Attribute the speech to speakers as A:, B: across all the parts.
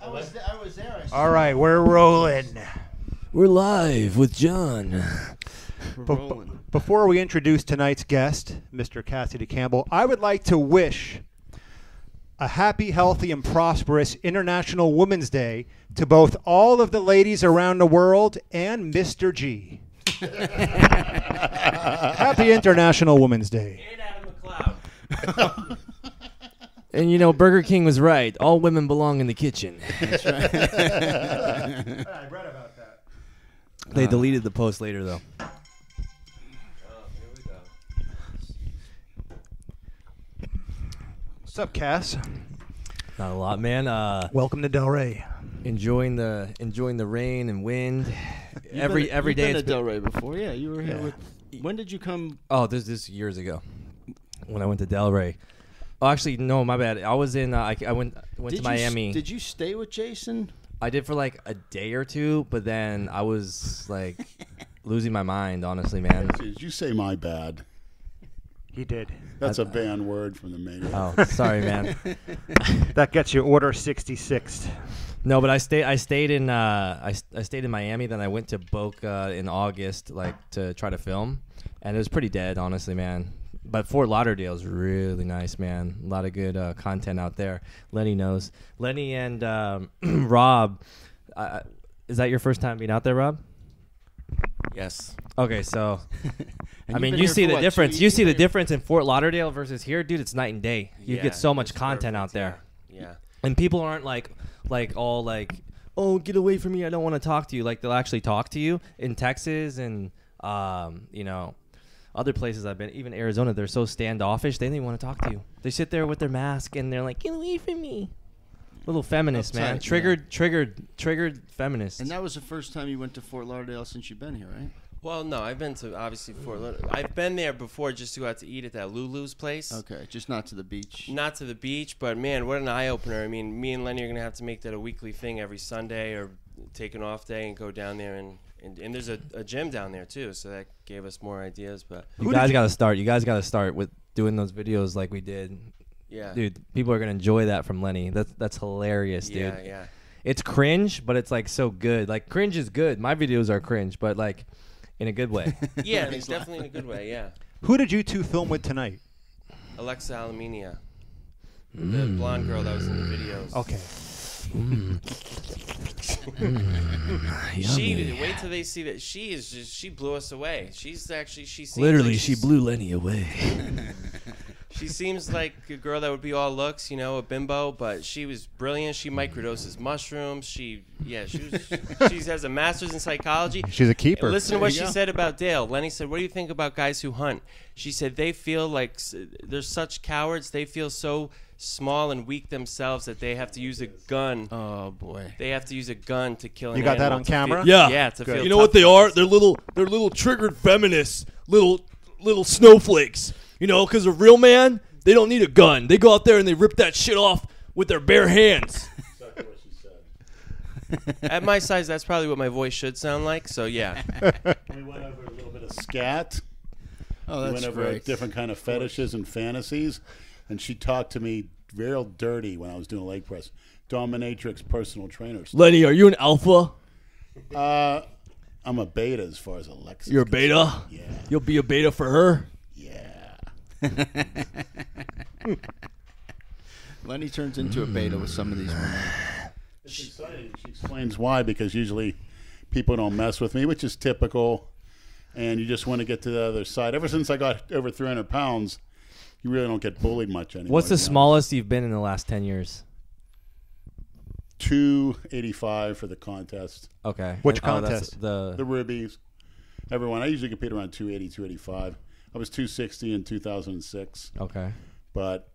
A: I was, th- I was there. I
B: All right, we're rolling.
C: We're live with John.
B: Be- be- before we introduce tonight's guest, Mr. Cassidy Campbell, I would like to wish a happy, healthy, and prosperous International Women's Day to both all of the ladies around the world and Mr. G. happy International Women's Day.
D: And Adam McLeod.
C: And you know, Burger King was right. All women belong in the kitchen.
B: I read about that.
C: They deleted the post later, though.
D: Oh, here we go.
B: What's up, Cass?
C: Not a lot, man. Uh,
B: Welcome to Del Rey.
C: enjoying the enjoying the rain and wind. every
A: been,
C: every
A: you've
C: day.
A: Been
C: It's
A: to
C: been,
A: Delray before, yeah. You were here
C: Yeah.
A: with. When did you come?
C: oh, this this years ago when I went to Delray. Oh, actually, no, my bad. I was in. Uh, I, I went went
A: Did
C: to
A: you,
C: Miami.
A: Did you stay with Jason?
C: I did for like a day or two, but then I was like losing my mind. Honestly, man.
E: Did you say my bad?
B: He did.
E: That's a banned word from the manual.
C: Oh, sorry, man.
B: That gets you order 66.
C: No, but I stayed. I stayed in. Uh, I, s- I stayed in Miami. Then I went to Boca in August, like to try to film, and it was pretty dead, honestly, man. But Fort Lauderdale's really nice, man. A lot of good uh, content out there. Lenny knows. Lenny and um, Rob. Uh, is that your first time being out there, Rob?
D: Yes.
C: Okay, so
A: And
C: I
A: you've
C: mean,
A: been
C: you
A: here
C: see
A: for
C: the
A: what, two
C: difference. You
A: years?
C: see the difference in Fort Lauderdale versus here, dude. It's night and day. You
D: Yeah,
C: get so much
D: it's
C: content
D: perfect,
C: out there
D: Yeah. yeah.
C: and people aren't like like all like oh get away from me i don't want to talk to you like they'll actually talk to you in texas and um you know other places i've been even arizona they're so standoffish they don't even want to talk to you they sit there with their mask and they're like get away from me little feminist
A: Uptight,
C: man
A: yeah.
C: triggered triggered triggered feminists
A: And that was the first time you went to Fort Lauderdale since you've been here, right?
D: Well, no, I've been to obviously Fort Lauderdale. I've been there before just to go out to eat at that Lulu's place.
A: Okay, just not to the beach.
D: Not to the beach, but man, what an eye opener! I mean, me and Lenny are gonna have to make that a weekly thing every Sunday or take an off day and go down there and and, and there's a, a gym down there too, so that gave us more ideas. But
C: you guys got to start you guys got to start with doing those videos like we did
D: yeah,
C: dude people are gonna enjoy that from lenny that's that's hilarious dude
D: yeah, yeah.
C: it's cringe, but it's like so good. Like cringe is good. My videos are cringe, but like in a good way.
D: Yeah, and it's definitely in a good way. Yeah,
B: Who did you two film with tonight?
D: Alexa Alaminia, the
C: Mm.
D: blonde girl that was in the videos.
B: Okay.
D: She wait till they see that she is just she blew us away. She's actually she seems
C: Literally,
D: like
C: she
D: she's-
C: blew Lenny away.
D: She seems like a girl that would be all looks, you know, a bimbo, but she was brilliant. She microdoses mushrooms. She yeah, she was she has a master's in psychology.
B: She's a keeper.
D: Listen to what
E: you
D: she
E: go.
D: said about Dale. Lenny said, "What do you think about guys who hunt?" She said they feel like s- they're such cowards. They feel so small and weak themselves that they have to use a gun.
A: Oh boy.
D: They have to use a gun to kill. An
B: You got that
D: animal
B: on
D: to feel-
B: camera?
F: Yeah.
D: yeah. To feel
F: You know
D: tough.
F: what they are? They're little they're little triggered feminists, little little snowflakes. You know, cuz a real man, they don't need a gun. They go out there and they rip that shit off with their bare hands.
D: At my size, that's probably what my voice should sound like. So yeah,
E: We went over a little bit of scat.
A: Oh,
E: we
A: that's
E: went over
A: great.
E: different kind of fetishes and fantasies, and she talked to me real dirty when I was doing a leg press. Dominatrix personal trainers.
F: Lenny, are you an alpha?
E: Uh, I'm a beta as far as Alexa.
F: You're a beta?
E: Yeah.
F: You'll be a beta for her?
E: Yeah.
A: Lenny turns into a beta with some of these women.
E: Mm. It's exciting. She explains why because usually people don't mess with me, which is typical. And you just want to get to the other side. Ever since I got over 300 pounds, you really don't get bullied much anymore.
C: What's the
E: to be honest.
C: smallest you've been in the last ten years?
E: 285 for the contest.
C: Okay.
B: Which
C: Oh, that's
B: contest?
E: The
C: The
E: Rubies, everyone. I usually compete around 280, 285. I was 260 in 2006.
C: okay.
E: But,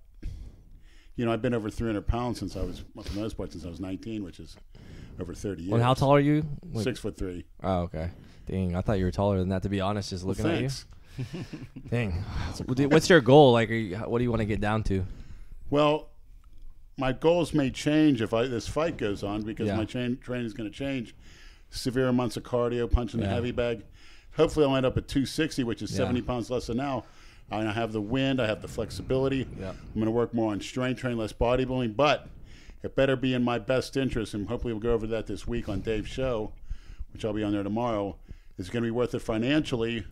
E: you know, I've been over 300 pounds since I was, well, for the most part, since I was 19, which is over 30 years.
C: Well, how tall are you? Wait-
E: Six foot three.
C: Oh, okay. Dang, I thought you were taller than that. To be honest, just looking at you.
E: Thanks.
C: Dang. Dude, What's your goal? Like, are you, what do you want to get down to?
E: Well, my goals may change if I, this fight goes on because
C: Yeah.
E: my chain, training is going to change. Severe amounts of cardio, punching the
C: Yeah.
E: heavy bag. Hopefully, I'll end up at 260, which is
C: Yeah.
E: 70 pounds less than now. I have the wind, I have the flexibility.
C: Yeah.
E: I'm going to work more on strength training, less bodybuilding. But It better be in my best interest, and hopefully we'll go over that this week on Dave's show, which I'll be on there tomorrow. It's going to be worth it financially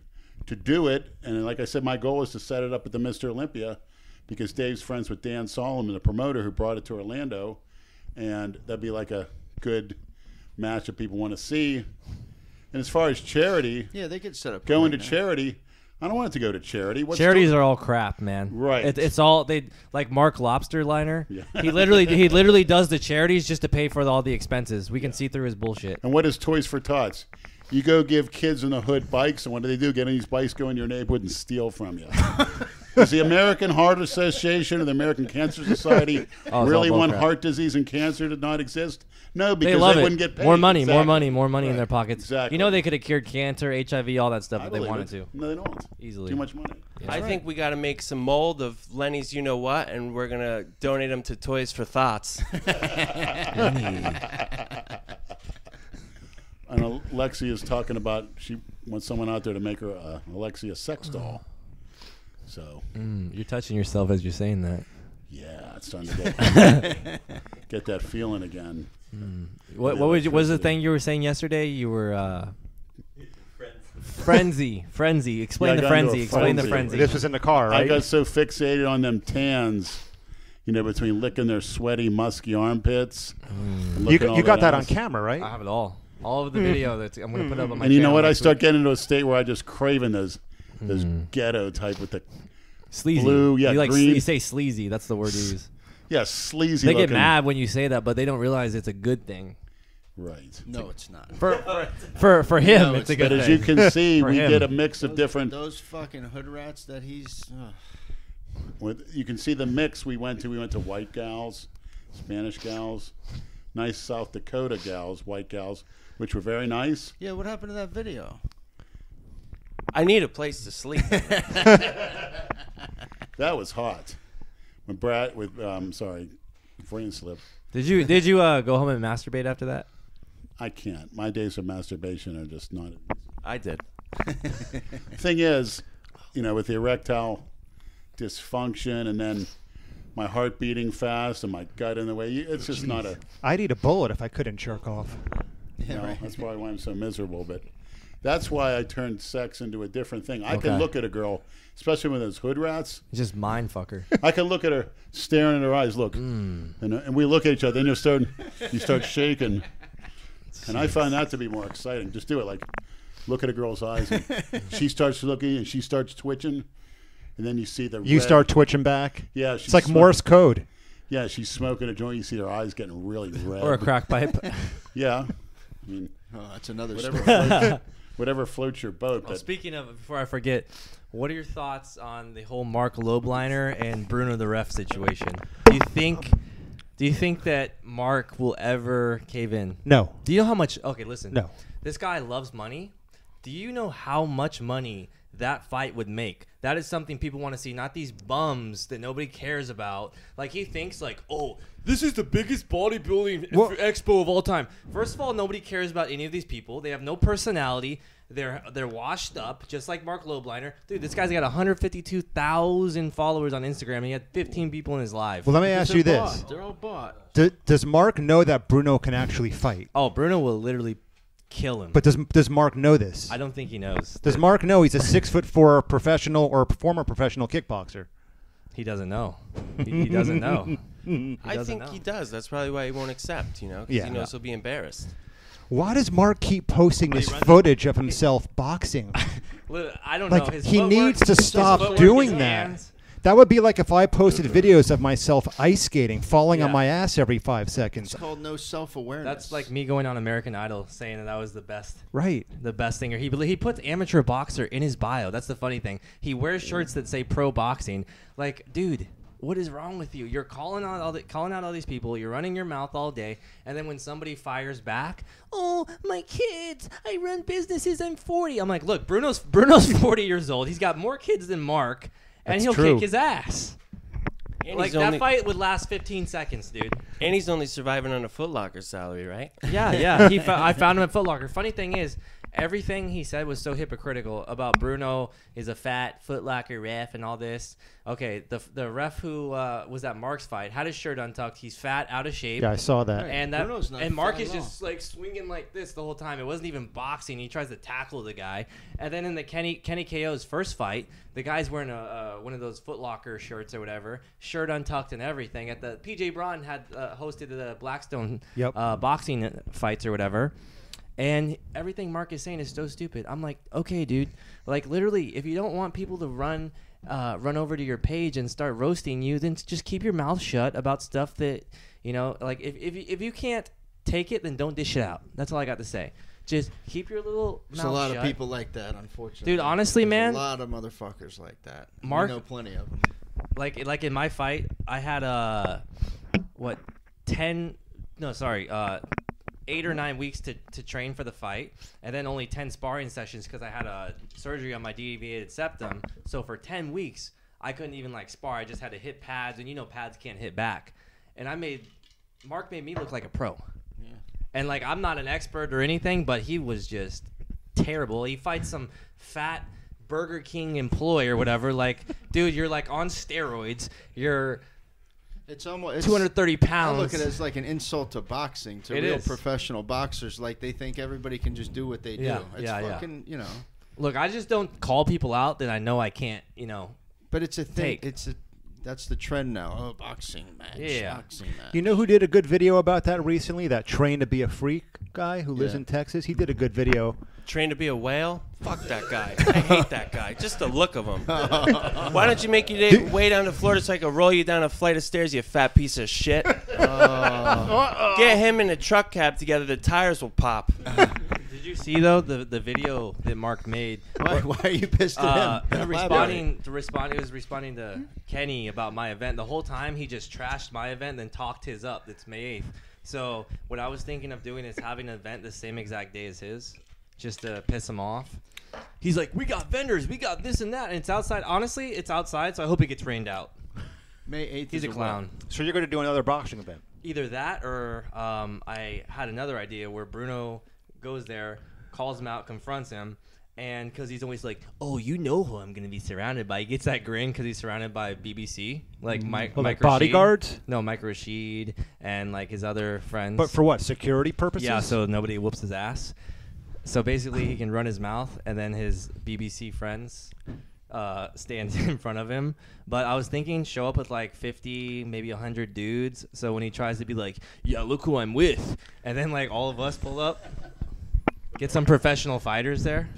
E: to do it. And like I said, my goal is to set it up at the Mr. Olympia because Dave's friends with Dan Solomon, the promoter who brought it to Orlando, and that'd be like a good match that people want to see. And as far as charity,
A: Yeah, they could set up.
E: going to charity, I don't want it to go to charity. What's
C: Charities are all crap, man.
E: Right.
C: It, it's all they like Mark Lobster liner. He literally he literally does the charities just to pay for all the expenses. We can see through his bullshit.
E: And what is Toys for Tots? You go give kids in the hood bikes, and what do they do? Get on these bikes, go in your neighborhood, and steal from you. Does the American Heart Association or the American Cancer Society
C: Oh, all
E: really want
C: bullcrap.
E: heart disease and cancer to not exist? No, because
C: They
E: they,
C: love it.
E: wouldn't get paid.
C: More money, more
E: Exactly.
C: money, more money in their pockets.
E: Exactly.
C: You know they could have cured cancer, HIV, all that stuff
E: I
C: if they
E: believe
C: wanted
E: it.
C: to.
E: No, they don't.
C: Easily.
E: Too much money.
D: I think we got to make some mold of Lenny's you know what, and we're going to donate them to Toys for Thoughts.
E: And Alexia is talking about she wants someone out there to make her uh, Alexia sex doll. So
C: Mm, You're touching yourself as you're saying that.
E: yeah, it's time to get, get that feeling again.
C: What
E: The
C: what was, you- what was the
E: electricity.
C: thing you were saying yesterday? You were uh, frenzy, frenzy. Explain
E: Yeah, I
C: the
E: got into a
C: frenzy. Explain the
E: frenzy.
C: frenzy.
B: This was in the car,
E: I
B: right?
E: got so fixated on them tans, you know, between licking their sweaty, musky armpits. and
B: you
E: looking all
B: you got that on
E: ass.
B: camera, right?
C: I have it all. All of the video that's I'm gonna put up on my.
E: Mm. And you know
C: channel
E: what? I
C: next
E: start
C: week.
E: getting into a state where I just craving those, those
B: Mm.
E: ghetto type with the
C: sleazy.
E: blue, yeah,
C: you like
E: green.
C: you say sleazy. That's the word you use.
E: yeah sleazy.
C: They get
E: looking-
C: mad when you say that, but they don't realize it's a good thing
E: right?
A: No, it's not.
C: for for for him.
A: No,
C: it's,
A: it's
C: a
E: But
C: good
E: as you
C: thing.
E: can see,
C: For
E: we
C: him.
E: get a mix of different.
A: Those fucking hood rats that he's. ugh.
E: with- You can see the mix we went to. We went to white gals, Spanish gals, nice South Dakota gals, white gals, which were very nice.
A: Yeah, what happened to that video?
D: I need a place to sleep.
E: That was hot. When Brad, with um, sorry, brain slip.
C: did you did you uh, go home and masturbate after that?
E: I can't. My days of masturbation are just not.
D: I did.
E: Thing is, you know, with the erectile dysfunction and then my heart beating fast and my gut in the way, you- it's just not a.
B: I'd eat a bullet if I couldn't jerk off.
E: You know, that's probably why I'm so miserable. But that's why I turned sex into a different thing. I
C: Okay.
E: can look at a girl, especially with those hood rats.
C: It's just mind fucker.
E: I can look at her, staring in her eyes. Look,
B: Hmm.
E: and, uh, and we look at each other. Then you start, you start shaking, and I find that to be more exciting. Just do it. Like, look at a girl's eyes. And she starts looking, and she starts twitching, and then you see the.
B: You
E: red-
B: start twitching back.
E: Yeah, she's
B: It's like
E: smoking-
B: Morse code.
E: Yeah, she's smoking a joint. You see her eyes getting really red.
C: or a crack pipe.
E: Yeah, I mean,
A: Oh, that's another
E: whatever,
A: story.
E: floats, whatever floats your boat.
C: Well,
E: But
C: speaking of, before I forget, what are your thoughts on the whole Mark Lobliner and Bruno the ref situation? Do you think, do you think that Mark will ever cave in?
B: No.
C: Do you know how much? Okay, listen.
B: No.
C: This guy loves money. Do you know how much money that fight would make? That is something people want to see, not these bums that nobody cares about. Like he thinks like, "Oh, this is the biggest bodybuilding
B: Well-
C: expo of all time." First of all, nobody cares about any of these people. They have no personality. They're they're washed up, just like Mark Lobliner. Dude, this guy's got 152,000 followers on Instagram and he had 15 people in his live.
B: Well, let me ask you this:
A: Bought. They're all bought.
B: Do- Does Mark know that Bruno can actually fight?
C: oh, Bruno will literally kill him.
B: But does does Mark know this?
C: I don't think he knows.
B: Does Mark know he's a six foot four professional or former professional kickboxer?
C: He doesn't know. He, he doesn't know.
D: I
C: doesn't
D: think
C: know.
D: he does. That's probably why he won't accept, you know? 'cause
B: Yeah.
D: He knows he'll be embarrassed.
B: Why does Mark keep posting this footage of himself boxing?
C: Look, I don't know.
B: Like
C: His
B: he
C: footwork-
B: needs to
C: his
B: stop
C: footwork,
B: doing
C: his
B: that.
C: hands.
B: That would be like if I posted videos of myself ice skating, falling on
C: Yeah.
B: my ass every five seconds.
A: It's called no self awareness.
C: That's like me going on American Idol saying that I was the best.
B: Right.
C: The best singer. He he puts amateur boxer in his bio. That's the funny thing. He wears shirts that say pro boxing. Like, dude, what is wrong with you? You're calling out all the, calling out all these people. You're running your mouth all day, and then when somebody fires back, oh my kids, I run businesses. I'm 40. I'm like, look, Bruno's Bruno's 40 years old. He's got more kids than Mark, and
B: That's
C: he'll
B: true.
C: kick his ass.
D: And
C: Like
D: he's
C: that
D: only,
C: fight would last 15 seconds, dude.
D: And he's only surviving on a Foot Locker salary, right?
C: Yeah, yeah. He fou- I found him at Foot Locker. Funny thing is, Everything he said was so hypocritical about Bruno is a fat footlocker ref and all this. Okay, the the ref who uh, was at Mark's fight had his shirt untucked. He's fat, out of shape.
B: Yeah, I saw that.
C: And that
A: Bruno's not
C: and Mark
A: fat
C: is
A: at all.
C: just like swinging like this the whole time. It wasn't even boxing. He tries to tackle the guy, and then in the Kenny Kenny KO's first fight, the guy's wearing a uh, one of those Foot Locker shirts or whatever, shirt untucked and everything. At the PJ Brown had uh, hosted the Blackstone
B: Yep.
C: uh, boxing fights or whatever. And everything Mark is saying is so stupid. I'm like, okay, dude. Like, literally, if you don't want people to run, uh, run over to your page and start roasting you, then just keep your mouth shut about stuff that, you know, like if if you, if you can't take it, then don't dish it out. That's all I got to say. Just keep your little
A: There's
C: mouth
A: a lot
C: shut.
A: of people like that, unfortunately.
C: Dude, honestly,
A: There's
C: man-
A: a lot of motherfuckers like that. Mark,
C: Mark-
A: know plenty of them.
C: like like in my fight, I had uh, what ten? No, sorry, uh, eight or nine weeks to, to train for the fight, and then only ten sparring sessions because I had a surgery on my deviated septum. So for ten weeks, I couldn't even like spar. I just had to hit pads, and you know pads can't hit back. And I made Mark made me look like a pro. And like I'm not an expert or anything, but he was just terrible. He fights some fat Burger King employee or whatever. Like, dude, you're like on steroids. You're
A: It's almost it's,
C: 230
A: I
C: pounds.
A: look at it as like an insult to boxing to
C: It
A: real
C: is.
A: professional boxers. Like they think everybody can just do what they
C: Yeah,
A: do. It's
C: yeah, yeah.
A: fucking you know.
C: Look, I just don't call people out that I know I can't. You know.
A: But it's a thing.
C: Take.
A: It's a that's the trend now. Oh, boxing match.
C: Yeah.
A: boxing match.
B: You know who did a good video about that recently? That train to be a freak guy who lives
A: Yeah.
B: in Texas. He did a good video.
D: Trained to be a whale? Fuck that guy. I hate that guy. Just the look of him. Why don't you make your day, way down to Florida so I can roll you down a flight of stairs, you fat piece of shit? Get him in a truck cab together. The tires will pop.
C: Did you see though the the video that Mark made?
A: why, why are you pissed at
C: Uh,
A: him?
C: responding to respond, he was responding to Kenny about my event. The whole time he just trashed my event, then talked his up. That's May eighth. So what I was thinking of doing is having an event the same exact day as his, just to piss him off. He's like, "We got vendors, we got this and that," and it's outside. Honestly, it's outside, so I hope it gets rained out.
A: May eighth.
C: He's
A: is
C: a clown.
B: So you're going to do another boxing event?
C: Either that, or um, I had another idea where Bruno goes there, calls him out, confronts him, and because he's always like, "Oh, you know who I'm gonna be surrounded by," he gets that grin because he's surrounded by BBC, like Mike,
B: Oh, like
C: Mike Rashid.
B: bodyguards?
C: No, Mike Rashid and like his other friends.
B: But for what? Security purposes?
C: yeah, so nobody whoops his ass. So basically, he can run his mouth, and then his BBC friends uh, stand in front of him. But I was thinking, show up with like 50, maybe 100 dudes. So when he tries to be like, "Yeah, look who I'm with," and then like all of us pull up, get some professional fighters there.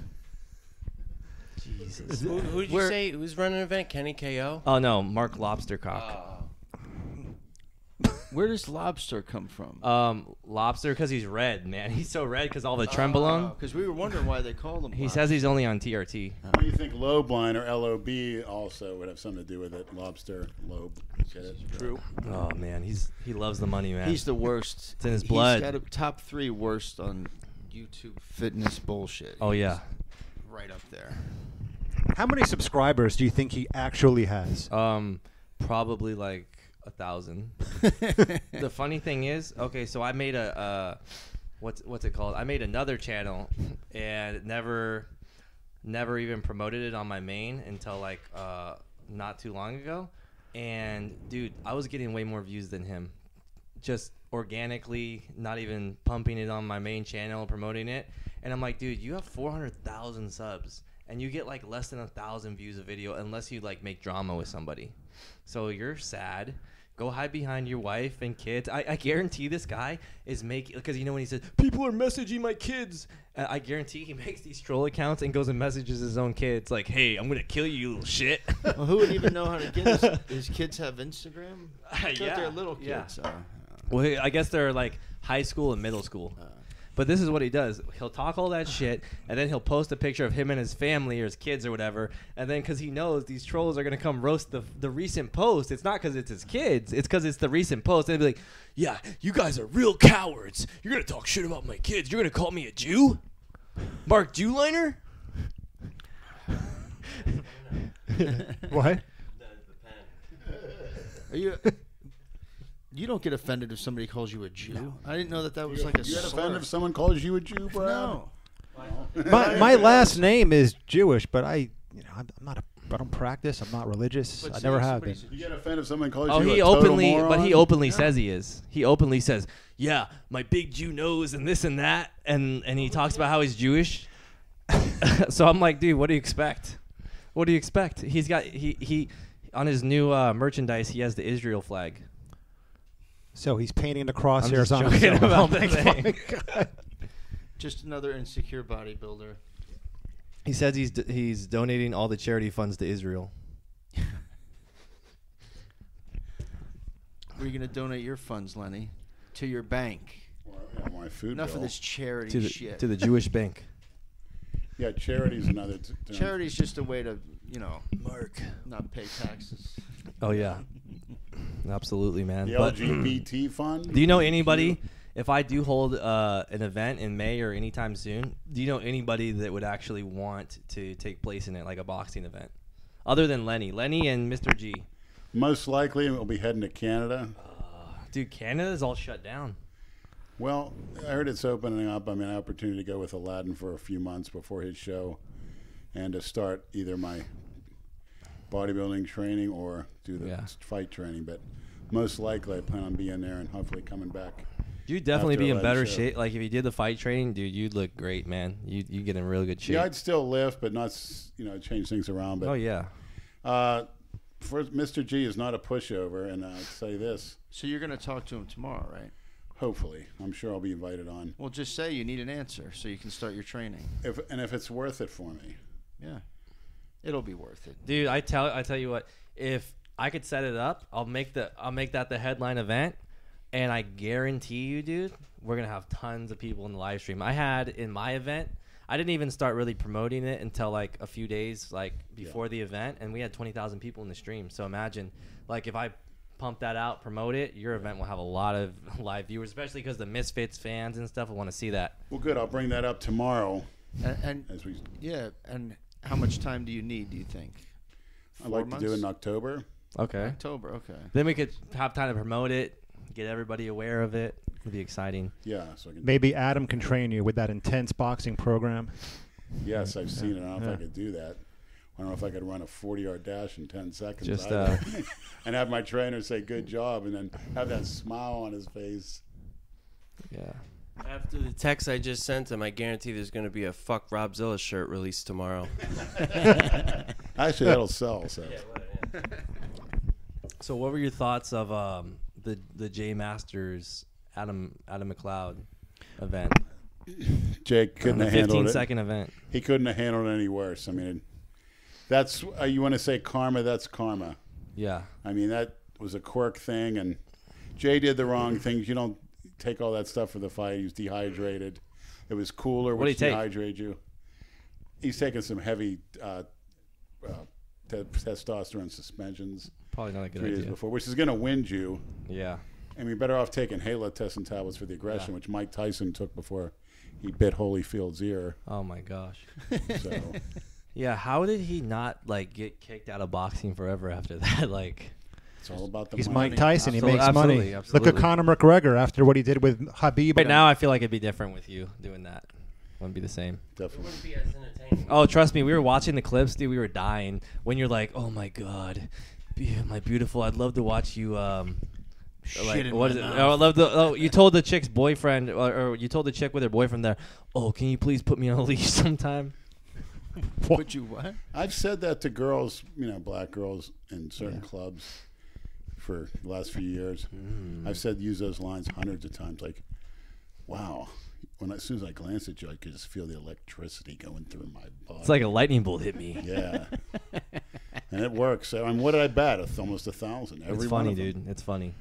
C: Jesus.
D: Who, who'd you say who's running an event? Kenny KO?
C: Oh no, Mark Lobstercock.
D: Uh,
A: Where does lobster come from?
C: Um, lobster because he's red, man. He's so red because all the trembolone.
A: Because Oh, we were wondering why they call them.
C: He says he's only on TRT.
E: What do you think Lobline or LOB also would have something to do with it? Lobster, lobe. Get it? True.
C: Oh man, he's he loves the money, man.
A: he's the worst.
C: It's in his blood.
A: He's got a top three worst on YouTube fitness bullshit.
C: Oh yeah.
A: right up there.
B: How many subscribers do you think he actually has?
C: Um, probably like a thousand. the funny thing is, okay, so I made a uh, what's what's it called? I made another channel and never, never even promoted it on my main until like uh, not too long ago. And dude, I was getting way more views than him, just organically, not even pumping it on my main channel, promoting it. And I'm like, dude, you have 400,000 subs and you get like less than a thousand views a video unless you like make drama with somebody. So you're sad. Go hide behind your wife and kids. I, I guarantee this guy is making because you know when he says people are messaging my kids, uh, I guarantee he makes these troll accounts and goes and messages his own kids like, "Hey, I'm gonna kill you, you little shit."
A: Well, who would even know how to get his, his kids have Instagram? That's what
C: Yeah,
A: they're little
C: yeah.
A: kids. are.
C: Well, he- I guess they're like high school and middle school. But this is what he does. He'll talk all that shit, and then he'll post a picture of him and his family or his kids or whatever. And then, because he knows these trolls are gonna come roast the the recent post, it's not because it's his kids. It's because it's the recent post. And they'll be like,
F: Yeah, you guys are real cowards. You're gonna talk shit about my kids. You're gonna call me a Jew? Mark Jewliner?
C: Uh,
B: what?
A: Are you? You don't get offended if somebody calls you a Jew. I didn't know that that was like a
E: You had offended
A: slur.
E: if someone calls you a Jew, bro?
A: No.
C: uh,
B: my, my last name is Jewish, but I, you know, I'm, I'm not a, I don't practice. I'm not religious. I never have been.
E: You get offended if someone calls
C: Oh,
E: you
C: he
E: a total
C: openly, but he
E: moron?
C: openly says he is. He openly says, "Yeah, my big Jew nose and this and that," and and he talks about how he's Jewish. so I'm like, dude, what do you expect? What do you expect? He's got he he on his new uh, merchandise. He has the Israel flag.
B: So he's painting the crosshairs
C: just
B: on
C: joking
B: himself.
C: about
B: Oh my
C: that thing.
B: God.
A: Just another insecure bodybuilder.
C: He says he's d- he's donating all the charity funds to Israel.
A: Where are you going to donate your funds, Lenny? To your bank.
E: Well, yeah, my food
A: Enough
E: bill.
A: of this charity
C: To the,
A: shit.
C: to the Jewish bank.
E: Yeah, charity's another. T- term.
A: Charity's just a way to, you know,
C: Mark.
A: not pay taxes.
C: Oh yeah, absolutely, man.
E: The
C: But-
E: LGBT fund.
C: Do you know anybody? If I do hold uh, an event in May or anytime soon, do you know anybody that would actually want to take place in it, like a boxing event, other than Lenny? Lenny and Mr. G.
E: Most likely, we'll be heading to Canada.
C: Dude, Canada's all shut down.
E: Well, I heard it's opening up. I mean, an opportunity to go with Aladdin for a few months before his show, and to start either my bodybuilding training or do the
C: Yeah.
E: fight training. But most likely, I plan on being there and hopefully coming back.
C: You'd definitely
E: After
C: be in
E: Aladdin
C: better
E: show.
C: shape. Like if you did the fight training, dude, you'd look great, man. You you get in real good shape.
E: Yeah, I'd still lift, but not s- you know change things around. But
C: oh yeah.
E: Uh, for Mr. G is not a pushover, and I'd say this.
A: So you're going to talk to him tomorrow, right?
E: Hopefully, I'm sure I'll be invited on.
A: Well, just say you need an answer so you can start your training.
E: If and if it's worth it for me,
A: Yeah. It'll be worth it.
C: Dude, I tell I tell you what, if I could set it up, I'll make the I'll make that the headline event, and I guarantee you, dude, we're gonna have tons of people in the live stream. I had in my event, I didn't even start really promoting it until like a few days like before the event, and we had twenty thousand people in the stream. So imagine, like if I pump that out, promote it, your event will have a lot of live viewers, especially because the Misfits fans and stuff will want to see that.
E: well, good. I'll bring that up tomorrow
A: And, and
E: as we.
A: yeah, and how much time do you need, do you think?
E: I like to do
A: months?
E: in October.
C: Okay.
A: October, okay.
C: Then we could have time to promote it, get everybody aware of it. It'd be exciting.
E: Yeah, so I can.
B: Maybe Adam can train you with that intense boxing program.
E: Yes, I've seen it. I don't know
B: Yeah.
E: if I could do that. I don't know if I could run a 40-yard dash in 10 seconds.
C: Just,
E: either. and have my trainer say "good job" and then have that smile on his face.
C: Yeah.
D: After the text I just sent him, I guarantee there's going to be a fuck Robzilla shirt released tomorrow.
E: Actually, that'll sell. So
C: So, what were your thoughts of um, the the J Masters Adam Adam McLeod event?
E: Jake couldn't
C: The
E: have
C: 15
E: handled it.
C: second event.
E: he couldn't have handled it any worse. I mean, that's uh, you want to say karma. That's karma.
C: Yeah.
E: I mean, that was a quirk thing, and Jay did the wrong things. You don't take all that stuff for the fight. He was dehydrated. It was cooler,
C: What'd
E: which
C: he take?
E: dehydrate you. He's taking some heavy uh, uh, te- testosterone suspensions
C: Probably not a good
E: three days
C: idea.
E: before, which is going to wind you.
C: Yeah.
E: I mean, better off taking halotestin tablets for the aggression, which Mike Tyson took before he bit Holyfield's ear.
C: Oh my gosh.
E: So.
C: Yeah. How did he not like get kicked out of boxing forever after that? like.
E: It's all about the
B: He's
E: money.
B: Mike Tyson. He
C: Absolutely,
B: makes money.
C: absolutely, absolutely.
B: Look at Conor McGregor after what he did with Habib.
C: But now I feel like it'd be different with you doing that. Wouldn't be the same.
E: Definitely.
D: be as entertaining.
C: Oh, trust me, we were watching the clips, dude. We were dying when you're like, "Oh my god, be- my beautiful, I'd love to watch you." Um, like,
A: in
C: what
A: my
C: is it?
A: mouth.
C: Oh, I love the. Oh, you told the chick's boyfriend, or, or you told the chick with her boyfriend there. Oh, can you please put me on a leash sometime?
A: Would you what?
E: I've said that to girls, you know, black girls in certain clubs for the last few years.
C: Hmm.
E: I've said use those lines hundreds of times. Like, wow. When I- as soon as I glance at you, I could just feel the electricity going through my body.
C: It's like a lightning bolt hit me.
E: yeah, and it works. I mean, what did I bet? It's almost a thousand. Every
C: It's
E: one
C: funny,
E: of them.
C: dude. It's funny.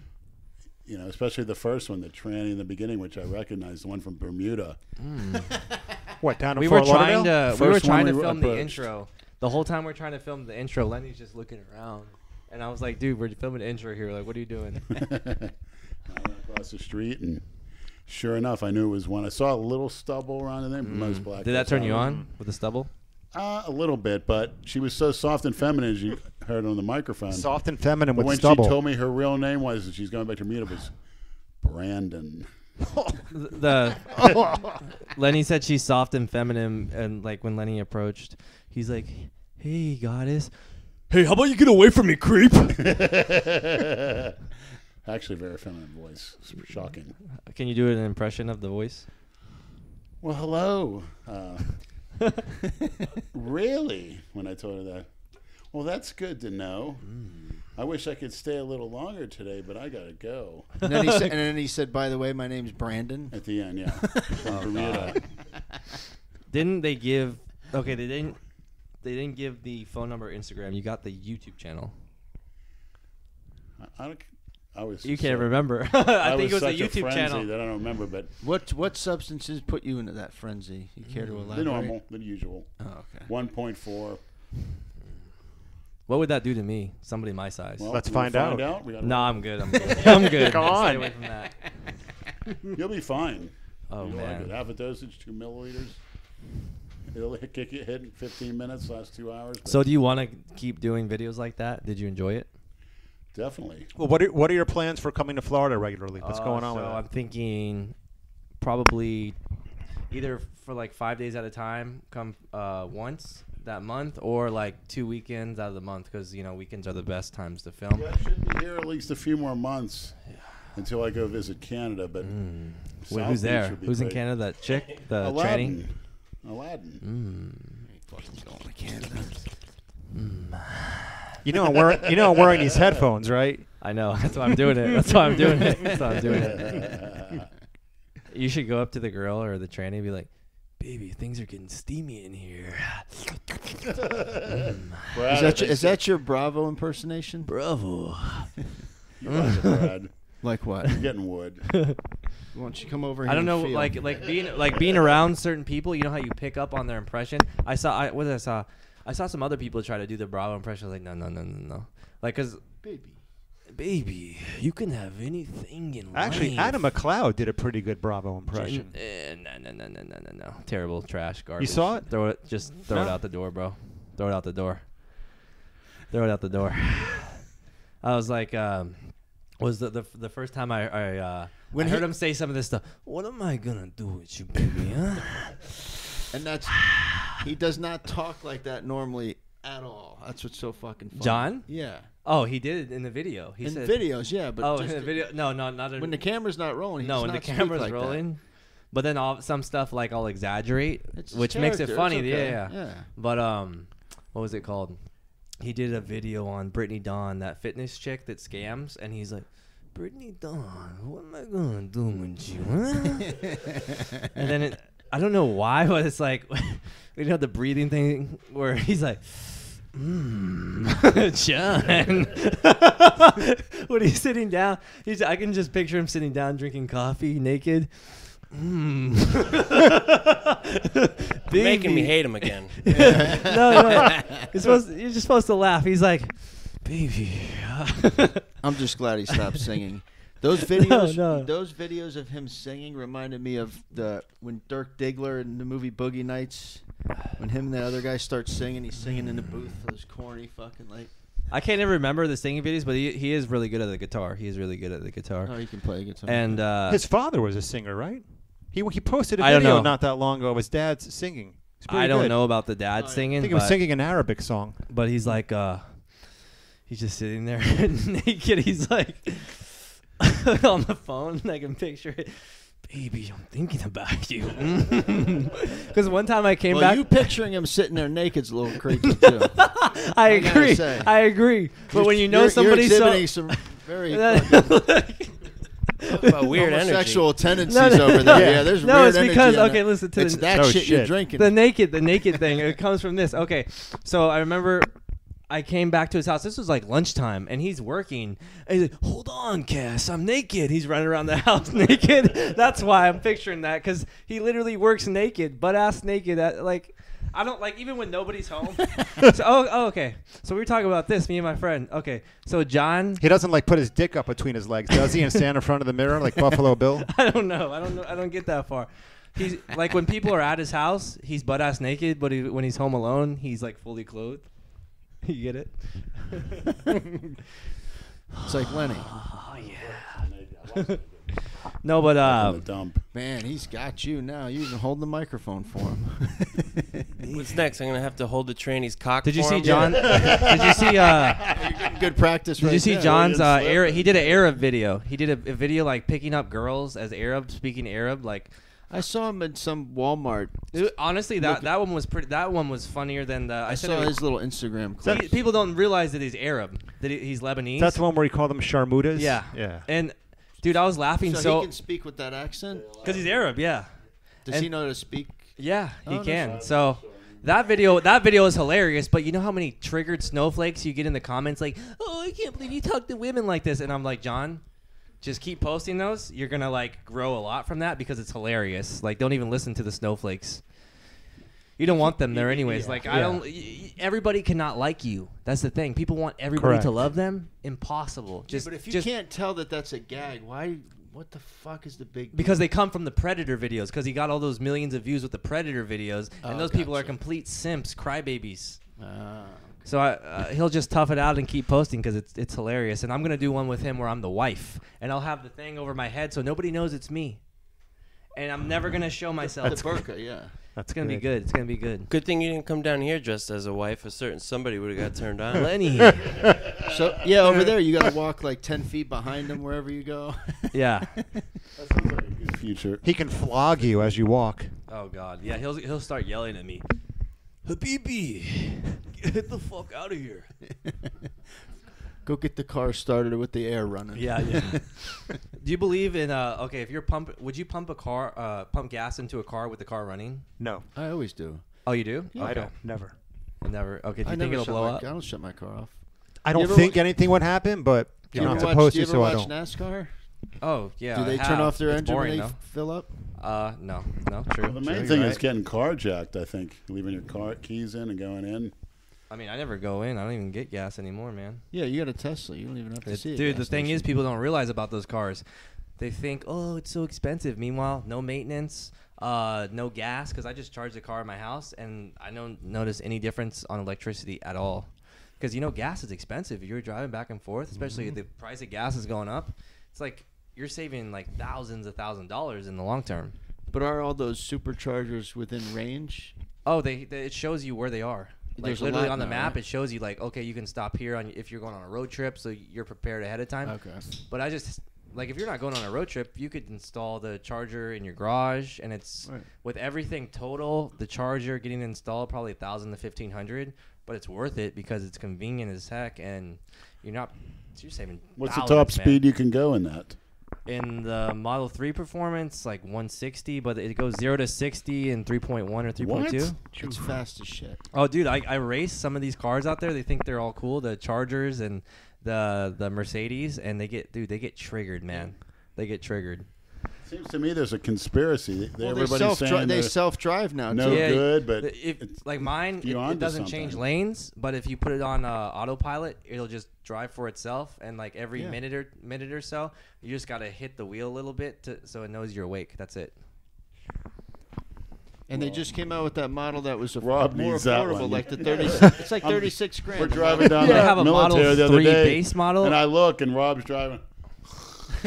E: You know, especially the first one, the tranny in the beginning, which I recognized, the one from Bermuda.
B: what down in
C: We were
B: Fort
C: trying
B: Lauderdale?
C: to. We were
E: First one
C: trying to
E: we
C: film the
E: approached.
C: intro. The whole time we're trying to film the intro, Lenny's just looking around, and I was like, "Dude, we're filming an intro here. Like, what are you doing?"
E: I went across the street, and sure enough, I knew it was one. I saw a little stubble around in there. Most black.
C: Mm. Did that
E: girls
C: turn
E: have
C: you
E: it.
C: on with the stubble?
E: Uh, a little bit, but she was so soft and feminine, as you heard on the microphone.
B: soft and feminine
E: But
B: with
E: when
B: stubble.
E: she told me her real name was,
B: Oh.
E: and she's going back to meet it was Brandon.
C: the Lenny said she's soft and feminine, and like when Lenny approached, he's like, "Hey, goddess."
F: Hey, how about you get away from me, creep?
E: Actually, very feminine voice. It's shocking.
C: Can you do an impression of the voice?
E: Well, hello. Uh, really? When I told her that. Well, that's good to know. I wish I could stay a little longer today, but I gotta go.
A: And then, he said, and then he said, by the way, my name's Brandon.
E: At the end, yeah.
A: Oh,
E: From Bermuda.
C: Didn't they give? Okay, they didn't. They didn't give the phone number, or Instagram. You got the YouTube channel.
E: I, I, don't- I was.
C: You can't
E: so-
C: remember. I,
E: I
C: think it was
E: such
C: the YouTube
E: frenzy
C: channel.
E: that I don't remember, but
A: What what substances put you into that frenzy? You care to elaborate?
E: the Mm. normal, the usual,
A: Oh, okay.
E: one point four.
C: What would that do to me? Somebody my size.
E: Well,
B: Let's
E: we'll
B: find out.
E: We gotta-
C: no, I'm good. I'm good. I'm good.
B: Come
C: Stay
B: on.
C: away from that.
E: You'll be fine.
C: Oh
E: You'll like it.
C: man.
E: half a dosage, two milliliters. It'll hit- kick you hit in 15 minutes, last two hours. but
C: So do you want to keep doing videos like that? Did you enjoy it?
E: definitely,
B: Well, what are, what are your plans for coming to Florida regularly? What's
C: Uh,
B: going on
C: so
B: with
C: I'm
B: that?
C: thinking probably either for like five days at a time, come uh, once that month, or like two weekends out of the month because you know weekends are the best times to film.
E: I should be here at least a few more months until I go visit Canada. But
C: Wait,
E: South
C: who's
E: Beach
C: there?
E: would be
C: Who's in
E: great.
C: Canada? uh, That chick, the tranny.
E: Aladdin. Aladdin.
B: You know I'm wearing you know I'm wearing these headphones, right?
C: I know. That's why I'm doing it. That's why I'm doing it. That's why I'm doing it. You should go up to the girl or the tranny and be like, "Baby, things are getting steamy in here."
E: Brad,
A: Is
E: I
A: that, your,
E: think
A: is that your Bravo impersonation?
C: Bravo.
E: you guys are Brad.
A: Like what?
E: You're getting wood.
A: Why don't you come over? Here
C: I
A: and
C: don't know,
A: feel?
C: like like being like being around certain people, you know how you pick up on their impression. I saw, I what did I saw, I saw some other people try to do the Bravo impression. I was like, no, no, no, no, no, like because
A: baby.
C: baby, you can have anything in
B: Actually,
C: life.
B: Adam McLeod did a pretty good Bravo
C: Eh,
B: impression.
C: No, no, no, no, no, no, no. Terrible trash garbage.
B: saw it?
C: Throw it. Just throw it
B: No.
C: out the door, bro. Throw it out the door. Throw it out the door. I was like, um, was the, the the first time I I, uh,
A: When
C: I heard
A: he-
C: him say some of this stuff. What am I gonna do with you, baby? Huh?
A: And that's he does not talk like that normally at all. That's what's so fucking funny.
C: John?
A: Yeah.
C: Oh, he did it in the video. He
A: in
C: said,
A: videos, yeah, but
C: "Oh, in
A: just
C: the video." No, no, not in,
A: when the camera's not rolling. He
C: no
A: does
C: when the
A: not speak
C: camera's
A: like that.
C: rolling. But then all, some stuff like I'll exaggerate,
A: It's his
C: which makes it
A: character, it's
C: funny.
A: okay,
C: Yeah, yeah,
A: yeah.
C: But um, what was it called? He did a video on Brittany Dawn, that fitness chick that scams, and he's like, "Brittany Dawn, what am I gonna do with you?" Huh? and then it, I don't know why, but it's like, you know, the breathing thing where he's like. "Hmm, John, when he's sitting down, he's, I can just picture him sitting down drinking coffee naked. Mm.
D: You're making me
C: Baby.
D: hate him again.
C: no, no. You're, supposed you're just supposed to laugh. He's like, baby.
A: I'm just glad he stopped singing. Those videos,
C: no.
A: those videos of him singing reminded me of the when Dirk Diggler in the movie Boogie Nights, when him and the other guy start singing, he's singing in the booth. Those corny fucking like,
C: I can't even remember the singing videos, but he, he is really good at the guitar. He is really good at the guitar.
A: oh, he can play guitar.
C: And uh,
B: His father was a singer, right? He he posted a
C: I don't
B: video
C: know.
B: not that long ago of his dad's singing. It's pretty
C: I don't
B: good.
C: know about the dad
A: Oh, yeah.
C: singing.
B: I think he
C: but-
B: was singing an Arabic song.
C: but he's like uh he's just sitting there naked he's like on the phone i can picture it baby i'm thinking about you because one time i came
A: well,
C: back
A: you picturing him sitting there naked's a little creepy too.
C: i
A: I gotta
C: agree
A: say.
C: i agree but when you know
A: You're-
C: somebody
A: you're
C: so
A: exhibiting some very fucking
D: Talk about weird energy.
A: homosexual
C: No,
A: tendencies
C: no,
A: over there.
C: no.
A: Yeah, there's
C: No,
A: weird
C: it's
A: energy
C: because-
A: in
C: okay,
A: there.
C: listen to
A: it's
C: the- Oh,
A: that
B: No
A: shit, you're
B: shit.
A: drinking.
C: the naked the naked thing it comes from this okay so i remember i came back to his house this was like lunchtime and he's working and he's like hold on cass i'm naked he's running around the house naked that's why i'm picturing that because he literally works naked butt ass naked at, like I don't like even when nobody's home. so, oh, oh, okay. So we were talking about this, me and my friend. Okay. So John,
B: He doesn't like put his dick up between his legs, does he? And stand in front of the mirror like Buffalo Bill.
C: I don't know. I don't know. I don't get that far. He's like when people are at his house, he's butt ass naked, but he, when he's home alone, he's like fully clothed. You get it?
A: It's like Lenny.
C: Oh yeah. No, but
E: in
C: uh,
E: the dump.
A: Man, he's got you now. You can hold the microphone for him.
D: What's next? I'm gonna have to hold the trainee's cock.
C: did you
D: for
C: see
D: him?
C: John? did you see uh?
A: Good practice.
C: Did
A: right
C: you see
A: there.
C: John's
E: Freudian
C: uh,
E: slip.
C: Arab? He did an Arab video. He did a, a video like picking up girls as Arab, speaking Arab. Like
A: I saw him in some Walmart.
C: it- honestly, that that one was pretty. That one was funnier than the. I,
A: I
C: said
A: saw
C: it was-
A: his little Instagram
C: pe-
A: clip.
C: people don't realize that he's Arab. That he, he's Lebanese.
B: That's the one where he called them Sharmudas.
C: yeah.
B: yeah.
C: And dude, I was laughing
A: So,
C: so
A: he can speak with that accent.
C: because he's Arab. Yeah.
A: Does he
C: and-
A: know how to speak?
C: Yeah, he
A: no
C: can. So that video that video is hilarious, but you know how many triggered snowflakes you get in the comments like, "Oh, I can't believe you talk to women like this." And I'm like, "John, just keep posting those. You're going to like grow a lot from that because it's hilarious. Like don't even listen to the snowflakes. You don't want them there anyways. Like I
B: Yeah.
C: don't y- y- everybody cannot like you. That's the thing. People want everybody
B: Correct.
C: to love them. Impossible. Just
A: but if you
C: just
A: can't tell that that's a gag, why? What the fuck is the big?
C: because they come from the Predator videos. Because he got all those millions of views with the Predator videos, and
A: Oh,
C: those people are
A: gotcha.
C: complete simps, crybabies.
A: Ah.
C: So I, uh, he'll just tough it out and keep posting because it's it's hilarious. And I'm gonna do one with him where I'm the wife, and I'll have the thing over my head so nobody knows it's me, and I'm never gonna show myself.
A: the burqa, yeah.
C: it's gonna be good. It's gonna be good.
D: Good thing you didn't come down here dressed as a wife. A certain somebody would have got turned on.
C: Lenny,
A: So yeah, over there you gotta walk like ten feet behind him wherever you go.
C: yeah.
E: That sounds like a good future.
B: He can flog you as you walk.
C: Oh God, yeah. He'll he'll start yelling at me.
F: Habibi, get the fuck out of here.
A: go get the car started with the air running.
C: Yeah, yeah. Do you believe in uh? Okay, if you're pump, would you pump a car, uh, pump gas into a car with the car running?
B: No,
A: I always do.
C: Oh, you do?
B: I
C: Okay.
B: don't. Never.
C: Never. Okay. Do you
A: I
C: think
A: never
C: it'll
A: shut
C: blow
A: my,
C: up?
A: I don't shut my car off.
B: I
A: You
B: don't
A: ever
B: think
A: wa-
B: anything would happen, but
A: do
B: you're
A: you
B: not
A: ever watch,
B: supposed
A: do you
B: to,
A: ever
B: so I
A: watch
B: don't.
A: NASCAR?
C: Oh yeah.
A: do
C: I
A: they turn
C: have.
A: off their
C: it's
A: engine
C: boring,
A: when they
C: though.
A: fill up?
C: Uh, no, no, true.
E: The main
C: true,
E: thing
C: you're
E: is
C: right.
E: getting carjacked. I think leaving your car keys in and going in.
C: I mean, I never go in. I don't even get gas anymore, man.
A: Yeah, you got a Tesla. You don't even have to see it.
C: Dude, the thing is, people don't realize about those cars. They think, oh, it's so expensive. Meanwhile, no maintenance, uh, no gas, because I just charge the car at my house, and I don't notice any difference on electricity at all. Because you know, gas is expensive. If You're driving back and forth, especially
A: Mm-hmm.
C: if the price of gas is going up. It's like you're saving like thousands of thousand dollars in the long term.
A: But are all those superchargers within range?
C: Oh, they, they it shows you where they are. Like
A: There's a
C: literally
A: lot
C: on the
A: now,
C: map,
A: right?
C: it shows you like, okay, you can stop here on if you're going on a road trip, so you're prepared ahead of time.
A: Okay.
C: But I just like if you're not going on a road trip, you could install the charger in your garage, and it's
A: Right.
C: with everything total, the charger getting installed probably a thousand to fifteen hundred, but it's worth it because it's convenient as heck, and you're not you're saving.
E: What's the top
C: thousands, man.
E: speed you can go in that?
C: in the Model Three performance? Like 160, but it goes zero to sixty in 3.1 or 3.2.
A: It's fast as shit.
C: Oh, dude, I, I race some of these cars out there. They think they're all cool, the Chargers and the the Mercedes, and they get dude, they get triggered, man. They get triggered.
E: Seems to me there's a conspiracy. They-
A: Well, they
E: Everybody's
A: self
E: saying
A: they
E: they're-
A: self drive now.
E: No
A: too.
C: Yeah,
E: good, but
C: The- if
E: it's-
C: like mine, it,
E: you're
C: it
E: onto
C: doesn't change
E: something.
C: lanes, but if you put it on uh, autopilot, it'll just drive for itself. And like every
A: Yeah.
C: minute or minute or so, you just gotta hit the wheel a little bit to, so it knows you're awake. That's it.
A: And they just came out with that model that was a
E: Rob
A: more
E: needs that
A: affordable,
E: one.
A: like the thirty. It's like
E: I'm-
A: thirty six grand.
E: We're driving down
C: They
E: the
C: have a Model
E: military the other
C: 3
E: day,
C: base model.
E: and I look, and Rob's driving.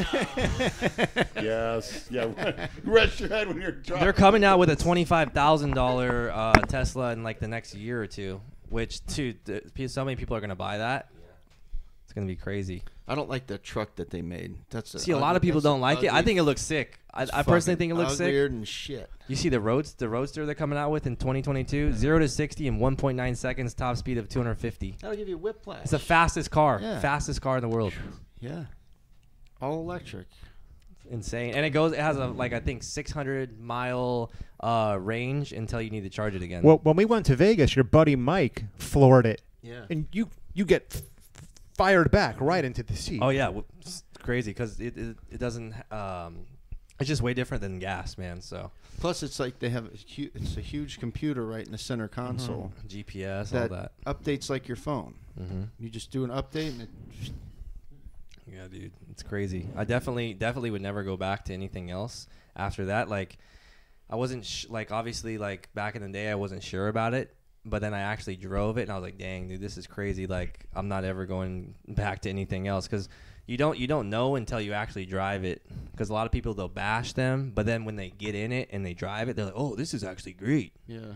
E: yes, yeah. Rest your head when you're driving.
C: They're coming out with a twenty-five thousand uh, Tesla in like the next year or two, which dude, th- pe- so many people are gonna buy that. It's gonna be crazy.
A: I don't like the truck that they made. That's
C: See, a lot of people don't like it. I think it looks sick. I, I personally think it looks sick.
A: Weird and shit.
C: You see the roads, the roadster they're coming out with in 2022, zero to sixty in 1.9 seconds, top speed of 250.
A: That'll give you whiplash.
C: It's the fastest car,
A: Yeah.
C: fastest car in the world.
A: yeah, all electric.
C: Insane, and it goes. It has a like I think 600 mile uh, range until you need to charge it again.
B: Well, when we went to Vegas, your buddy Mike floored it,
A: Yeah.
B: and you you get f- fired back right into the seat.
C: Oh yeah, w- it's crazy because it, it it doesn't. Um, it's just way different than gas, man. So
A: Plus, it's like they have a hu- it's a huge computer right in the center console
C: GPS,
A: that,
C: all Mm-hmm. that. Mm-hmm.
A: updates like your phone. You just do an update and it,
C: Yeah, dude, it's crazy. I definitely definitely would never go back to anything else after that. Like, I wasn't sh- like obviously like back in the day, I wasn't sure about it. But then I actually drove it, and I was like, "Dang, dude, this is crazy! Like, I'm not ever going back to anything else because you don't you don't know until you actually drive it. Because a lot of people they'll bash them, but then when they get in it and they drive it, they're like, "Oh, this is actually great,
A: Yeah.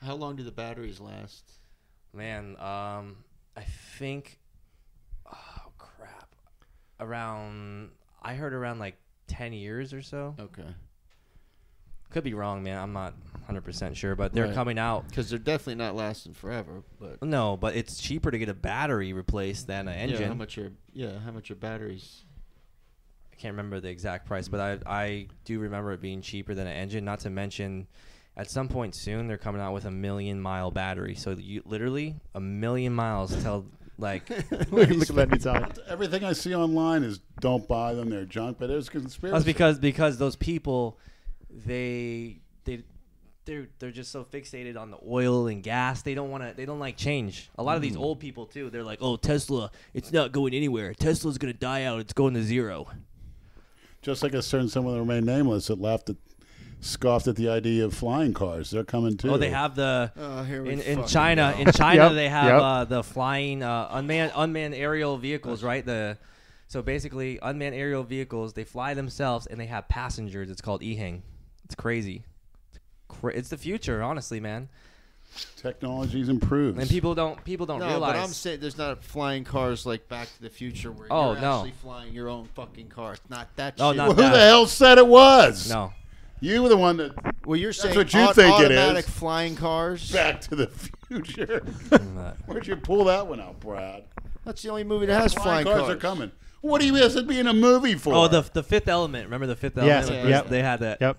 A: How long do the batteries last?
C: man." Um, I think, oh crap, around I heard around like ten years or so.
A: Okay.
C: Could be wrong, man. I'm not 100 percent sure, but they're
A: Right.
C: coming out
A: Because they're definitely not lasting forever. But
C: No, but it's cheaper to get a battery replaced than an engine.
A: Yeah, how much your yeah? How much your batteries?
C: I can't remember the exact price, but I I do remember it being cheaper than an engine. Not to mention, at some point soon they're coming out with a million mile battery. So you literally a million miles till like
B: Look at that inside.
E: Everything I see online is don't buy them; they're junk. But there's conspiracy.
C: that's because because those people they they. They're, they're just so fixated on the oil and gas they don't want to they don't like change a lot of these old people too they're like oh tesla it's not going anywhere tesla's going to die out it's going to zero
E: Just like a certain someone that remained nameless that laughed at, scoffed at the idea of flying cars. They're coming too.
C: Oh, they have the
A: Oh, here we
C: in, in
A: fucking
C: China.
A: go.
C: In China,
B: Yep,
C: they have
B: yep.
C: uh, the flying uh, unmanned unmanned aerial vehicles, right? The so basically unmanned aerial vehicles. They fly themselves and they have passengers. It's called ehang. It's crazy. It's, cra- it's the future, honestly, man.
E: Technology's improved.
C: And people don't people don't
A: No,
C: realize.
A: but I'm saying there's not flying cars like Back to the Future where
C: Oh,
A: you're
C: no.
A: actually flying your own fucking car. It's not that.
C: Oh,
A: shit.
E: Well,
C: not-
E: who the hell said it was?
C: no,
E: You were the one that
A: Well, you're saying
E: what you
A: au-
E: think it is.
A: automatic flying cars.
E: Back to the Future.
C: not.
E: Where'd you pull that one out, Brad?
A: That's the only movie that has flying,
E: cars, are coming. What do you ask it be in a movie for?
C: Oh, the the Fifth Element. Remember the Fifth
B: Yes,
C: Element?
A: yeah.
C: Bruce-
A: Yep.
C: They had that.
B: Yep.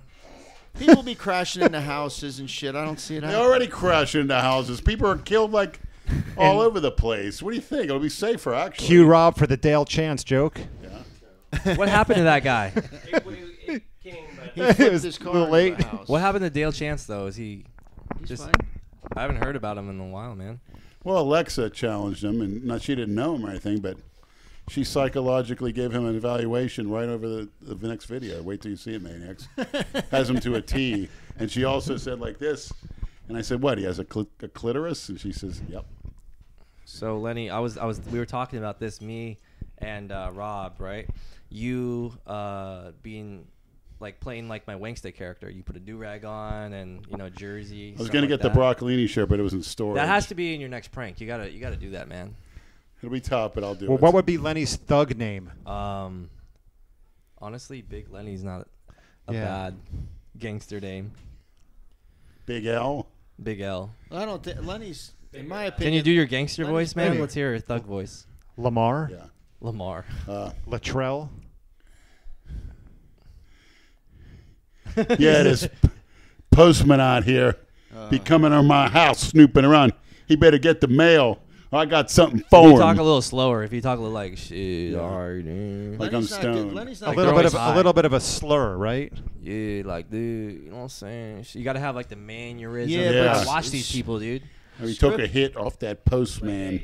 A: People be crashing into houses and shit. I don't see it.
E: they
A: happening.
E: already crash into houses. People are killed like all over the place. What do you think? It'll be safer actually.
B: Cue Rob for the Dale Chance joke.
C: What happened to that guy?
A: He flipped
B: was
A: his
B: a
A: car
B: little
A: into
B: late.
A: a house.
C: What happened to Dale Chance though? Is he?
A: He's
C: just-
A: fine.
C: I haven't heard about him in a while, man.
E: Well, Alexa challenged him, and not she didn't know him or anything, but she psychologically gave him an evaluation right over the, the next video. Wait till you see it, maniacs. Has him to a T, and she also said like this. And I said, "What? He has a, cl- a clitoris?" And she says, "Yep."
C: So Lenny, I was I was we were talking about this me and uh, Rob, right? You uh, being like playing like my Wanksta character. You put a do rag on and you know jersey.
E: I was
C: stuff
E: gonna
C: like
E: get
C: that.
E: the broccolini shirt, but it was in storage.
C: That has to be in your next prank. You gotta you gotta do that, man.
E: It'll be top, but I'll do
B: Well,
E: it.
B: what would be Lenny's thug name?
C: Um, honestly, Big Lenny's not a
B: Yeah.
C: bad gangster name.
E: Big L?
C: Big L.
A: I don't think Lenny's. In my opinion,
C: Can you do your gangster
A: Lenny's
C: voice, man?
A: bigger.
C: Let's hear your thug voice,
B: Lamar?
E: Yeah.
C: Lamar.
E: Uh,
B: Latrell?
E: yeah, it is. Postman out here, be coming on my house, snooping around. He better get the mail. or I got something for
C: If
E: him.
C: you talk a little slower. If you talk a little like shit, alright, dude.
E: Like
A: Lenny's
E: I'm
A: not good-
E: stoned.
A: Lenny's
B: A
A: not
B: little
A: good.
B: bit
C: always
B: of a
C: high.
B: little bit of a slur, right?
C: Yeah, like dude, you know what I'm saying? You gotta have like the mannerism.
A: Yeah,
C: You
E: but
C: gotta
E: it's-
C: watch these
A: it's-
C: people, dude.
E: And he took a hit off that postman.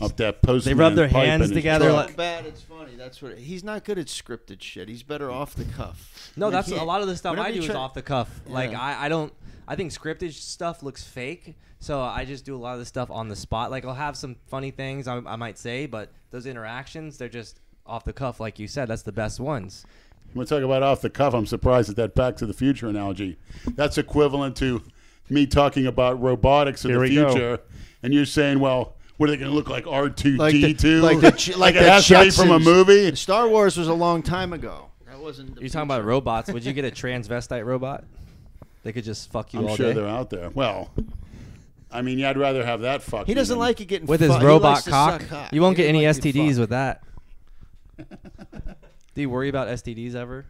E: Off that postman.
C: rub their
E: pipe in
C: hands
E: his
C: together
E: truck.
C: like-
A: So bad it's funny. That's what he's not good at scripted shit. He's better off the cuff.
C: No,
A: You
C: that's a
A: can't-
C: lot of the stuff
A: whenever
C: I
A: you
C: do is
A: try-
C: off the cuff. Like
A: Yeah.
C: I, I don't. I think scripted stuff looks fake, so I just do a lot of the stuff on the spot. Like I'll have some funny things I, I might say, but those interactions, they're just off the cuff, like you said. That's the best ones.
E: When we talk about off the cuff, I'm surprised at that Back to the Future analogy. That's equivalent to me talking about robotics in
B: Here
E: the
B: we go.
E: future, and you're saying, well, what are they going to look like? R2D2?
A: Like the- like the J- like
E: it
A: the
E: has to be from a
A: Jetsons.
E: movie?
A: Star Wars was a long time ago. That wasn't. The
C: You're talking about robots. Would you get a transvestite robot? They could just fuck you
E: I'm
C: all
E: sure
C: day.
E: they're out there. Well, I mean, yeah, I'd rather have that fucking.
A: He doesn't
E: than-
A: like it getting
C: with his
A: fucked. He likes
C: robot
A: to
C: cock.
A: suck cock.
C: You won't
A: He
C: get any
A: doesn't like to
C: STDs
A: fuck.
C: with that. Do you worry about STDs ever?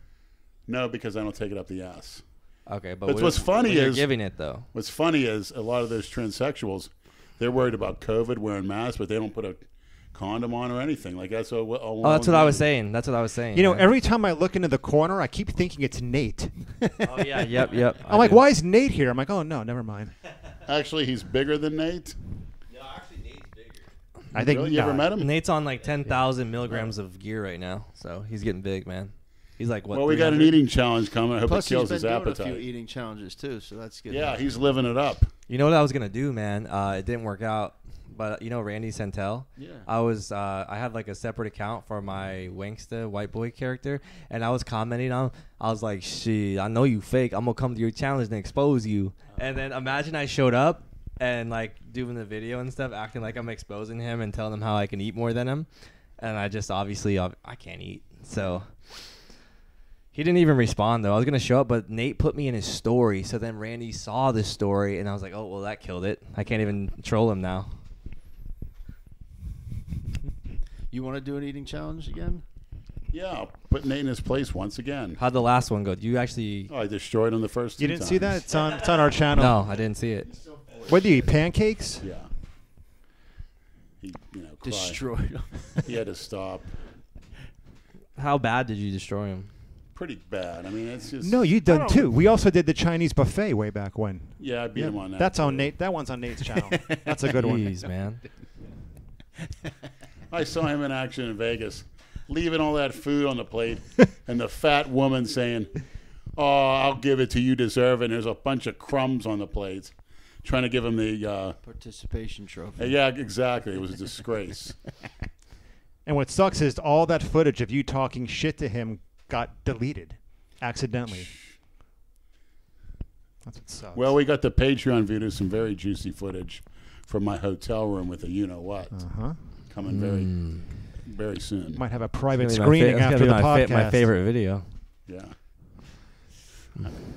E: No, because I don't take it up the ass.
C: Okay, but
E: But
C: when-
E: what's funny
C: when you're
E: is-
C: giving it though.
E: What's funny is a lot of those transsexuals, they're worried about COVID, wearing masks, but they don't put a condom on or anything. Like that's all. all
C: Oh, that's what I was saying. That's what I was saying.
B: You know,
C: man.
B: every time I look into the corner, I keep thinking it's Nate.
C: Oh yeah, yep, yep.
B: I'm like, why is Nate here? I'm like, oh no, never mind.
E: Actually, he's bigger than Nate.
B: I think
E: Really? You ever
B: nah.
E: met him?
C: Nate's on like ten thousand milligrams of gear right now, so he's getting big, man. He's like what?
E: Well, we got an E
C: 300?
E: eating challenge coming. I hope
A: Plus,
E: it kills
A: he's
E: his
A: been doing a few
E: appetite.
A: eating challenges too, so that's good.
E: Yeah, he's living it up.
C: You know what I was gonna do, man? Uh, it didn't work out, but you know Randy Santel.
A: Yeah.
C: I was uh, I had like a separate account for my Wanksta white boy character, and I was commenting on. I was like, "Shit, I know you fake. I'm gonna come to your challenge and expose you." And then imagine I showed up and like doing the video and stuff, acting like I'm exposing him and telling him how I can eat more than him, and I just obviously ob- I can't eat. So he didn't even respond though. I was gonna show up, but Nate put me in his story. So then Randy saw this story, and I was like, "Oh well, that killed it. I can't even troll him now."
A: You want to do an eating challenge again?
E: Yeah, put Nate in his place once again.
C: How'd the last one go? Do you actually?
E: Oh, I destroyed him the first.
B: You
E: two
B: didn't see that?
E: times.
B: It's on. It's on our channel.
C: No, I didn't see it.
B: What do you eat? Pancakes?
E: Yeah. He, you know, cried.
A: Destroyed him.
E: He had to stop.
C: How bad did you destroy him?
E: Pretty bad. I mean, it's just.
B: No, you
E: I
B: done
E: don't-
B: too. We also did the Chinese buffet way back when.
E: Yeah, I beat him on that.
B: That's on
E: too.
B: Nate. That one's on Nate's channel. That's a good one.
C: Jeez, man.
E: I saw him in action in Vegas, leaving all that food on the plate, and the fat woman saying, "Oh, I'll give it to you, deserve it." And there's a bunch of crumbs on the plates, trying to give him the. Uh,
A: Participation trophy.
E: yeah, exactly. It was a disgrace.
B: And what sucks is all that footage of you talking shit to him got deleted accidentally. That's what sucks.
E: well, we got the Patreon view to some very juicy footage from my hotel room with a you know what
B: uh-huh.
E: coming very,
B: mm.
E: very soon.
B: might have a private
C: That's gonna be my
B: screening
C: fa- that's
B: after the
C: gonna be my
B: podcast.
C: fa- my favorite video.
E: yeah.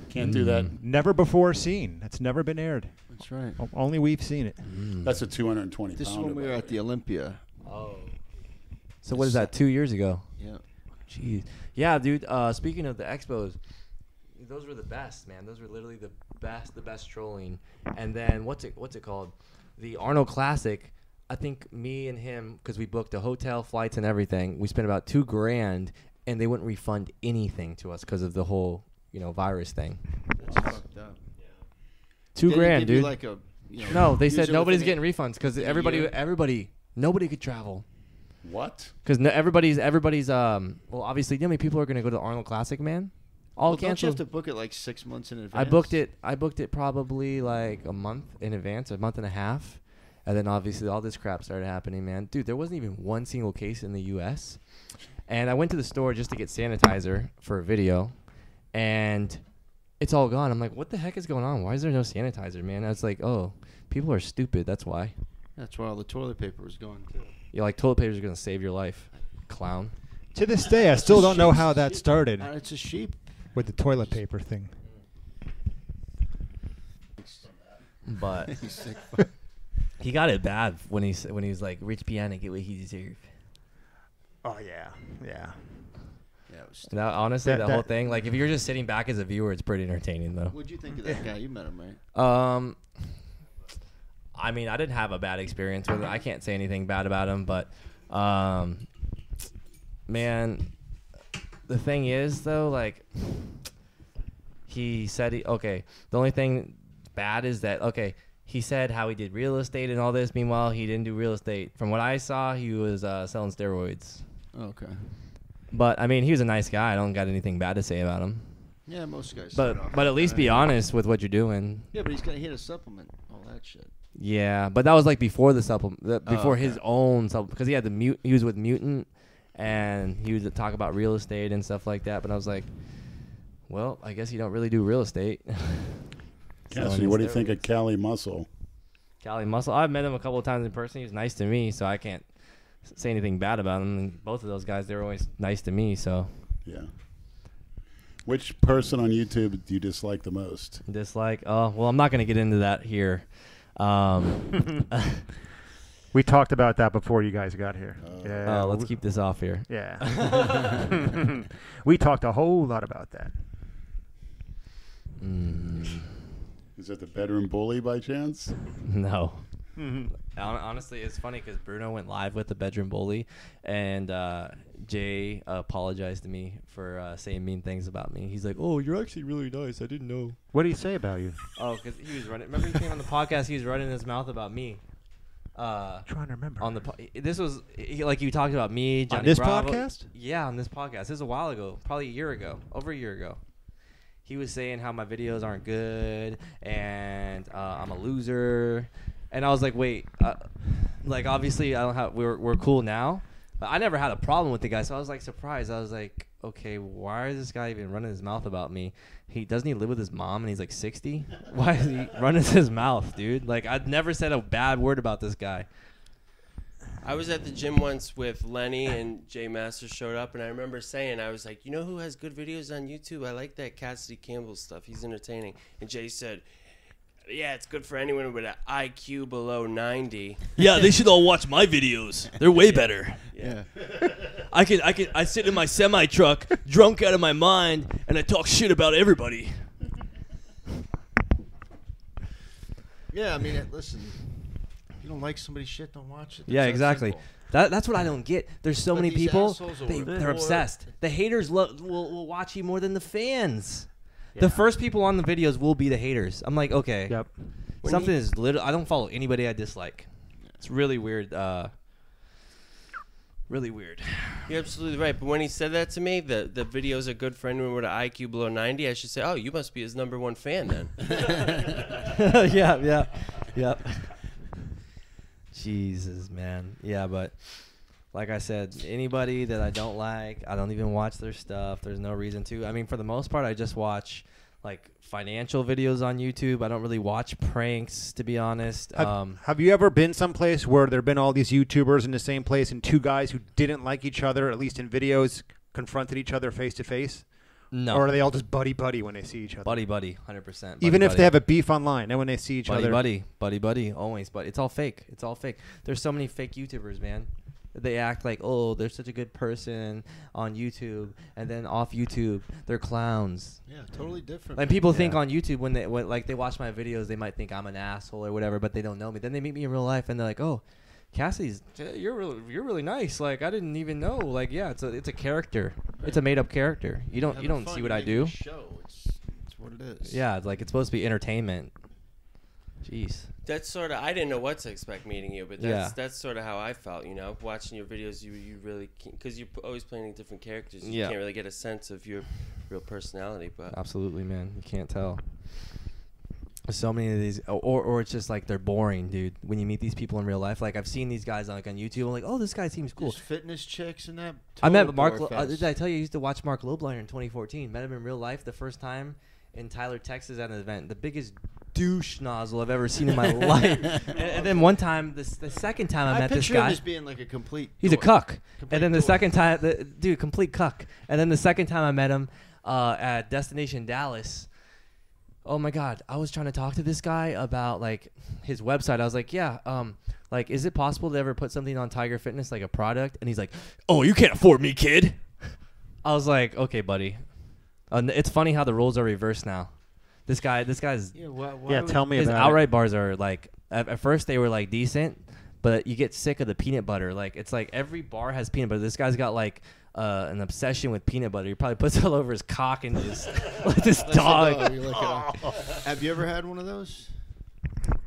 E: Can't do
B: Mm.
E: that.
B: Never before seen. That's never been aired.
A: That's right.
B: O- Only we've seen it.
E: That's a 220
A: This is
E: pounder,
A: when we
E: by
A: were
E: the
A: at the Olympia.
C: Oh. So what is that? Two years ago.
A: Yeah.
C: Jeez. Yeah, dude. Uh, speaking of the expos, those were the best, man. Those were literally the best, the best trolling. And then what's it? What's it called? The Arnold Classic. I think me and him, because we booked the hotel, flights, and everything. We spent about two grand, and they wouldn't refund anything to us because of the whole, you know, virus thing.
A: That's fucked up.
C: Two
A: Didn't
C: grand,
A: give you
C: dude.
A: like a, you know,
C: no, they
A: user
C: said nobody's
A: within
C: getting refunds because
A: a
C: everybody,
A: year.
C: everybody, nobody could travel.
E: What?
C: Because no, everybody's everybody's um well obviously you know how many people are gonna go to the Arnold Classic man? All
A: Well, don't you have
C: canceled.
A: to book it like six months in advance?
C: I booked it I booked it probably like a month in advance, a month and a half. And then obviously all this crap started happening, man. Dude, there wasn't even one single case in the US. And I went to the store just to get sanitizer for a video and it's all gone. I'm like, what the heck is going on? Why is there no sanitizer, man? I was like, oh, people are stupid. That's why.
A: That's where all the toilet paper was going too.
C: You're like, toilet paper is going to save your life, clown.
B: To this day, I still don't know how that started
A: Uh, it's a sheep.
B: with the toilet paper thing.
C: But
A: He's sick.
C: He got it bad when he when he was like, "Rich Piana get what he deserved."
B: Oh yeah, yeah.
A: yeah, it was
C: That, honestly,
B: That-
C: that,
B: that-
C: whole thing, like if you're just sitting back as a viewer, it's pretty entertaining though.
A: What'd you think of that guy? You met him, right?
C: Um, I mean, I didn't have a bad experience with it. I can't say anything bad about him, but um, man, the thing is though, like he said, he okay. The only thing bad is that okay. He said how he did real estate and all this. Meanwhile, he didn't do real estate. From what I saw, he was uh, selling steroids.
A: Oh, okay.
C: But I mean, he was a nice guy. I don't got anything bad to say about him.
A: Yeah, most guys. start
C: But
A: off
C: but at
A: like
C: least
A: that.
C: be honest with what you're doing.
A: Yeah, but he's gonna hit a supplement. All that shit.
C: Yeah, but that was like before the supplement, the,
A: Oh,
C: before his
A: okay.
C: own supplement, because he had the mute. He was with Mutant, and he would talk about real estate and stuff like that. But I was like, well, I guess you don't really do real estate.
E: Cassidy, what do you think of Cali Muscle?
C: Cali Muscle? I've met him a couple of times in person. He was nice to me, so I can't s- say anything bad about him. And both of those guys, they were always nice to me. So
E: Yeah. Which person on YouTube do you dislike the most?
C: dislike. Oh well, I'm not gonna get into that here. Um,
B: We talked about that before you guys got here.
E: Oh.
B: yeah.
C: Oh, let's keep this off here.
B: Yeah. we talked a whole lot about that.
C: Mm,
E: Is it the bedroom bully by chance?
C: no.
B: Mm-hmm.
C: Hon- Honestly, it's funny because Bruno went live with the bedroom bully, and uh, Jay apologized to me for uh, saying mean things about me. He's like, "Oh,
F: Oh, you're actually really nice. I didn't know.
B: What do you say about you?
C: oh, because he was running." Remember, he came on the podcast. He was running his mouth about me. Uh,
B: trying to remember.
C: on the po- this was he- like you talked about me Johnny
B: this
C: Bravo.
B: podcast?
C: Yeah, on this podcast. This is a while ago, probably a year ago, over a year ago. He was saying how my videos aren't good and uh, I'm a loser, and I was like, wait, uh, like obviously I don't have we're we're cool now, but I never had a problem with the guy, so I was like surprised. I was like, okay, why is this guy even running his mouth about me? He doesn't he live with his mom and he's like 60? Why is he running his mouth, dude? Like I'd never said a bad word about this guy.
D: I was at the gym once with Lenny and Jay Masters showed up, and I remember saying, I was like, you know who has good videos on YouTube? I like that Cassidy Campbell stuff. He's entertaining. And Jay said, yeah, it's good for anyone with an IQ below 90.
F: Yeah, they should all watch my videos. They're way better.
A: Yeah.
F: I can I can I sit in my semi truck, drunk out of my mind, and I talk shit about everybody.
A: Yeah, I mean, it- listen. If you don't like somebody's shit, don't watch it.
C: Yeah,
A: It's that
C: exactly.
A: simple.
C: That, that's what I don't get. There's so
A: But
C: many
A: these
C: people.
A: assholes will
C: They,
A: rip
C: they're
A: it.
C: obsessed. The haters lo- will, will watch you more than the fans. The first people on the videos will be the haters. I'm like, okay,
B: yep.
C: something is little. I don't follow anybody I dislike. It's really weird. Uh, really weird.
D: You're absolutely right. But when he said that to me, the, the videos are good for anyone with an IQ below 90, I should say, oh, you must be his number one fan then.
C: yeah, yeah, yeah. Jesus, man. Yeah, but like I said, anybody that I don't like, I don't even watch their stuff. There's no reason to. I mean, for the most part, I just watch like financial videos on YouTube. I don't really watch pranks, to be honest.
B: Have,
C: Um,
B: have you ever been someplace where there have been all these YouTubers in the same place and two guys who didn't like each other, at least in videos, confronted each other face to face?
C: no,
B: Or are they all just buddy buddy when they see each other?
C: buddy, buddy, hundred percent.
B: Even if they have a beef online, and when they see each
C: buddy,
B: other,
C: buddy, buddy, buddy, always. But it's all fake. It's all fake. There's so many fake YouTubers, man. They act like, oh, they're such a good person on YouTube, and then off YouTube, they're clowns.
A: Yeah, totally different.
C: Like people think on YouTube when they when, like they watch my videos, they might think I'm an asshole or whatever, but they don't know me. Then they meet me in real life, and they're like, oh. Cassie's, you're really, you're really nice. Like I didn't even know. Like yeah, it's a it's a character. It's a made up character. You don't you
A: Having
C: don't
A: fun,
C: see what I
A: making a
C: do.
A: Show. It's, it's what it is.
C: Yeah, it's like it's supposed to be entertainment. Jeez.
D: that's sort of I didn't know what to expect meeting you, but that's
C: Yeah.
D: that's sort of how I felt. You know, watching your videos, you you really because you're p- always playing different characters. You
C: Yeah.
D: can't really get a sense of your real personality. But
C: Absolutely, man. You can't tell. There's So many of these, or or it's just like they're boring, dude. When you meet these people in real life, like I've seen these guys like on YouTube, I'm like, oh, this guy seems cool.
A: These fitness chicks and that.
C: I met
A: total
C: Mark.
A: bore
C: Lo- uh,
A: fest.
C: did I tell you I used to watch Mark Lobliner in 2014? Met him in real life the first time in Tyler, Texas, at an event. The biggest douche nozzle I've ever seen in my life. And, and then one time, this the second time I,
A: I
C: met this
A: picture
C: guy,
A: him as being like a complete.
C: He's a
A: dork.
C: cuck.
A: Complete
C: And then the
A: dork.
C: second time, the, dude, complete cuck. And then the second time I met him uh, at Destination Dallas. Oh my God! I was trying to talk to this guy about like his website. I was like, "Yeah, um, like, is it possible to ever put something on Tiger Fitness, like a product?" And he's like,
F: Oh, you can't afford me, kid.
C: "I was like, okay, buddy." And it's funny how the roles are reversed now. This guy, this guy's
A: Yeah, why, why
B: yeah,
A: would-
B: tell me
C: his
B: about
C: outright bars are like at, at first they were like decent, but you get sick of the peanut butter. Like it's like every bar has peanut butter. This guy's got like uh, an obsession with peanut butter. He probably puts it all over his cock and his like this
A: That's a dog,
C: dog.
A: you look it up. Have you ever had one of those?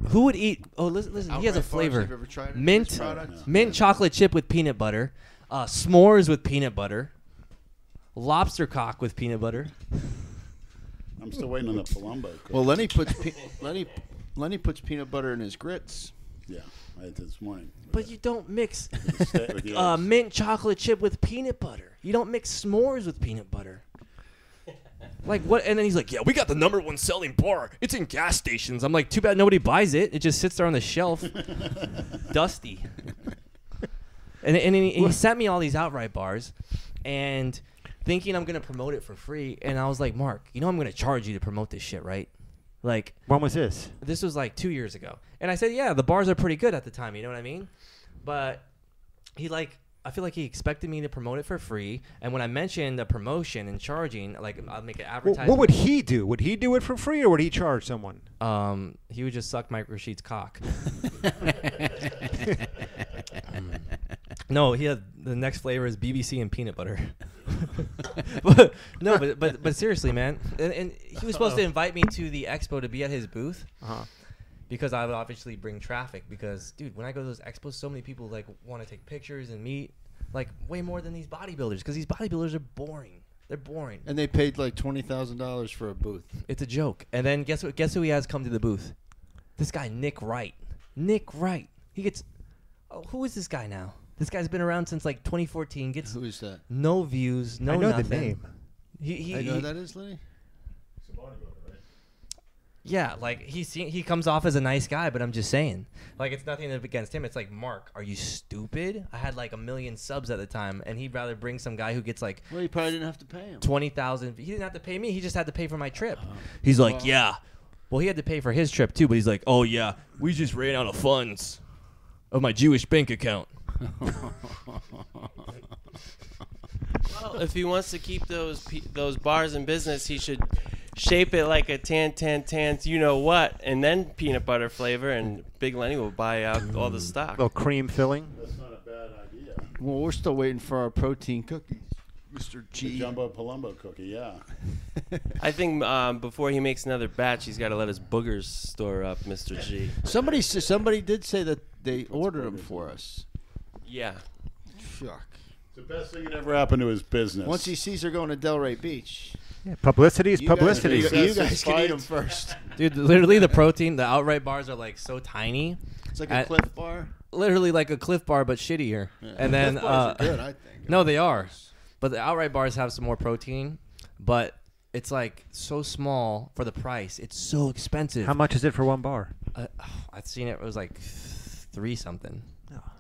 C: Who would eat? Oh, listen, listen. He has a
A: Outright bars,
C: flavor:
A: you've ever tried it? This
C: mint,
A: product?
C: mint chocolate chip with peanut butter, uh, s'mores with peanut butter, lobster cock with peanut butter.
E: I'm still waiting on the Palumbo. cookies.
A: Well, Lenny puts pe- Lenny Lenny puts peanut butter in his grits.
E: yeah, I had this morning.
C: But you don't mix
E: Stay with the
C: uh,
A: Um,
E: eggs.
C: mint chocolate chip with peanut butter. You don't mix s'mores with peanut butter. Like what? And then he's like, "Yeah,
F: Yeah, we got the number one selling bar. It's in gas stations. I'm like,
C: too bad nobody buys it. It just sits there on the shelf, dusty." And and he, he sent me all these outright bars, and thinking I'm gonna promote it for free. And I was like, "Mark, you know I'm gonna charge you to promote this shit, right?" Like
B: When was this?
C: this was like two years ago and i said yeah the bars are pretty good at the time you know what i mean but he like i feel like he expected me to promote it for free and when i mentioned the promotion and charging like i'll make an
B: Well,
C: advertisement
B: what would he do? Would he do it for free, or would he charge someone?
C: um he would just suck mike rashid's cock no he had the next flavor is bbc and peanut butter but no but but, but seriously man and, and he was supposed to invite me to the expo to be at his booth
B: Uh-huh.
C: because I would obviously bring traffic. Because dude, when I go to those expos, so many people like want to take pictures and meet, like way more than these bodybuilders. Because these bodybuilders are boring. They're boring.
A: And they paid like twenty thousand dollars for a booth.
C: It's a joke. And then guess what? Guess who he has come to the booth? This guy Nick Wright. Nick Wright. He gets. Oh, who is this guy now? This guy's been around since like 2014. Gets
A: Who is that?
C: no views, no
B: I know
C: nothing.
B: the name.
C: He, he,
A: I know
C: he-
A: who that is, Lenny.
C: Yeah, like he se- he comes off as a nice guy, but I'm just saying, like it's nothing against him. It's like Mark, are you stupid? I had like a million subs at the time, and he'd rather bring some guy who gets like
A: Well, you probably didn't have to pay him.
C: twenty thousand. He didn't have to pay me. He just had to pay for my trip.
A: Uh-huh.
C: He's like, yeah. Well, he had to pay for his trip too, but he's like,
F: Oh yeah, we just ran out of funds of my Jewish bank account.
D: Well, if he wants to keep those pe- those bars in business, he should shape it like a tan tan tan you know what, and then peanut butter flavor, and Big Lenny will buy out all the stock.
B: little cream filling.
E: That's not a bad idea.
A: Well, we're still waiting for our protein cookies, Mr.
E: The
A: G.
E: jumbo palumbo cookie, yeah.
D: I think um, before he makes another batch, he's got to let his boogers store up, Mr. G.
A: Somebody s- somebody did say that they ordered them for us.
D: Yeah.
A: Fuck.
E: It's the best thing that ever happened to his business.
A: Once he sees her going to Delray Beach,
B: Yeah, publicity is
A: you guys-
B: publicity.
A: you- you
E: Success
A: guys
E: is
A: can eat
E: fight.
A: them first.
C: dude, literally the protein, the outright bars are like so tiny,
A: It's like
C: I-
A: a cliff bar.
C: literally like a Cliff Bar but shittier. And then
A: cliff bars
C: uh,
A: are good, I think.
C: No, they are. But the outright bars have some more protein, but it's like so small for the price. It's so expensive.
B: How much is it for one bar?
C: Uh, oh, I've seen it. It was like three something.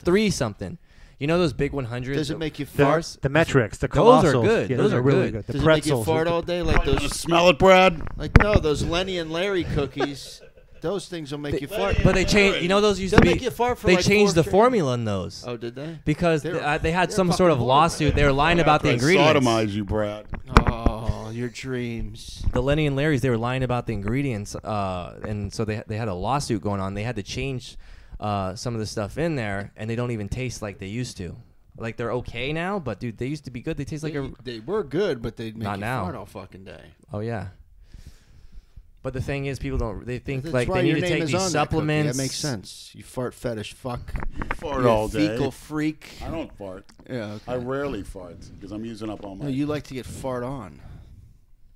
C: Three something. You know those big 100s?
A: Does it make you
B: The,
A: fart?
B: the metrics, the
C: Those are
B: colossals.
C: good.
B: Yeah,
C: Those
B: those,
C: are
B: are really
C: good.
B: good. The
A: Does it make you
B: pretzels.
A: fart all day like
E: You
A: those?
E: smell it, Brad?
A: Like no, those Lenny and Larry cookies. Those things will make you fart.
C: But they changed. You know those used
A: They'll
C: to be.
A: make you fart for
C: they
A: like
C: changed
A: four
C: the
A: chicken-
C: formula in those
A: oh, did they?
C: because
A: They're-
C: they, uh, they had
A: they're
C: some sort of
A: fucking horrible.
C: lawsuit. They were lying about the
E: I
C: ingredients.
E: Sodomize you, Brad.
A: Oh, your dreams.
C: the Lenny and Larry's they were lying about the ingredients, uh, and so they they had a lawsuit going on. They had to change uh, some of the stuff in there, and they don't even taste like they used to. Like they're okay now, but dude, they used to be good. They taste like a
A: they, they were good, but they'd make
C: Not
A: you
C: now.
A: fart all fucking day.
C: oh yeah. But the thing is, people don't. They think
A: That's
C: like
A: why
C: they need
A: your
C: to
A: name
C: take
A: is
C: these
A: on that cookie.
C: supplements.
A: That makes sense. You fart fetish fuck.
E: Fart
A: You
E: all day.
A: Fecal freak.
E: I don't fart.
A: Yeah. Okay.
E: I rarely fart because I'm using up all my.
A: No, you like to get fart on.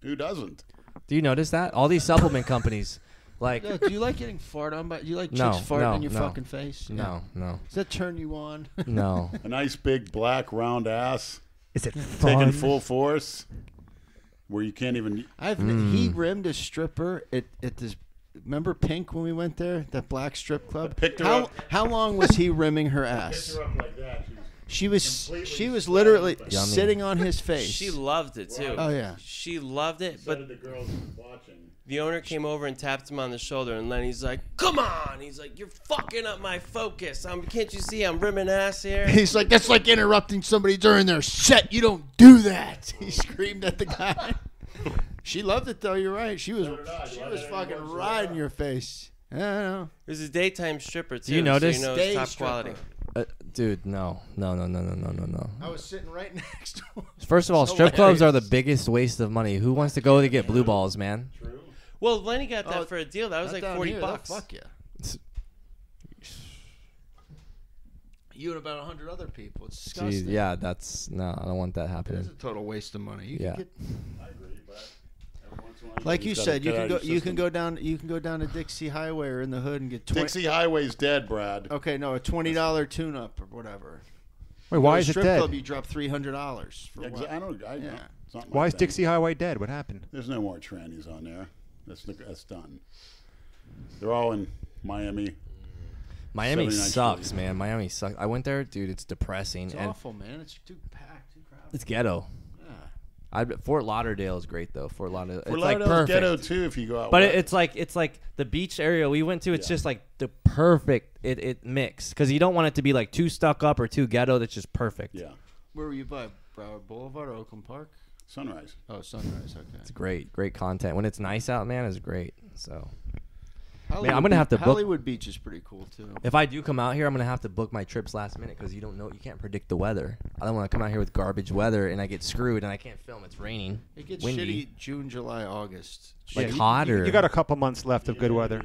E: Who doesn't?
C: Do you notice that all these supplement companies, like
A: Yeah, do you like getting fart on? But you like chicks
C: No,
A: farting
C: no,
A: in your
C: no.
A: fucking face? Yeah.
C: no, no,
A: Does that turn you on?
C: no.
E: A nice big black round ass
B: Is it
E: taking
B: fun?
E: full force where you can't even.
A: I've he rimmed a stripper at at this. Remember Pink when we went there, that black strip club.
E: Picked her
A: how
E: up.
A: how long was he rimming her ass?
E: like that.
A: She was
E: Completely
A: she was literally
C: Yummy.
A: sitting on his face.
D: She loved it too.
A: Oh, yeah.
D: She loved it, but
E: the girls watching.
D: The owner came over and tapped him on the shoulder, and Lenny's like, "Come on!" He's like, "You're fucking up my focus. I'm can't you see I'm rimming ass here?"
A: He's like, that's like interrupting somebody during their set. You don't do that. He screamed at the guy. she loved it though. You're right. She was she was fucking riding your face. I don't know.
D: It was a daytime stripper too.
C: you notice-
D: So you know it's
A: Day
D: top
A: stripper.
D: quality.
C: Uh, dude, no, no, no, no, no, no, no, no.
A: I was sitting right next to him.
C: First of all,
A: It's
C: strip clubs are the
A: hilarious.
C: biggest waste of money. Who wants to go to get blue balls, man?
D: Well, Lenny got that
A: Oh,
D: for a deal. That was
A: Not
D: like
A: down
D: forty
A: here, they'll
D: bucks.
A: Fuck you. You and about hundred other people. It's disgusting.
C: Jeez, yeah, that's no, I don't want that
A: It's
C: happening.
A: a total waste of money. You
C: Yeah.
A: can get,
E: Every once in a while,
A: like you
E: just gotta
A: said, you
E: get
A: can
E: out
A: go.
E: of your
A: You can
E: system.
A: go down. You can go down to Dixie Highway or in the Oh, hood and get twenty.
E: Dixie Highway's dead, Brad.
A: Okay, no, a twenty dollar tune up or whatever.
B: Wait, why
A: At a
B: is it
A: strip Club,
B: dead?
A: you drop three hundred dollars for
E: Yeah, 'cause
A: what?
E: I don't. I,
A: Yeah.
E: it's not my
B: Why is
E: thing.
B: Dixie Highway dead? What happened?
E: There's no more trannies on there. That's that's done. They're all in Miami.
C: Miami
E: 79
C: sucks,
E: Street.
C: man. Miami sucks. I went there, dude. It's depressing
A: It's
C: and
A: awful, man. It's too packed, too crowded.
C: it's ghetto.
A: Yeah.
C: I Fort Lauderdale is great though. Fort Lauderdale,
E: Fort
C: it's like
E: Lauderdale's
C: perfect.
E: ghetto too. If you go out,
C: But
E: west.
C: it, it's like it's like the beach area we went to. It's
E: Yeah.
C: just like the perfect it it mix because you don't want it to be like too stuck up or too ghetto. That's just perfect.
E: yeah,
A: Where were you by Broward Boulevard or Oakland Park?
E: sunrise.
A: Oh, Sunrise. Okay.
C: It's great, great content. When it's nice out, man, it's great. So
A: Hollywood
C: I'm gonna
A: Beach-
C: have to book-
A: Hollywood Beach is pretty cool too.
C: if I do come out here, I'm gonna have to book my trips last minute because you don't know, you can't predict the weather. I don't want to come out here with garbage weather and I get screwed and I can't film. It's raining.
A: It gets
C: windy.
A: shitty June, July, August.
C: Like
B: Yeah, you-
C: hotter.
B: You, you got a couple months left of good weather.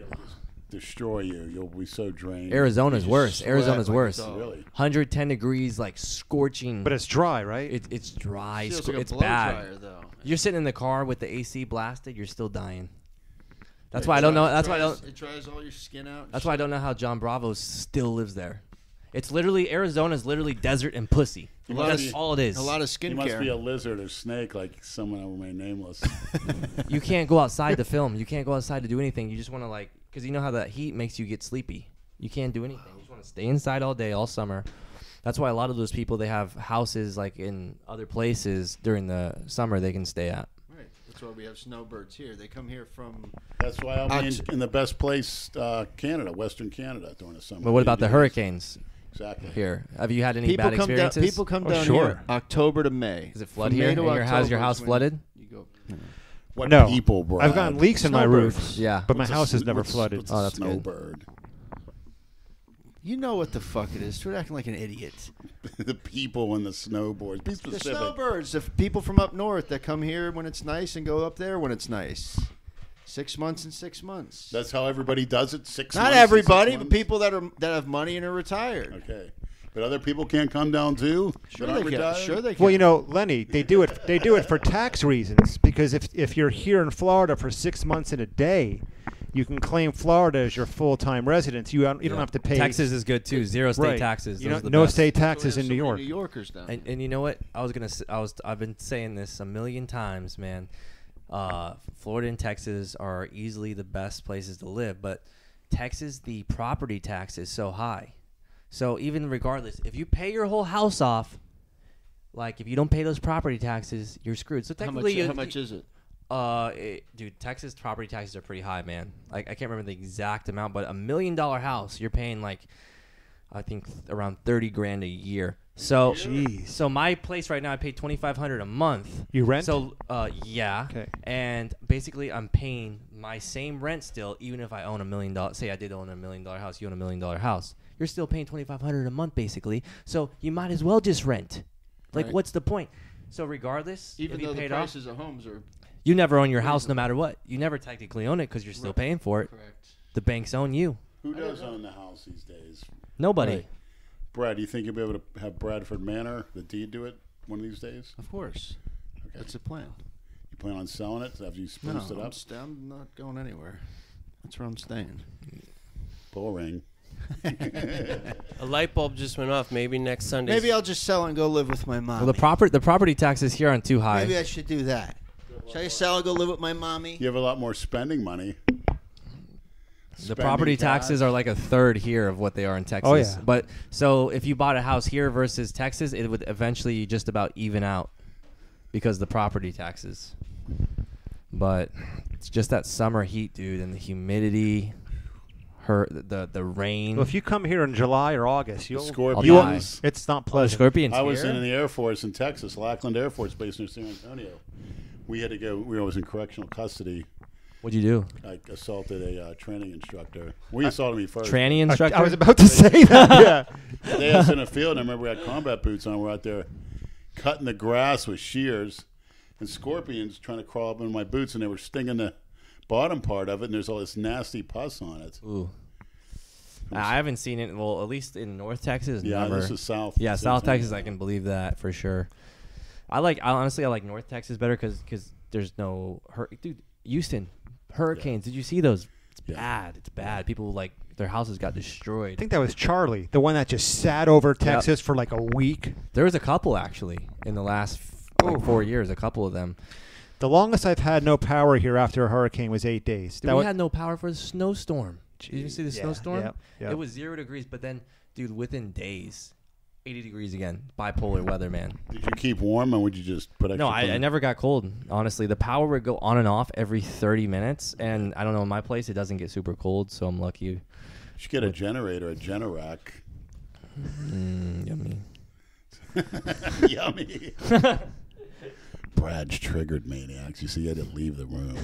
E: destroy you. You'll be so drained.
C: Arizona's worse. Arizona's
D: like a
C: worse.
D: dog.
E: Really?
C: 110 degrees, like scorching.
B: But it's dry, right?
C: it, it's dry.
D: Feels
C: sco-
D: like a
C: it's
D: blow
C: bad.
D: dryer, though.
C: You're sitting in the car with the AC blasted. You're still dying. That's why I don't know. That's why I don't.
A: It dries all your skin out.
C: That's why I don't know how John Bravo still lives there. It's literally Arizona's literally desert and pussy.
E: must
C: That's
E: be-
C: all it is.
A: a lot of
E: You must be
A: skincare.
E: a lizard or snake, like someone I remain nameless.
C: you can't go outside to film. You can't go outside to do anything. You just want to like, because you know how that heat makes you get sleepy. You can't do anything. You just want to stay inside all day, all summer. That's why a lot of those people they have houses like in other places during the summer they can stay at.
A: Right. That's why we have snowbirds here. They come here from.
E: That's why I'll be in, in the best place, uh, Canada, Western Canada, during the summer.
C: But what about the
E: Yes,
C: hurricanes
E: Exactly.
C: here? Have you had any
A: People
C: bad
A: come down.
C: experiences?
A: People come down
B: Oh, sure.
A: here October to May.
C: Is it flood
A: From
C: here?
A: May to
C: In your house-
A: October
C: your house
A: is when
C: flooded?
A: You go.
E: What
B: no,
E: people, bro?
B: I've gotten leaks in my roof.
A: Snowbirds.
C: Yeah.
B: but my
E: What's a
B: house
E: sn-
B: is never
E: what's-
B: flooded.
E: What's
C: Oh,
E: a
C: that's good.
E: snowbird.
A: You know what the fuck it is. Quit acting like an idiot.
E: the people and the snowboards. Be
A: The
E: specific.
A: snowbirds, the f- people from up north that come here when it's nice and go up there when it's nice. Six months and six months.
E: That's how everybody does it. Six.
A: Not
E: months and six
A: everybody, but
E: months?
A: people that are that have money and are retired.
E: Okay, but other people can't come down too.
A: Sure
E: that aren't
A: they can.
E: retired?
A: Sure they can.
B: Well, you know, Lenny, they do it. They do it for tax reasons because if if you're here in Florida for six months and a day, you can claim Florida as your full time residence. You don't, you don't have to pay
C: Taxes is good too. Zero state
B: Right.
C: taxes.
B: You
C: Those
B: don't-
C: are the
B: no
C: best.
B: state
A: So we
B: taxes
A: have
B: in
A: so
B: New
A: many
B: York.
A: New Yorkers down.
C: And, and you know what? I was gonna. s- I was. I've been saying this a million times, man. Uh, Florida and Texas are easily the best places to live, but Texas, the property tax is so high. So even regardless, if you pay your whole house off, like if you don't pay those property taxes, you're screwed. So
A: how
C: technically,
A: much?
C: you,
A: How much is it?
C: uh, it, dude, Texas property taxes are pretty high, man. Like I can't remember the exact amount, but a million dollar house, you're paying like, I think th- around thirty grand a year. So,
B: Jeez.
C: so my place right now, I pay twenty five hundred a month.
B: You rent?
C: So, uh, yeah.
B: 'Kay.
C: And basically, I'm paying my same rent still, even if I own a million dollar. Say I did own a million dollar house, you own a million dollar house. You're still paying twenty five hundred a month, basically. So you might as well just rent. Like,
A: Right.
C: what's the point? So regardless,
A: Even
C: if you
A: though the
C: paid off,
A: prices of homes are
C: you never own your house no matter what. You never technically own it because you're still paying for it.
A: correct.
C: The banks own you.
E: Who does own the house these days?
C: Nobody.
E: Brad, do you think you'll be able to have Bradford Manor, the deed to it, one of these days?
A: Of course, that's the plan.
E: You plan on selling it after
A: No,
E: you spruce it
A: I'm,
E: up?
A: st- I'm not going anywhere. That's where I'm staying.
E: Boring.
D: A light bulb just went off. Maybe next Sunday.
A: Maybe I'll just sell and go live with my mom.
C: Well, the proper the property taxes here aren't too high.
A: Maybe I should do that. Should I sell and go live with my mommy?
E: You have a lot more spending money.
C: the property taxes are like a third here of what they are in Texas.
B: Oh, yeah.
C: But so if you bought a house here versus Texas, it would eventually just about even out because the property taxes. But it's just that summer heat, dude, and the humidity, her the the rain.
B: Well, if you come here in July or August, you'll
E: Scorpions.
B: It's not
C: the
B: pleasant.
C: scorpions
E: I was
C: here?
E: in the Air Force in Texas, Lackland Air Force Base near San Antonio. We had to go. We was in correctional custody.
C: What'd you do?
E: I assaulted a uh, training instructor. Well, he assaulted me first.
C: Tranny
B: I,
C: instructor.
B: I was about to say that. Yeah.
E: they had us in a field. And I remember we had combat boots on. We're out there cutting the grass with shears and scorpions trying to crawl up in my boots, and they were stinging the bottom part of it. And there's all this nasty pus on it.
C: Ooh. I haven't seen it. Well, at least in North Texas,
E: Yeah,
C: never.
E: this is South.
C: yeah,
E: San
C: South
E: Antonio.
C: Texas, I can believe that for sure. I like. I honestly, I like North Texas better because there's no hur- dude. Houston hurricanes. Did you see those? It's
E: Yeah.
C: bad. It's bad. People like their houses got
B: I
C: destroyed.
B: Mm-hmm. think that was Charlie, the one that just sat over Texas for like a week.
C: there was a couple actually in the last f- like four years. A couple of them.
B: The longest I've had no power here after a hurricane was eight days.
C: Dude,
B: that
C: we
B: was,
C: had no power for the snowstorm. Did you see the
B: Gee, yeah,
C: snowstorm?
B: yep, yep.
C: It was zero degrees, but then, dude, within days, 80 degrees again. Bipolar weather, man.
E: Did you keep warm, or would you just put extra?
C: No, I, I
E: clothes-
C: never got cold. Honestly, the power would go on and off every 30 minutes, and I don't know. In my place, it doesn't get super cold, so I'm lucky.
E: You should get a generator, a Generac.
C: Mm, Yummy.
E: Yummy. Brad's triggered maniacs. You see, you had to leave the room.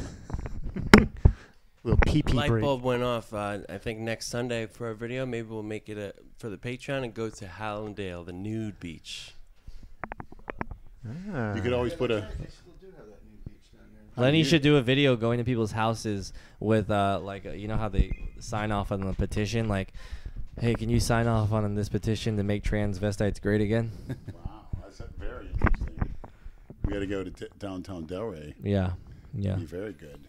B: little pee
D: A
B: pee
D: light
B: break.
D: bulb went off. Uh, I think next Sunday for our video, maybe we'll make it a, for the Patreon and go to Hallandale, the nude beach.
B: Ah.
E: You could always put a.
C: Lenny
E: you-
C: should do a video going to people's houses with uh, like uh, you know how they sign off on the petition, like, hey, can you sign off on this petition to make transvestites great again?
E: Wow, that's very interesting. We got to go to t- downtown Delray.
C: yeah, yeah.
E: Be very good.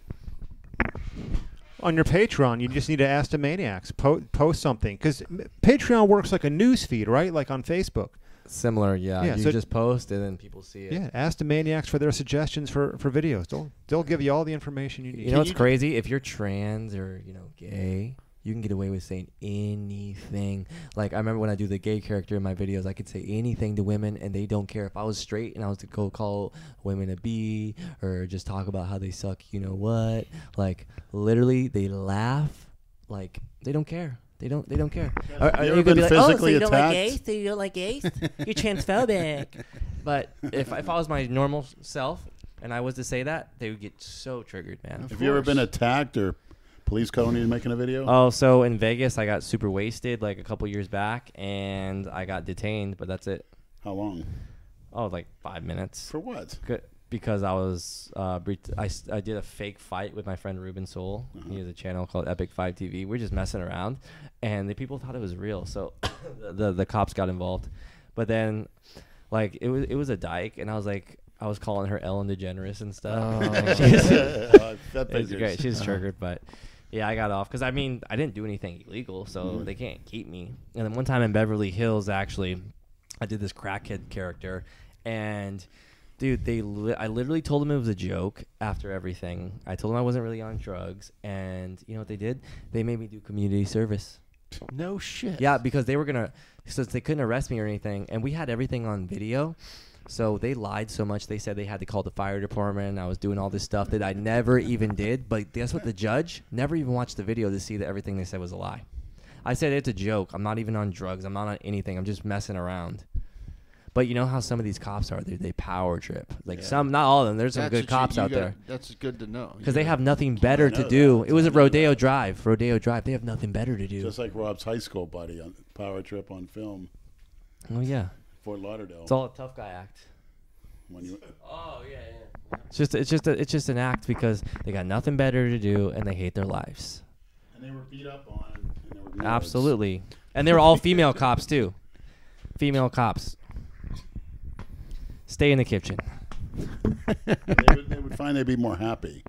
B: on your Patreon, you just need to ask the maniacs. Po- post something because Patreon works like a news feed, right? Like on Facebook.
C: Similar, yeah.
B: Yeah,
C: you
B: so-
C: just post and then people see it.
B: Yeah, ask the maniacs for their suggestions for, for videos. They'll they'll give you all the information you need.
C: You know what's crazy? If you're trans or you know gay, you can get away with saying anything. Like I remember when I do the gay character in my videos, I could say anything to women, and they don't care. If I was straight and I was to go call women a b or just talk about how they suck, you know what? Like literally, they laugh. Like they don't care. They don't. They don't care. Or- or
E: you
C: you
E: ever
C: could
E: been
C: be like,
E: physically
C: oh, so you don't like
E: attacked?"
C: gays? So you don't like gays? You're transphobic. But if if I was my normal self and I was to say that, they would get so triggered, man.
E: Have you ever been attacked or police calling you making a video?
C: Oh, so in Vegas, I got super wasted like a couple years back, and I got detained, but that's it.
E: How long?
C: Oh, like five minutes.
E: For what?
C: Good. Because I was, uh, bre- I, s- I did a fake fight with my friend Ruben Soul. He has a channel called Epic Five TV. We're just messing around, and the people thought it was real. So the, the the cops got involved, but then, like it was it was a dyke, and I was like I was calling her Ellen DeGeneres and stuff.
E: Oh. Uh, that
C: It's
E: figures.
C: great. Oh, She's triggered, but yeah, I got off because I mean I didn't do anything illegal, so they can't keep me. And then one time in Beverly Hills, actually, I did this crackhead character, and dude, they li- I literally told them it was a joke after everything. I told them I wasn't really on drugs, and you know what they did? They made me do community service.
A: No shit.
C: Yeah, because they were gonna, since they couldn't arrest me or anything, and we had everything on video. So they lied so much. They said they had to call the fire department. and I was doing all this stuff that I never even did. But guess what? The judge never even watched the video to see that everything they said was a lie. I said it's a joke. I'm not even on drugs. I'm not on anything. I'm just messing around. But you know how some of these cops are? They they power trip. Like some, not all of them. There's some
A: That's
C: good
A: what
C: cops
A: you- you
C: out
A: gotta-
C: there
A: That's good to know.
C: because they have nothing better to
E: know
C: do.
E: that.
C: It was
E: I
C: at
E: know
C: Rodeo Drive. Rodeo Drive. They have nothing better to do.
E: Just like Rob's high school buddy on Power Trip on film,
C: oh yeah,
E: Fort Lauderdale.
C: it's all a tough guy act.
E: when you,
D: Oh yeah, yeah.
C: It's just it's just a, it's just an act because they got nothing better to do and they hate their lives.
E: and they were beat up on. And they were nerds.
C: Absolutely. And they were all female cops too. Female cops. Stay in the kitchen.
E: they, would, they would find they'd be more happy.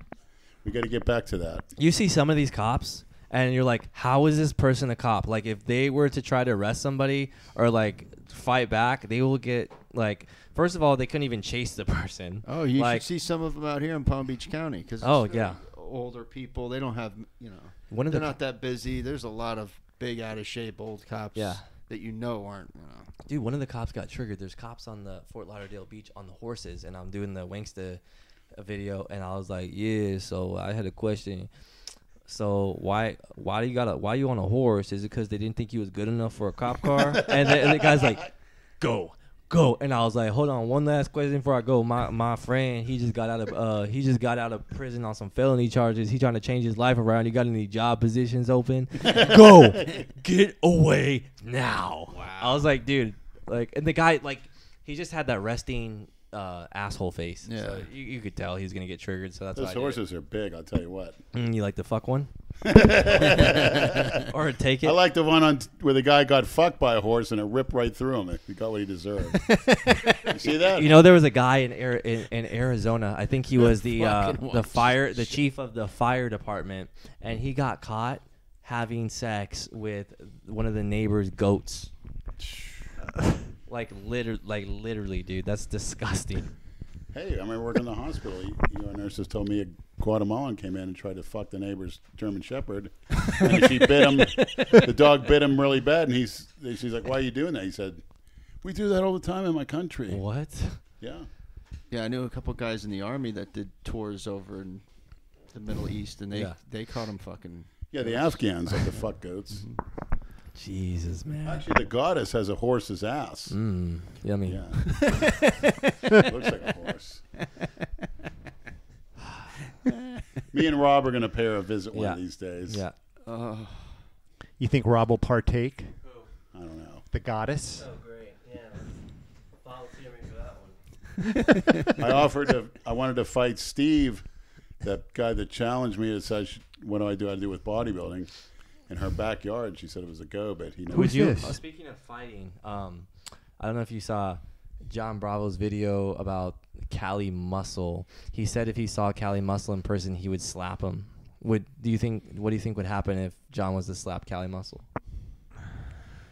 E: We got to get back to that.
C: You see some of these cops and you're like, how is this person a cop? Like if they were to try to arrest somebody or like fight back, they will get like first of all, they couldn't even chase the person.
A: Oh, you
C: like,
A: should see some of them out here in Palm Beach County because
C: Oh, yeah.
A: older people. They don't have you know.
C: One of
A: they're
C: the-
A: not that busy. There's a lot of big out of shape old cops.
C: Yeah.
A: That you know aren't. You know.
C: Dude, one of the cops got triggered. There's cops on the Fort Lauderdale beach on the horses, and I'm doing the Wanksta video, and I was like, yeah. So I had a question. So why why do you gotta why you on a horse? Is it because they didn't think you was good enough for a cop car? and, the, and the guy's like, go go. And I was like, hold on, one last question before I go. My my friend, he just got out of uh he just got out of prison on some felony charges. He trying to change his life around. You got any job positions open?
F: Go, get away
C: now. I was like, dude, like, and the guy, like, he just had that resting uh, asshole face. Yeah. So
A: Yeah.
C: you, you could tell he was gonna get triggered. So that's
E: Those
C: why I did it.
E: horses are big. I'll tell you what.
C: Mm, you like the fuck one? or take it?
E: I like the one on where the guy got fucked by a horse and it ripped right through him. He got what he deserved. you see that?
C: you know, there was a guy in, Ari- in in Arizona. I think he was the uh,
A: Fucking
C: the
A: horse.
C: fire the chief of the fire department, and he got caught having sex with one of the neighbor's goats. Like liter- like literally, dude. That's disgusting.
E: hey, I remember working in the hospital. You you know, nurses told me a Guatemalan came in and tried to fuck the neighbor's German Shepherd, and she bit him. The dog bit him really bad, and he's she's like, "Why are you doing that?" He said, "We do that all the time in my country."
C: What?
E: Yeah.
A: Yeah, I knew a couple guys in the army that did tours over in the Middle East, and they
C: Yeah.
A: they caught them fucking.
E: Yeah, the Afghans like the fuck goats.
C: Mm-hmm. Jesus, man.
E: Actually, the goddess has a horse's ass.
C: Mm. Yummy.
E: Yeah. Looks like a horse. Me and Rob are going to pair a visit one of
C: Yeah.
E: these days.
C: Yeah.
B: You think Rob will partake?
E: I don't know.
B: The goddess.
D: Oh great, yeah. Volunteer me for that one.
E: I offered to, I wanted to fight Steve that guy that challenged me and said, "What do I do? I do with bodybuilding." In her backyard, she said it was a go, but he never.
B: Who's
C: you?
B: this?
C: uh, speaking of fighting, um, I don't know if you saw John Bravo's video about Cali Muscle. He said if he saw Cali Muscle in person, he would slap him. Would do you think? What do you think would happen if John was to slap Cali Muscle?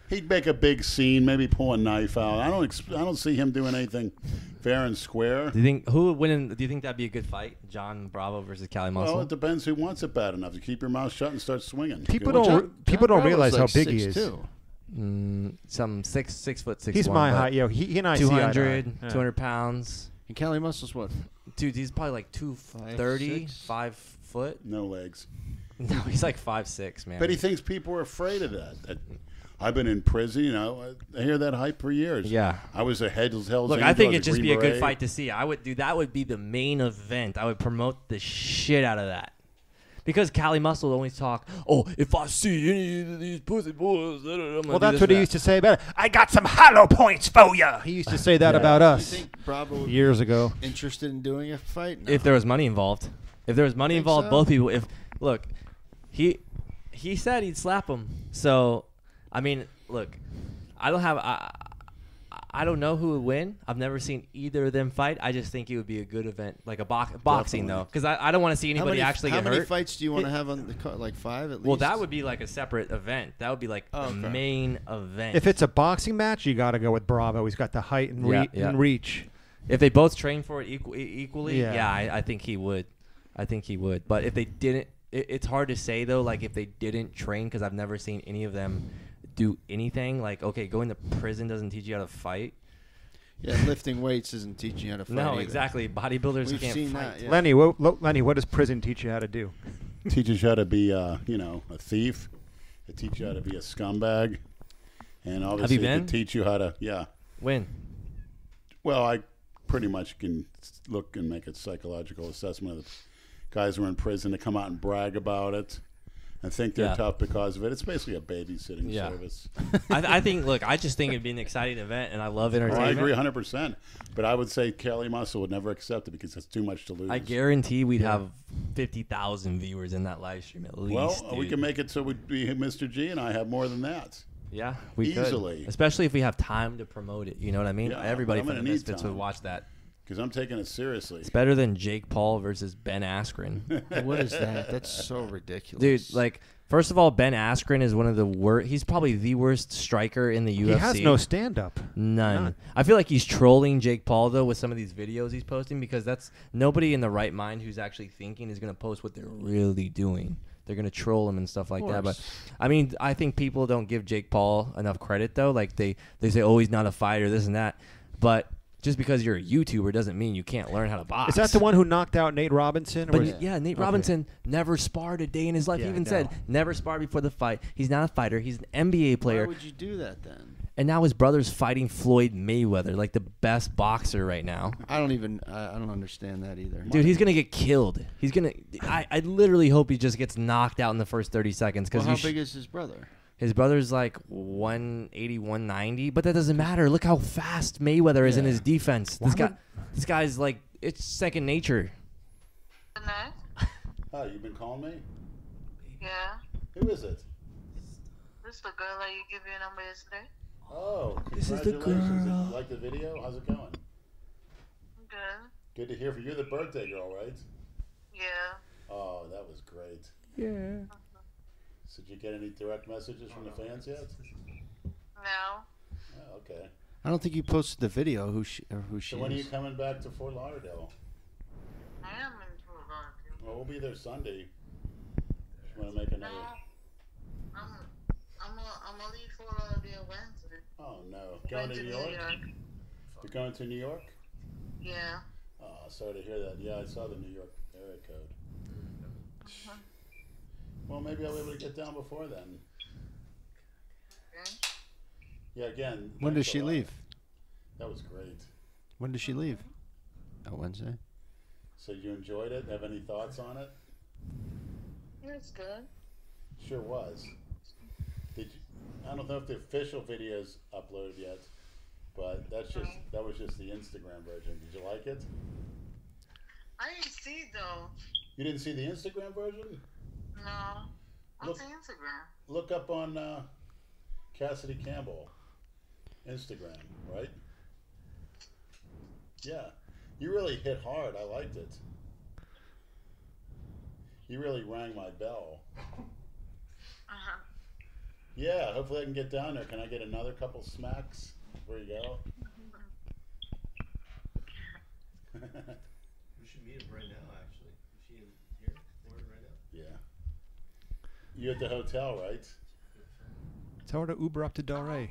E: He'd make a big scene, maybe pull a knife out. I don't. Ex- I don't see him doing anything fair and square.
C: Do you think who would win? In, do you think that'd be a good fight? John Bravo versus Cali Muscle.
E: Well, it depends who wants it bad enough. You keep your mouth shut and start swinging.
B: People
E: Go-
B: don't-
A: John-
B: people
A: John
B: don't realize
A: Bravo's
B: how
A: like
B: big he is.
A: 6'2".
C: mm, some six six foot six.
B: He's
C: one,
B: my
C: but
B: height. Yo, he, he and I see eye to eye.
C: 200,
B: Yeah.
C: 200 pounds.
A: And Kelly Muscle's what?
C: Dude, he's probably like 230,
A: six?
C: five foot.
E: No legs.
C: No, he's like five six, man.
E: But he thinks people are afraid of that. that I've been in prison. You know, I hear that hype for years.
C: Yeah.
E: I was a Hell's Hell's
C: Look,
E: Angel,
C: I think
E: was
C: it'd just
E: Green
C: be a good
E: Beret.
C: fight to see. I would, dude. That would be the main event. I would promote the shit out of that. Because Cali Muscle will always talk.
F: Oh, if I see any of these pussy boys, da, da, da, I'm gonna
B: Well,
F: do
B: that's
F: this
B: what
F: and
B: he used to say about it. I got some hollow points for you. He used to say that about
A: You
B: us
A: think Bravo would be
B: years ago.
A: interested in doing a fight? No.
C: If there was money involved, if there was money
A: Think
C: involved,
A: so?
C: both people. If look, he he said he'd slap him. So, I mean, look, I don't have. I, I- I don't know who would win. I've never seen either of them fight. I just think it would be a good event, like a box, boxing though, because I, I don't want to see
A: how
C: anybody
A: many,
C: actually
A: how
C: get
A: many
C: hurt.
A: fights do you want to have on the card? Like five at least.
C: Well, that would be like a separate event. That would be like
A: Oh,
C: the
A: okay.
C: main event.
B: If it's a boxing match, you got to go with Bravo. He's got the height and,
C: Yeah,
B: re-
C: yeah.
B: and reach.
C: if they both train for it equal, equally,
B: Yeah.
C: yeah, I, I think he would. I think he would. But if they didn't, it, it's hard to say though. Like if they didn't train, because I've never seen any of them do anything. Like okay, going to prison doesn't teach you how to fight.
A: Yeah, lifting weights isn't teaching you how to fight.
C: no,
A: either.
C: exactly. Bodybuilders
A: We've
C: can't
A: seen
C: fight.
A: that. Yeah.
B: Lenny, what, lo- Lenny, what does prison teach you how to do?
E: teaches you how to be, uh, you know, a thief. It teaches you how to be a scumbag, and obviously it
C: been?
E: could teach you how to. Yeah.
C: Win.
E: Well, I pretty much can s- look and make a psychological assessment of the guys who are in prison to come out and brag about it and think they're
C: Yeah.
E: tough because of it. It's basically a babysitting
C: Yeah.
E: service.
C: I, I think. Look, I just think it'd be an exciting event, and I love
E: Well,
C: entertainment.
E: I agree 100%. But I would say Kelly Muscle would never accept it because it's too much to lose.
C: I guarantee we'd have fifty thousand viewers in that live stream at least.
E: Well, we
C: dude.
E: can make it so we'd be Mr. G and I have more than that.
C: Yeah, we could.
E: Easily.
C: especially if we have time to promote it. You know what I mean?
E: Yeah,
C: Everybody
E: I'm
C: from the
E: gonna need
C: Misfits would
E: time.
C: watch that.
E: Because I'm taking it seriously.
C: It's better than Jake Paul versus Ben Askren,
A: What is that? That's so ridiculous,
C: dude. Like, first of all, Ben Askren is one of the worst. He's probably the worst striker in the UFC.
B: He has no stand up.
C: None.
B: None.
C: I feel like he's trolling Jake Paul though with some of these videos he's posting because that's nobody in the right mind who's actually thinking is going to post what they're really doing. They're going to troll him and stuff like that. But I mean, I think people don't give Jake Paul enough credit though. Like they they say, oh, he's not a fighter, this and that. But just because you're a YouTuber doesn't mean you can't learn how to box.
B: Is that the one who knocked out Nate Robinson? Or
C: But
B: was-
C: yeah, Nate
B: Okay.
C: Robinson never sparred a day in his life.
B: Yeah,
C: he
B: I
C: even said
B: know.
C: never sparred before the fight. He's not a fighter. He's an NBA
A: Why
C: player
A: would you do that then?
C: and now his brother's fighting Floyd Mayweather, like the best boxer right now.
A: I don't even. I, I don't understand that either.
C: Dude, he's gonna get killed. He's gonna. I, I literally hope he just gets knocked out in the first thirty seconds
A: well,
C: because
A: how big is his brother?
C: his brother's like 180, 190, but that doesn't matter. Look how fast Mayweather is in his defense. This guy, this guy's like it's second nature.
G: Hello?
E: Oh, you've been calling me?
G: Yeah.
E: Who is it?
G: This is the girl that you give your number yesterday.
E: Oh,
C: This is
E: congratulations.
C: the girl.
E: You like the video? How's it going?
G: Good.
E: Good to hear from you. You're the birthday girl, right?
G: Yeah.
E: Oh, that was great. Yeah. Did you get any direct messages from the fans yet?
G: No.
E: Oh, okay.
A: I don't think you posted the video. Who she? Or who she
E: So when are you
A: is?
E: coming back to Fort Lauderdale?
G: I am in Fort Lauderdale.
E: Well, we'll be there Sunday. Just want to make another.
G: No. I'm I'm a, I'm gonna leave Fort Lauderdale Wednesday.
E: Oh no, going to
G: Wednesday,
E: New York? You're going to New York?
G: Yeah.
E: Oh, sorry to hear that. Yeah, I saw the New York area code. Uh-huh. Well, maybe I'll be able to get down before then.
G: Okay.
E: Yeah, again.
A: When does
E: thanks a
A: she
E: lot.
A: leave?
E: That was great.
A: When does she leave? Oh, Wednesday.
E: So you enjoyed it? Have any thoughts on it?
G: That's good.
E: Sure was. Did you, I don't know if the official video's uploaded yet, but that's just that was just the Instagram version. Did you like it?
G: I didn't see though.
E: You didn't see the Instagram version?
G: No.
E: Look-
G: What's the Instagram?
E: Look up on uh, Cassidy Campbell Instagram, right? Yeah, you really hit hard. I liked it. You really rang my bell.
G: Uh-huh.
E: Yeah, hopefully I can get down there. Can I get another couple smacks before you go?
H: We should meet him right now, actually. Is he in here? Where right now?
E: yeah. You at the hotel, right?
B: Tell her to Uber up to Delray.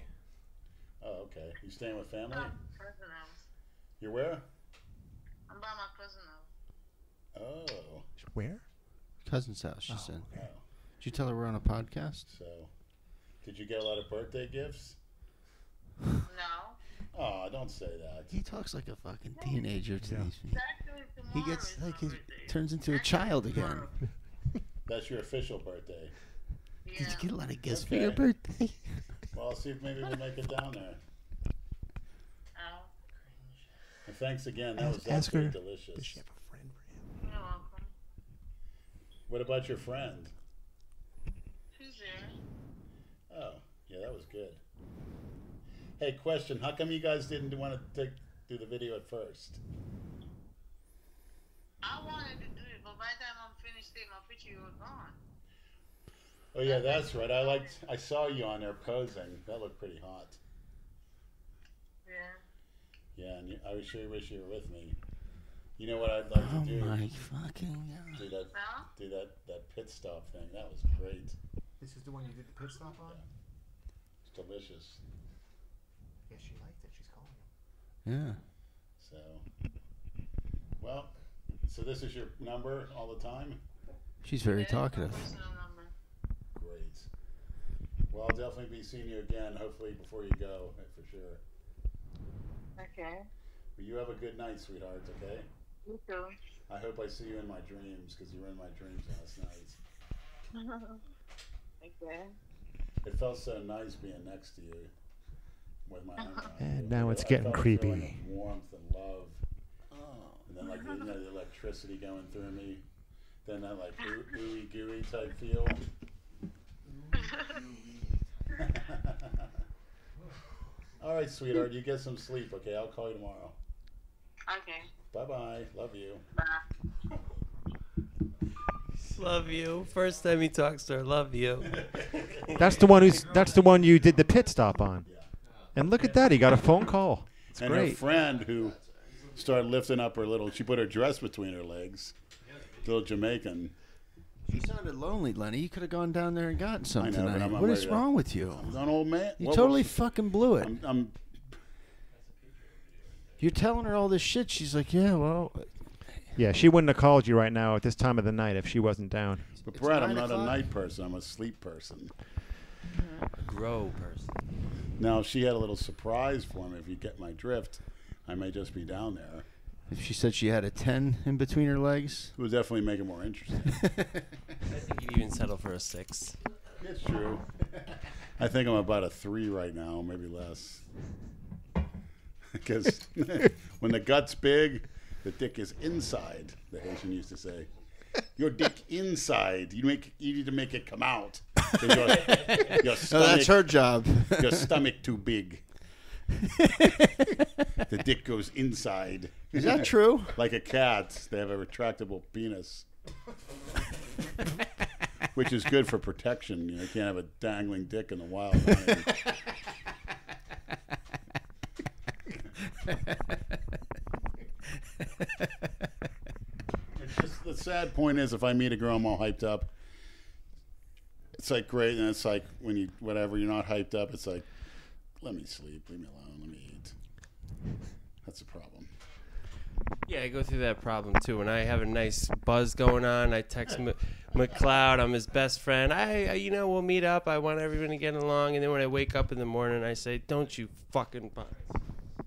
E: Oh, okay. You staying with family?
G: By my cousin house.
E: You're where?
G: I'm by my cousin house.
E: Oh,
B: Where?
A: Cousin's house, she said.
E: okay.
A: Did you tell her we're on a podcast?
E: so did you get a lot of birthday gifts?
G: No.
E: Oh, don't say that.
A: He talks like a fucking teenager to
B: Yeah.
A: these people.
G: Actually, tomorrow
A: He gets
G: is
A: like he
G: my birthday.
A: turns into a child again.
G: Tomorrow.
E: That's your official birthday.
G: Yeah.
A: Did you get a lot of gifts for
E: Okay.
A: your birthday?
E: Well, I'll see if maybe we'll make it down there.
G: Oh,
E: And thanks again. That
B: Ask-
E: was
B: ask her
E: absolutely
B: Does
E: delicious.
B: she have a friend for him?
G: you're welcome.
E: What about your friend?
G: She's there.
E: Oh, yeah, that was good. Hey, question: How come you guys didn't want to take, do the video at first?
G: I wanted to do it, but by the time I'm finished taking my picture, you were gone.
E: Oh yeah, that's right. I liked. I saw you on there posing. That looked pretty hot.
G: Yeah.
E: Yeah, and you, I sure wish you were with me. You know what I'd like
A: Oh
E: to do?
A: my fucking god.
E: Do that.
G: Huh?
E: Do that. That pit stop thing. That was great.
H: This is the one you did the pit stop on?
E: It's delicious.
H: Yeah, she liked it. She's calling him.
A: Yeah.
E: So, well, so this is your number all the time.
A: She's very
G: Yeah, it's my
A: talkative.
G: personal number.
E: Great. Well, I'll definitely be seeing you again. Hopefully before you go, for sure.
G: Okay.
E: But you have a good night, sweetheart. Okay.
G: You too.
E: I hope I see you in my dreams because you were in my dreams last night.
G: okay.
E: It felt so nice being next to you with my arm around
B: And
E: you.
B: now it's
E: I
B: getting
E: felt a feeling
B: creepy.
E: of Warmth and love, and then like you know, the electricity going through me. Then that like oo- ooey gooey type feel. All right, sweetheart, you get some sleep, okay? I'll call you tomorrow.
G: Okay.
E: Bye bye. Love you.
G: Bye.
H: Love you. First time he talks to her, love you.
B: That's the one who's. That's the one you did the pit stop on.
E: Yeah.
B: And look at that, he got a phone call. It's
E: and her
B: great.
E: friend who started lifting up her little, she put her dress between her legs. Little Jamaican.
A: You sounded lonely, Lenny. You could have gone down there and gotten some
E: I know, but
A: tonight.
E: I'm on
A: what
E: my
A: is
E: way.
A: wrong with you?
E: I'm an old man.
A: You
E: What-
A: totally fucking blew it.
E: I'm, I'm.
A: You're telling her all this shit. She's like, yeah, well,
B: Yeah, she wouldn't have called you right now at this time of the night if she wasn't down.
E: But
A: It's
E: Brad, I'm
A: nine
E: not a
A: o'clock.
E: night person. I'm a sleep person.
D: A grow person.
E: Now, if she had a little surprise for me, if you get my drift, I may just be down there.
A: if she said she had a 10 in between her legs.
E: It would definitely make it more interesting.
D: I think you'd even settle for a six.
E: It's true. I think I'm about a three right now, maybe less. Because when the gut's big, the dick is inside. The Haitian used to say, "Your dick inside. You make you need to make it come out." 'Cause Your, your
A: No,
E: stomach,
A: that's her job.
E: Your stomach too big. The dick goes inside.
A: Is that true?
E: like a cat, they have a retractable penis, which is good for protection. You, know, you can't have a dangling dick in the wild. It's just the sad point is, if I meet a girl, I'm all hyped up. It's like great, and it's like when you whatever you're not hyped up. It's like, let me sleep, leave me alone, let me eat. That's a problem.
D: Yeah, I go through that problem too. When I have a nice buzz going on, I text M- McLeod. I'm his best friend. I, I, you know, we'll meet up. I want everyone to get along. And then when I wake up in the morning, I say, "Don't you fucking." bu-"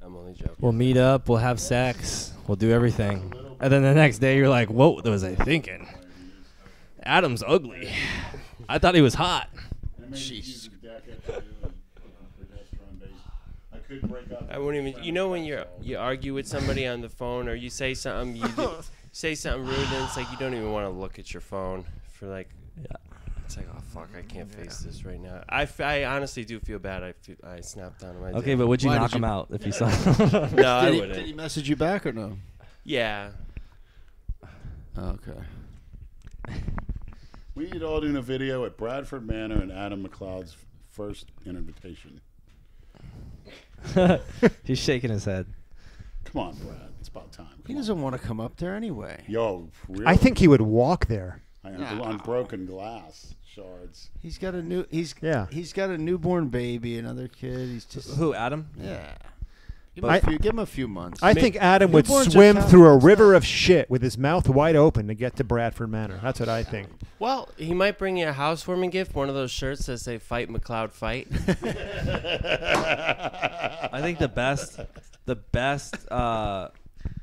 D: I'm only joking.
C: We'll meet up. We'll have sex. We'll do everything. And then the next day, you're like, "What was I thinking?" Adam's ugly. I thought he was hot.
E: And maybe
A: Jesus.
E: use the deck up to do and, you know, progesterone based. I could break up.
D: I won't even. You know when you you argue with somebody on the phone or you say something, you do, say something rude, and it's like you don't even want to look at your phone for like. It's like, oh fuck, I can't face this right now. I, f- I honestly do feel bad. I feel, I snapped on him. I did.
C: Okay, but would you
A: Why
C: knock
A: did
C: him
A: you-
C: out if you saw him?
D: no, I
A: did, he, did he
D: wouldn't.
A: message you back or no?
D: Yeah,
A: Okay.
E: We need all doing a video at Bradford Manor and Adam McLeod's first invitation.
C: He's shaking his head.
E: Come on, Brad. It's about time. Come
A: He
E: on.
A: doesn't want to come up there anyway.
E: Yo, really?
B: I think he would walk there.
E: I am on broken glass shards.
A: He's got a new. He's
B: Yeah.
A: He's got a newborn baby, another kid. He's just
C: Who, Adam?
A: yeah. Give him,
B: I-
A: a few, give him a few months.
B: I think Adam would
A: Newborns are
B: swim
A: tough.
B: through a river of shit with his mouth wide open to get to Bradford Manor. That's what I think.
D: Well, he might bring you a housewarming gift, one of those shirts that say "Fight McLeod, fight."
C: I think the best, the best, uh,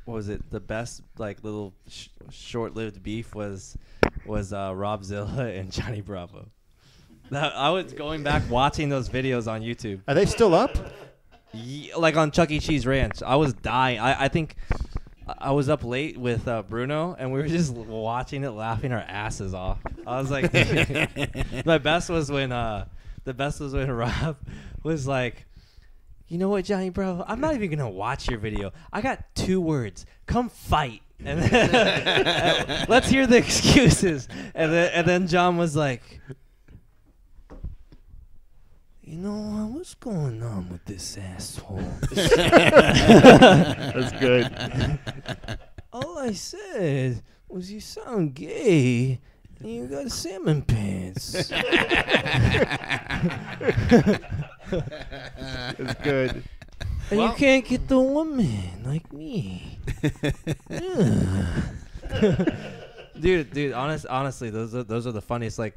C: what was it? The best like little sh- short-lived beef was was uh, Rob Zilla and Johnny Bravo. That, I was going back watching those videos on YouTube,
B: Are they still up?
C: Ye- like on Chuck E. Cheese Ranch. I was dying. I, I think I I was up late with uh, Bruno, and we were just watching it, laughing our asses off. I was like, my best was when uh, the best was when Rob was like. You know what, Johnny Bravo? I'm not even gonna watch your video. I got two words: come fight. And then, let's hear the excuses. And then, and then John was like, "You know uh, what's going on with this asshole?"
B: That's good.
C: All I said was you sound gay and you got salmon pants.
B: That's good.
C: and you can't get the woman like me. dude, dude, honest honestly, those are those are the funniest. Like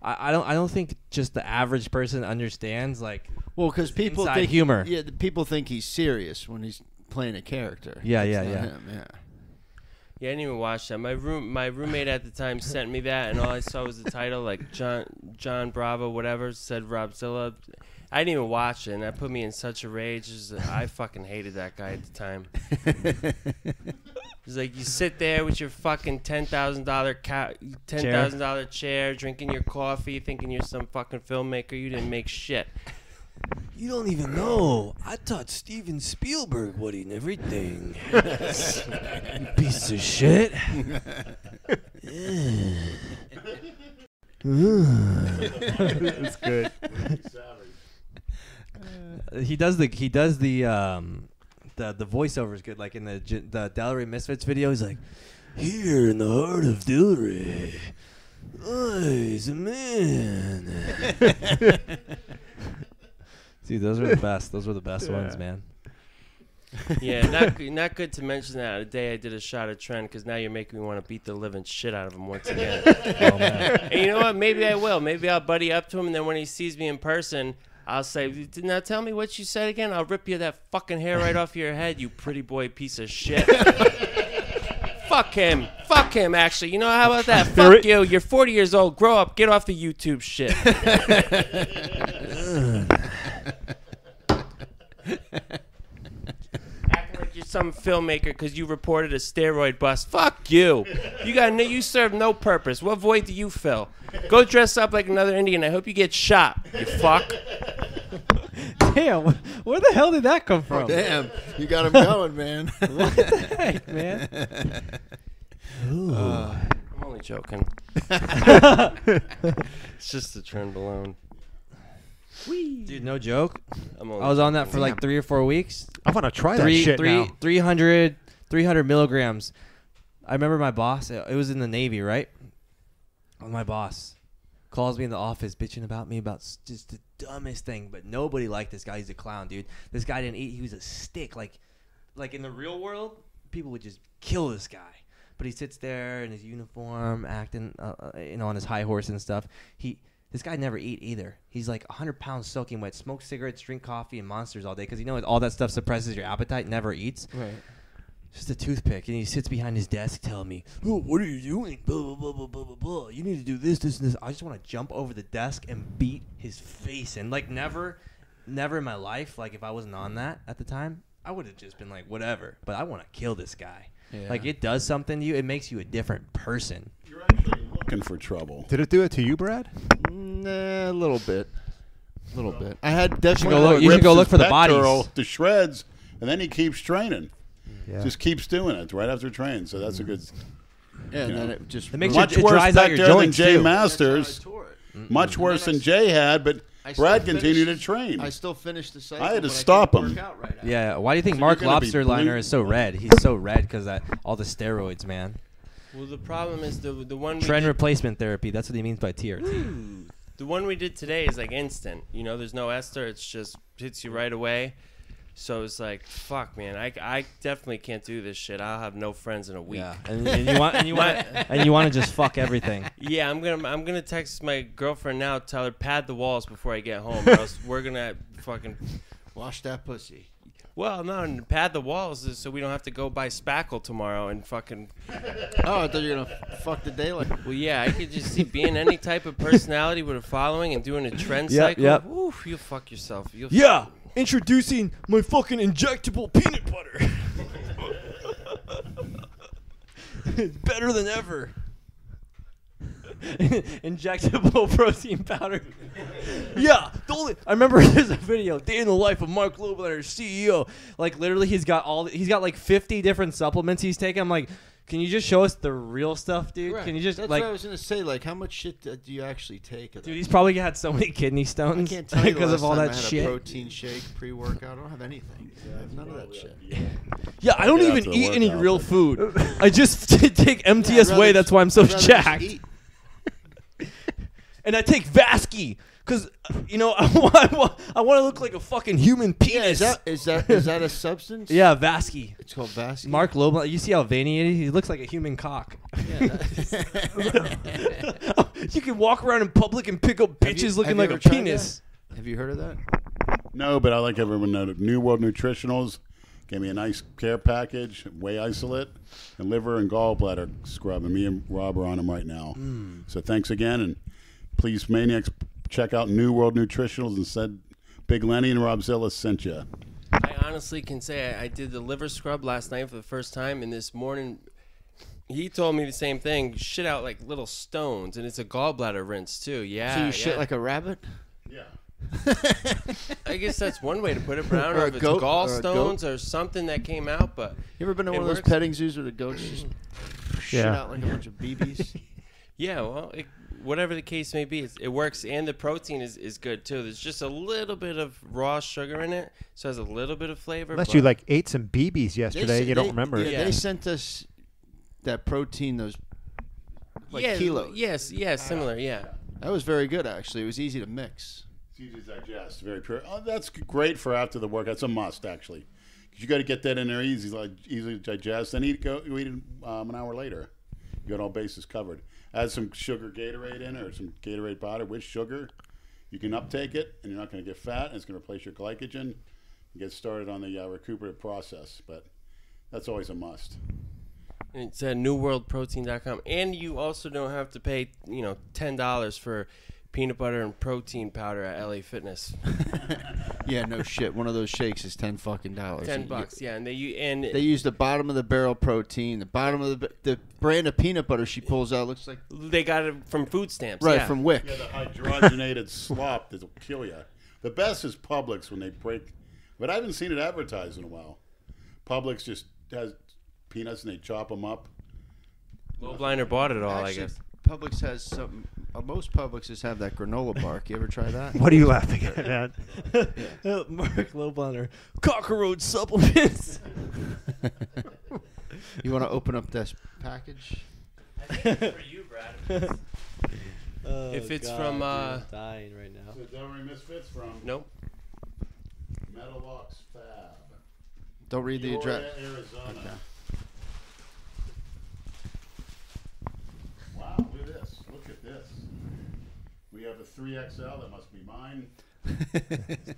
C: I, I don't I don't think just the average person understands like
A: Well, because people
C: Inside
A: think
C: humor.
A: Yeah, the people think he's serious when he's playing a character.
C: Yeah,
A: It's
C: yeah,
A: not
C: yeah.
A: him, yeah.
D: Yeah, I didn't even watch that. My room, my roommate at the time sent me that, and all I saw was the title, like John John Bravo, whatever, said Robzilla. I didn't even watch it, and that put me in such a rage. It's just- I fucking hated that guy at the time. It's like you sit there with your fucking ten thousand dollar ca- ten thousand dollar chair, drinking your coffee, thinking you're some fucking filmmaker. You didn't make shit.
F: You don't even know. I taught Steven Spielberg what he and everything. Piece of shit.
B: That's good.
C: he does the he does the um the the voiceover is good like in the J- the Delray Misfits video he's like
F: Here in the heart of Delray lies a man.
C: dude those were the best those were the best ones
B: Yeah.
C: man
D: Yeah, not g- not good to mention that on the day I did a shot of Trent because now you're making me want to beat the living shit out of him once again.
C: Oh,
D: And you know what? Maybe I will. Maybe I'll buddy up to him, and then when he sees me in person, I'll say, "Did "Now tell me what you said again. I'll rip you that fucking hair right off your head, you pretty boy piece of shit." Fuck him. Fuck him, actually. You know, how about that? Fuck you. You're 40 years old. Grow up. Get off the YouTube shit. Act like you're some filmmaker because you reported a steroid bust. Fuck you. You got no, you serve no purpose. What void do you fill? Go dress up like another Indian. I hope you get shot. You fuck.
C: damn where the hell did that come from
A: Damn, you got him going, man.
C: heck man
D: I'm only joking. it's just the trend alone.
C: dude no joke
D: I'm only
C: I was on that for
A: Damn.
C: like three or four weeks
B: I want to try that
C: three,
B: shit
C: three,
B: now.
C: 300, 300 milligrams. I remember my boss. It was in the Navy, right? Oh, my boss calls me in the office, bitching about me about s- just the dumbest thing. But nobody liked this guy. He's a clown, dude. This guy didn't eat. He was a stick. Like, like in the real world, people would just kill this guy. But he sits there in his uniform, acting, uh, uh, you know, on his high horse and stuff. He, this guy never eat either. He's like 100 pounds soaking wet, smokes cigarettes, drink coffee and monsters all day because you know all that stuff suppresses your appetite. Never eats.
A: right.
C: Just a toothpick, and he sits behind his desk telling me, "Oh, "What are you doing? Blah blah blah blah blah blah blah. You need to do this, this, and this." I just want to jump over the desk and beat his face, and like never, never in my life, like if I wasn't on that at the time, I would have just been like, "Whatever." But I want to kill this guy. Like it does something to you. It makes you a different person.
E: You're actually looking for trouble.
B: Did it do it to you, Brad?
A: Nah, a little bit. A little bit. I had definitely.
C: go look- you should
E: Rips
C: go
E: his
C: look for the
E: pet
C: bodies.
E: girl to shreds, and then he keeps training.
B: Yeah.
E: Just keeps doing it right after training. So that's a good.
A: yeah, and then it just.
C: It makes
E: Much
C: you, it
E: worse
C: dries out
E: back
C: your
E: there than
C: joints
E: Jay
C: too.
E: Masters. Much worse than Jay had, but
A: I still
E: Brad
A: finished-
E: continued to train.
A: I still finished the cycle.
E: I had to
A: but couldn't
E: stop him.
A: work out right after.
C: Yeah. Why do you think
E: So you're
C: Mark
E: gonna be
C: Lobster Liner
E: blue-
C: is so red? He's so red because that all the steroids, man.
D: Well, the problem is the the one we
C: Trend
D: did-
C: replacement therapy. That's what he means by TRT.
D: the one we did today is like instant. You know, there's no ester. It's just hits you right away. So it's like, fuck, man. I, I definitely can't do this shit. I'll have no friends in a week.
C: Yeah. And, and you want and you want and you want to just fuck everything.
D: Yeah, I'm gonna I'm gonna text my girlfriend now. Tell her pad the walls before I get home. or else we're gonna fucking
A: Wash that pussy.
D: well no and pad the walls is so we don't have to go buy spackle tomorrow and fucking
A: Oh, I thought you were gonna f- fuck the daylight.
D: well yeah I could just see being any type of personality with a following and doing a trend
C: Yep,
D: cycle.
C: yep.
D: Oof, you fuck yourself. You'll
F: Yeah, introducing my fucking injectable peanut butter. it's better than ever.
C: Injectable protein powder.
F: Yeah, the only
C: I remember there's a video, day in the life of Mark Lobler, CEO. Like literally, he's got all he's got like 50 different supplements he's taking. I'm like, can you just show us the real stuff, dude?
A: Right.
C: Can you just
A: That's
C: like,
A: what I was gonna say. Like, how much shit do do you actually take? Of that?
C: dude? He's probably had so many kidney
A: I
C: stones
A: can't tell you the
C: because of
A: last
C: all
A: time I
C: that
A: had a
C: shit.
A: protein shake, pre-workout. I don't have anything. I have none of that shit.
F: yeah, I don't
E: Get out
F: even
E: to the
F: eat any
E: workout,
F: real food. I just take MTS
A: I'd
F: Way.
A: rather
F: That's
A: just-
F: why I'm so
A: I'd rather just
F: jacked.
A: eat.
F: and I take Vasky because you know I want, I want to look like a fucking human
A: Yeah, is
F: penis. Yeah,
A: that is that is that a substance?
F: Vasky.
A: it's called Vascular.
C: Mark Lobler, you see how veiny it is? He looks like a human cock.
F: you can walk around in public and pick up
A: Have you-
F: bitches looking
A: have you
F: like
A: ever
F: a
A: tried
F: penis.
A: that? Have you heard of that?
E: No, but I like everyone to know. New World Nutritionals gave me a nice care package, whey isolate, and liver and gallbladder scrub. And me and Rob are on them right now.
A: Hmm.
E: So thanks again, and please, maniacs, check out New World Nutritionals and said Big Lenny and Rob Zilla sent you.
D: I honestly can say I, I did the liver scrub last night for the first time, and this morning he told me the same thing. Shit out like little stones, and it's a gallbladder rinse too. Yeah,
A: so you
D: yeah.
A: shit like a rabbit?
E: Yeah.
D: I guess that's one way to put it. But I don't
A: Or
D: know
A: a
D: if it's
A: goat, or a goat.
D: gallstones or, something that came out, but
A: You ever been to
D: It
A: one of those
D: works.
A: petting zoos where the goats just shit
B: Yeah.
A: out like a bunch of BBs?
D: yeah, well, it, whatever the case may be, it's, it works, and the protein is, is good too. There's just a little bit of raw sugar in it, so it has a little bit of flavor.
B: Unless
D: but-
B: you like ate some BBs
A: They
B: yesterday,
A: sent-
B: you don't
A: they-
B: remember
A: Yeah,
B: it.
A: they sent us that protein. Those like
D: yeah,
A: kilos.
D: Yes, yeah, similar, yeah.
A: that was very good actually. It was easy to mix.
E: It's easy to digest, very pure. Oh, that's great for after the work. That's a must, actually. 'Cause you got to get that in there easy, like easily to digest. Then eat, go, you eat it um, an hour later. You got all bases covered. Add some sugar Gatorade in or some Gatorade powder with sugar. You can uptake it, and you're not going to get fat, and it's going to replace your glycogen and get started on the uh, recuperative process. But that's always a must.
D: It's at newworldprotein.com. And you also don't have to pay, you know, $10 for peanut butter and protein powder at LA Fitness.
A: Yeah, no shit. One of those shakes is ten fucking dollars.
D: 10
A: You-
D: bucks, yeah. And they you and
A: They use the bottom of the barrel protein, the bottom of the the brand of peanut butter she pulls out looks like
D: they got it from food stamps.
A: right
D: yeah.
A: from Wick.
E: Yeah, the hydrogenated slop that'll kill you. The best is Publix when they break, but I haven't seen it advertised in a while. Publix just has peanuts and they chop them up.
D: Low Blinder bought it all, I
A: Actually,
D: guess.
A: Publix has something. Uh, most Publixes have that granola bark. You ever try that?
B: What are you laughing at, man?
F: Mark Lobler, cockroach supplements.
A: You want to open up this package?
H: for you, Brad.
A: oh
D: If it's from, uh,
H: dying right now.
E: Delray Misfits from
D: Nope.
E: Metalox Fab.
A: Don't read the address.
E: Arizona. Wow, look at this. Look at this. We have a 3XL. That must be mine.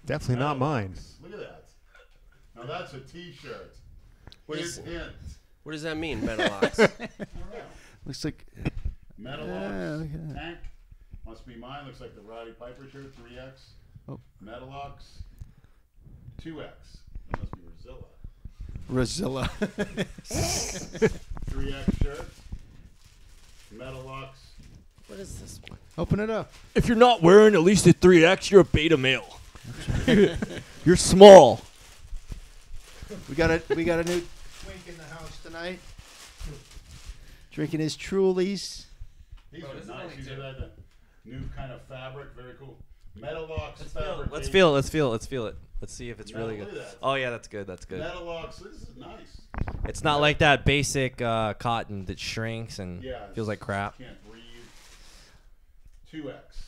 B: Definitely not mine.
E: Look at that. Now that's a T-shirt.
D: What, is,
E: hint.
D: what does that mean, Metalox?
A: Looks like
E: Metal
A: Yeah,
E: Ox,
A: look at that.
E: Tank. Must be mine. Looks like the Roddy Piper shirt, 3X.
A: Oh.
E: Metalox, 2X. That must be Rosilla.
A: Rosilla.
E: Three X shirt. Metalux.
D: What is this one?
A: Open it up.
F: If you're not wearing at least a 3X, you're a beta male. you're small.
A: We got a we got a new twink in the house tonight. Drinking his Trulies.
E: These
C: Oh,
E: are nice. These are like the new kind of fabric. Very cool. Metalux let's
C: Feel
E: fabric.
C: it. Let's feel it. Let's feel it. Let's feel it. Let's see if it's
E: No,
C: really
E: look
C: good.
E: at that.
C: Oh yeah, that's good. That's good.
E: Metalux. This is nice.
C: It's not like that basic uh, cotton that shrinks and
E: Yeah. it's-
C: feels like crap.
E: Can't breathe. Two X.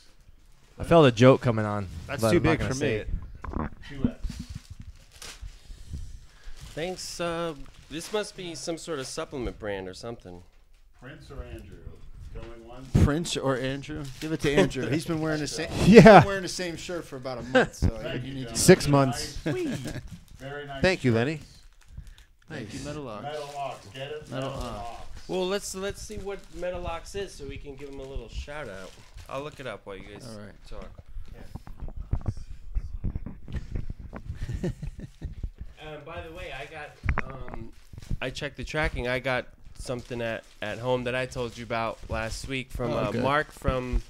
C: I felt a joke coming on.
B: That's
C: but
B: too
C: I'm not
B: big
C: gonna
B: for
C: say
B: me.
C: it.
E: Two X.
D: Thanks. Uh, this must be some sort of supplement brand or something.
E: Prince or Andrew? Going once.
A: Prince or Andrew? Give it to Andrew. He's been wearing the same
B: Yeah.
A: been wearing the same shirt for about a month, so I think
E: Thank
A: you
E: you,
A: need
E: gentlemen.
A: to
B: Six
E: Very
B: months.
E: nice. Very nice.
I: Thank you,
E: shirts.
I: Lenny.
A: Thank you, Metalux.
E: Metalux. Get it?
A: Metal
E: Metalux.
D: Well, let's let's see what Metalox is, so we can give them a little shout out. I'll look it up while you guys
A: All right.
D: talk. Um, by the way, I got. Um, I checked the tracking. I got something at, at home that I told you about last week from
A: Oh,
D: uh,
A: okay.
D: Mark from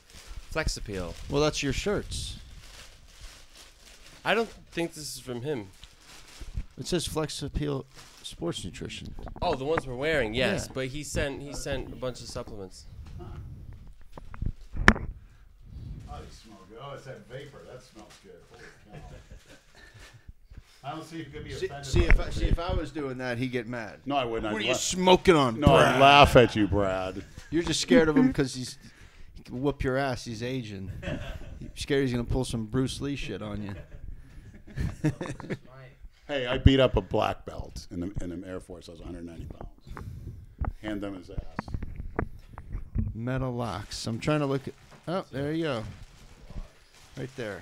D: Flex Appeal.
A: well, that's your shirts.
D: I don't think this is from him.
A: It says Flex Appeal Sports Nutrition.
D: Oh, the ones we're wearing, yes.
A: Yeah.
D: But he sent he sent a bunch of supplements.
E: Oh, you smell good. Oh, it's that vapor. That smells good. Holy cow. I don't see who could be
I: See,
E: offended.
I: see
E: by
I: if I,
E: that.
I: see if I was doing that, he'd get mad.
E: No, I wouldn't. I'd laugh.
A: smoking on,
E: No, I'd laugh at you, Brad.
A: You're just scared of him because he's he can whoop your ass. He's aging. You're scared he's gonna pull some Bruce Lee shit on you.
E: Hey, I beat up a black belt in the, in the Air Force. I was 190 pounds. Hand them his ass.
A: Metal locks. I'm trying to look. At, oh, there you go. Right there.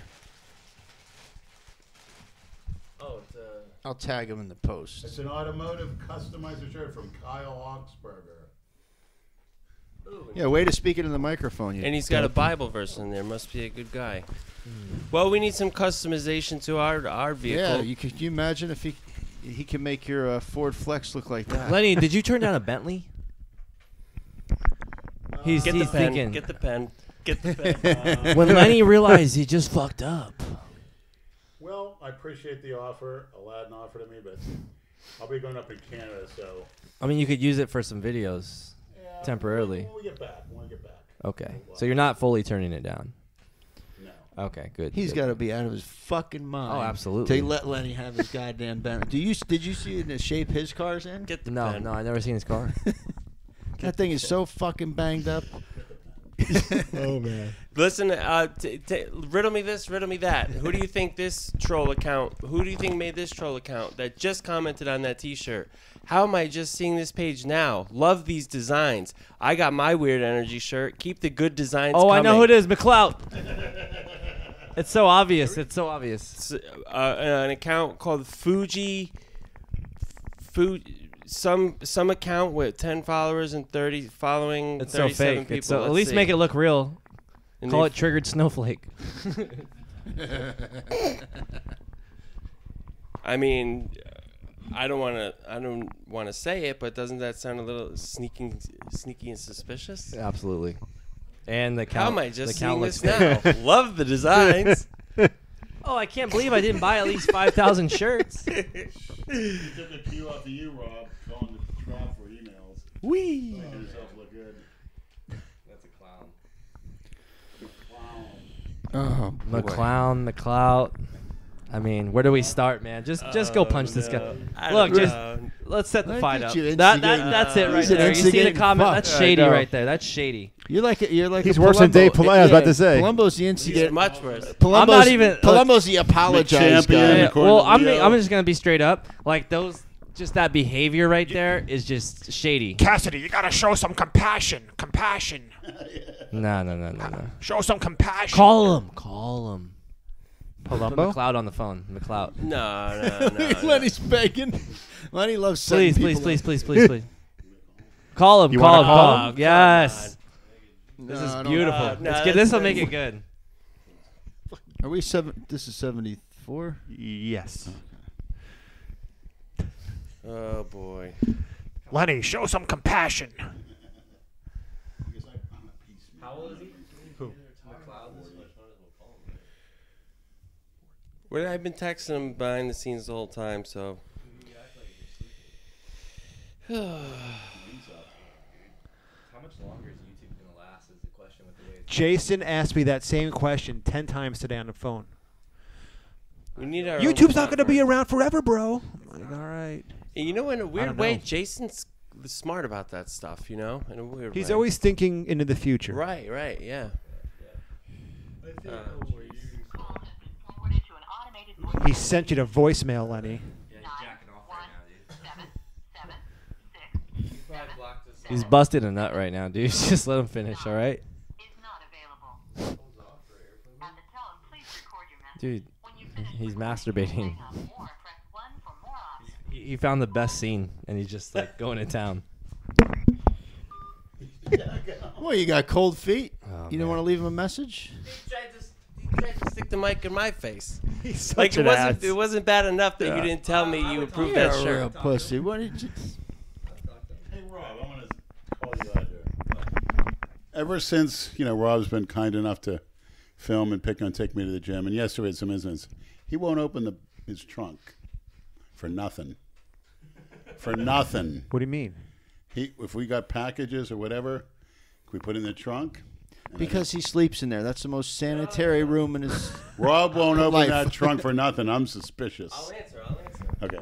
D: Oh, it's, uh,
A: I'll tag him in the post.
E: It's an automotive customizer shirt from Kyle Augsburger.
A: Yeah, way to speak it in the microphone. You
D: and he's got a Bible verse in there. Must be a good guy.
C: Hmm.
D: Well, we need some customization to our our
A: yeah.
D: vehicle.
A: You could you imagine if he he can make your uh, Ford Flex look like that?
C: Lenny, did you turn down a Bentley? He's,
D: get the
C: he's
D: pen.
C: thinking.
D: Get the pen. Get the pen.
E: Uh,
C: when Lenny realized he just fucked up.
E: Well, I appreciate the offer. Aladdin offered it me, but I'll be going up in Canada, so.
C: I mean, you could use it for some videos
E: Yeah,
C: temporarily.
E: When we get back, when we get back.
C: Okay, so you're not fully turning it down.
E: No.
C: Okay, good.
A: He's
C: good.
A: got to be out of his fucking mind.
C: Oh, absolutely.
A: To let Lenny have his goddamn Bentley. Do you did you see the shape his car's in?
D: Get the
C: No,
D: pen.
C: no, I never seen his car.
A: That thing is so fucking banged up.
B: Oh man.
D: Listen, uh, t- t- riddle me this, riddle me that. Who do you think this troll account? Who do you think made this troll account that just commented on that T-shirt? How am I just seeing this page now? Love these designs. I got my weird energy shirt. Keep the good designs.
C: oh, I know who it
D: coming.
C: is, McClout. it's so obvious. It's so obvious.
D: It's, Uh, an account called Fuji. Fuji. Some some account with ten followers and thirty following.
C: It's so
D: 37
C: fake.
D: People.
C: It's so, at
D: Let's
C: least
D: see.
C: make it look real.
D: And
C: Call
D: they-
C: it triggered snowflake.
D: I mean, I don't want to. I don't want to say it, but doesn't that sound a little sneaking, sneaky and suspicious?
C: Absolutely. And the count.
D: How am I just
C: the count
D: seeing
C: looks
D: this now? Love the designs.
C: Oh, I can't believe I didn't buy at least five thousand shirts.
E: You took a cue off of you, Rob, calling the Rob for emails.
C: Wee.
E: Making yourself look good.
H: That's a clown.
E: Wow.
A: Oh,
C: McClown, McClout. I mean, where do we start, man? Just just
D: Oh,
C: go punch this guy. Look, just let's set the
A: Look
C: fight
A: at
C: up.
A: you
C: That, that,
A: instigating-
C: that's it right
A: He's an
C: there. You see the
A: instigating
C: comment?
A: fuck.
C: That's
A: All right,
C: shady
A: go.
C: right there. That's shady.
A: You're like a, you're like
B: He's
A: a
B: worse than Dave
A: Palumbo.
B: Palumbo, I was about to say.
A: Palumbo's the
D: He's
A: instigator.
D: much worse.
A: Palumbo's,
C: I'm not even-
A: Palumbo's the apologize
E: champion.
A: guy.
C: Yeah,
E: according
C: well,
E: to
C: I'm
E: Leo.
C: I'm just gonna be straight up. Like those, just that behavior right there is just shady.
J: Cassidy, you gotta show some compassion. Compassion.
C: No, no, no, no, no.
J: Show some compassion.
C: Call him. Call him.
B: Palumbo?
C: McLeod on the phone. McLeod.
D: No, no, no. no.
A: Lenny's begging. Lenny loves setting
C: Please, please,
A: people
C: please,
A: up.
C: please, please, please. Call him.
B: You
C: call
B: wanna
C: him.
B: call
C: Call
B: him?
C: him. Yes.
A: No,
C: This
A: I
C: is
A: don't-
C: beautiful.
D: Uh, no,
C: Let's
D: that's-
C: get this. will make it good.
A: Are we seven? This is seventy four.
B: Yes.
D: Oh boy.
J: Lenny, show some compassion.
H: How old is he? Who? McLeod.
D: Well, I've been texting him behind the scenes the whole time, so.
C: How much longer is YouTube gonna last? Is the question with the way it's
B: Jason asked me that same question 10 times today on the phone.
D: We need our own
B: YouTube's not going to be
D: platform.
B: around forever, bro. I'm like, all right.
D: And you know, in a
B: don't
D: weird way,
B: know.
D: Jason's smart about that stuff. You know, in a weird way.
B: He's always thinking into the future.
D: right, right, yeah. Uh,
G: Forwarded to an automated voice
B: He sent you to voicemail, Lenny.
G: jacking off right now, dude. Seven, seven, six, seven
C: He's busted a nut right now, dude. Just let him finish, all right?
G: is not available. At the tone, please record your message.
C: Dude,
G: When you finish
C: he's
G: recording,
C: masturbating.
G: you hang up or press one for more options.
C: he, he found the best scene, and he's just like going to town.
A: Well, you got cold feet. you
C: Oh, man.
A: don't want to leave him a message.
D: He tried to, stick the mic in my face.
B: He's such
D: Like it
B: an
D: wasn't,
B: ass.
D: it wasn't bad enough that you didn't tell me you approved that
A: You're a real
D: shirt.
A: pussy. What did you?
E: Hey, Rob, I want to call you out here. Ever since, you know, Rob's been kind enough to film and pick on Take Me to the Gym, and yesterday had some incidents, he won't open the, his trunk for nothing. For nothing.
B: What do you mean?
E: He, if we got packages or whatever, can we put in the trunk?
A: Because he sleeps in there. That's the most sanitary room in his.
E: Rob won't open
A: Life.
E: that trunk for nothing. I'm suspicious.
D: answer. I'll answer.
E: Okay.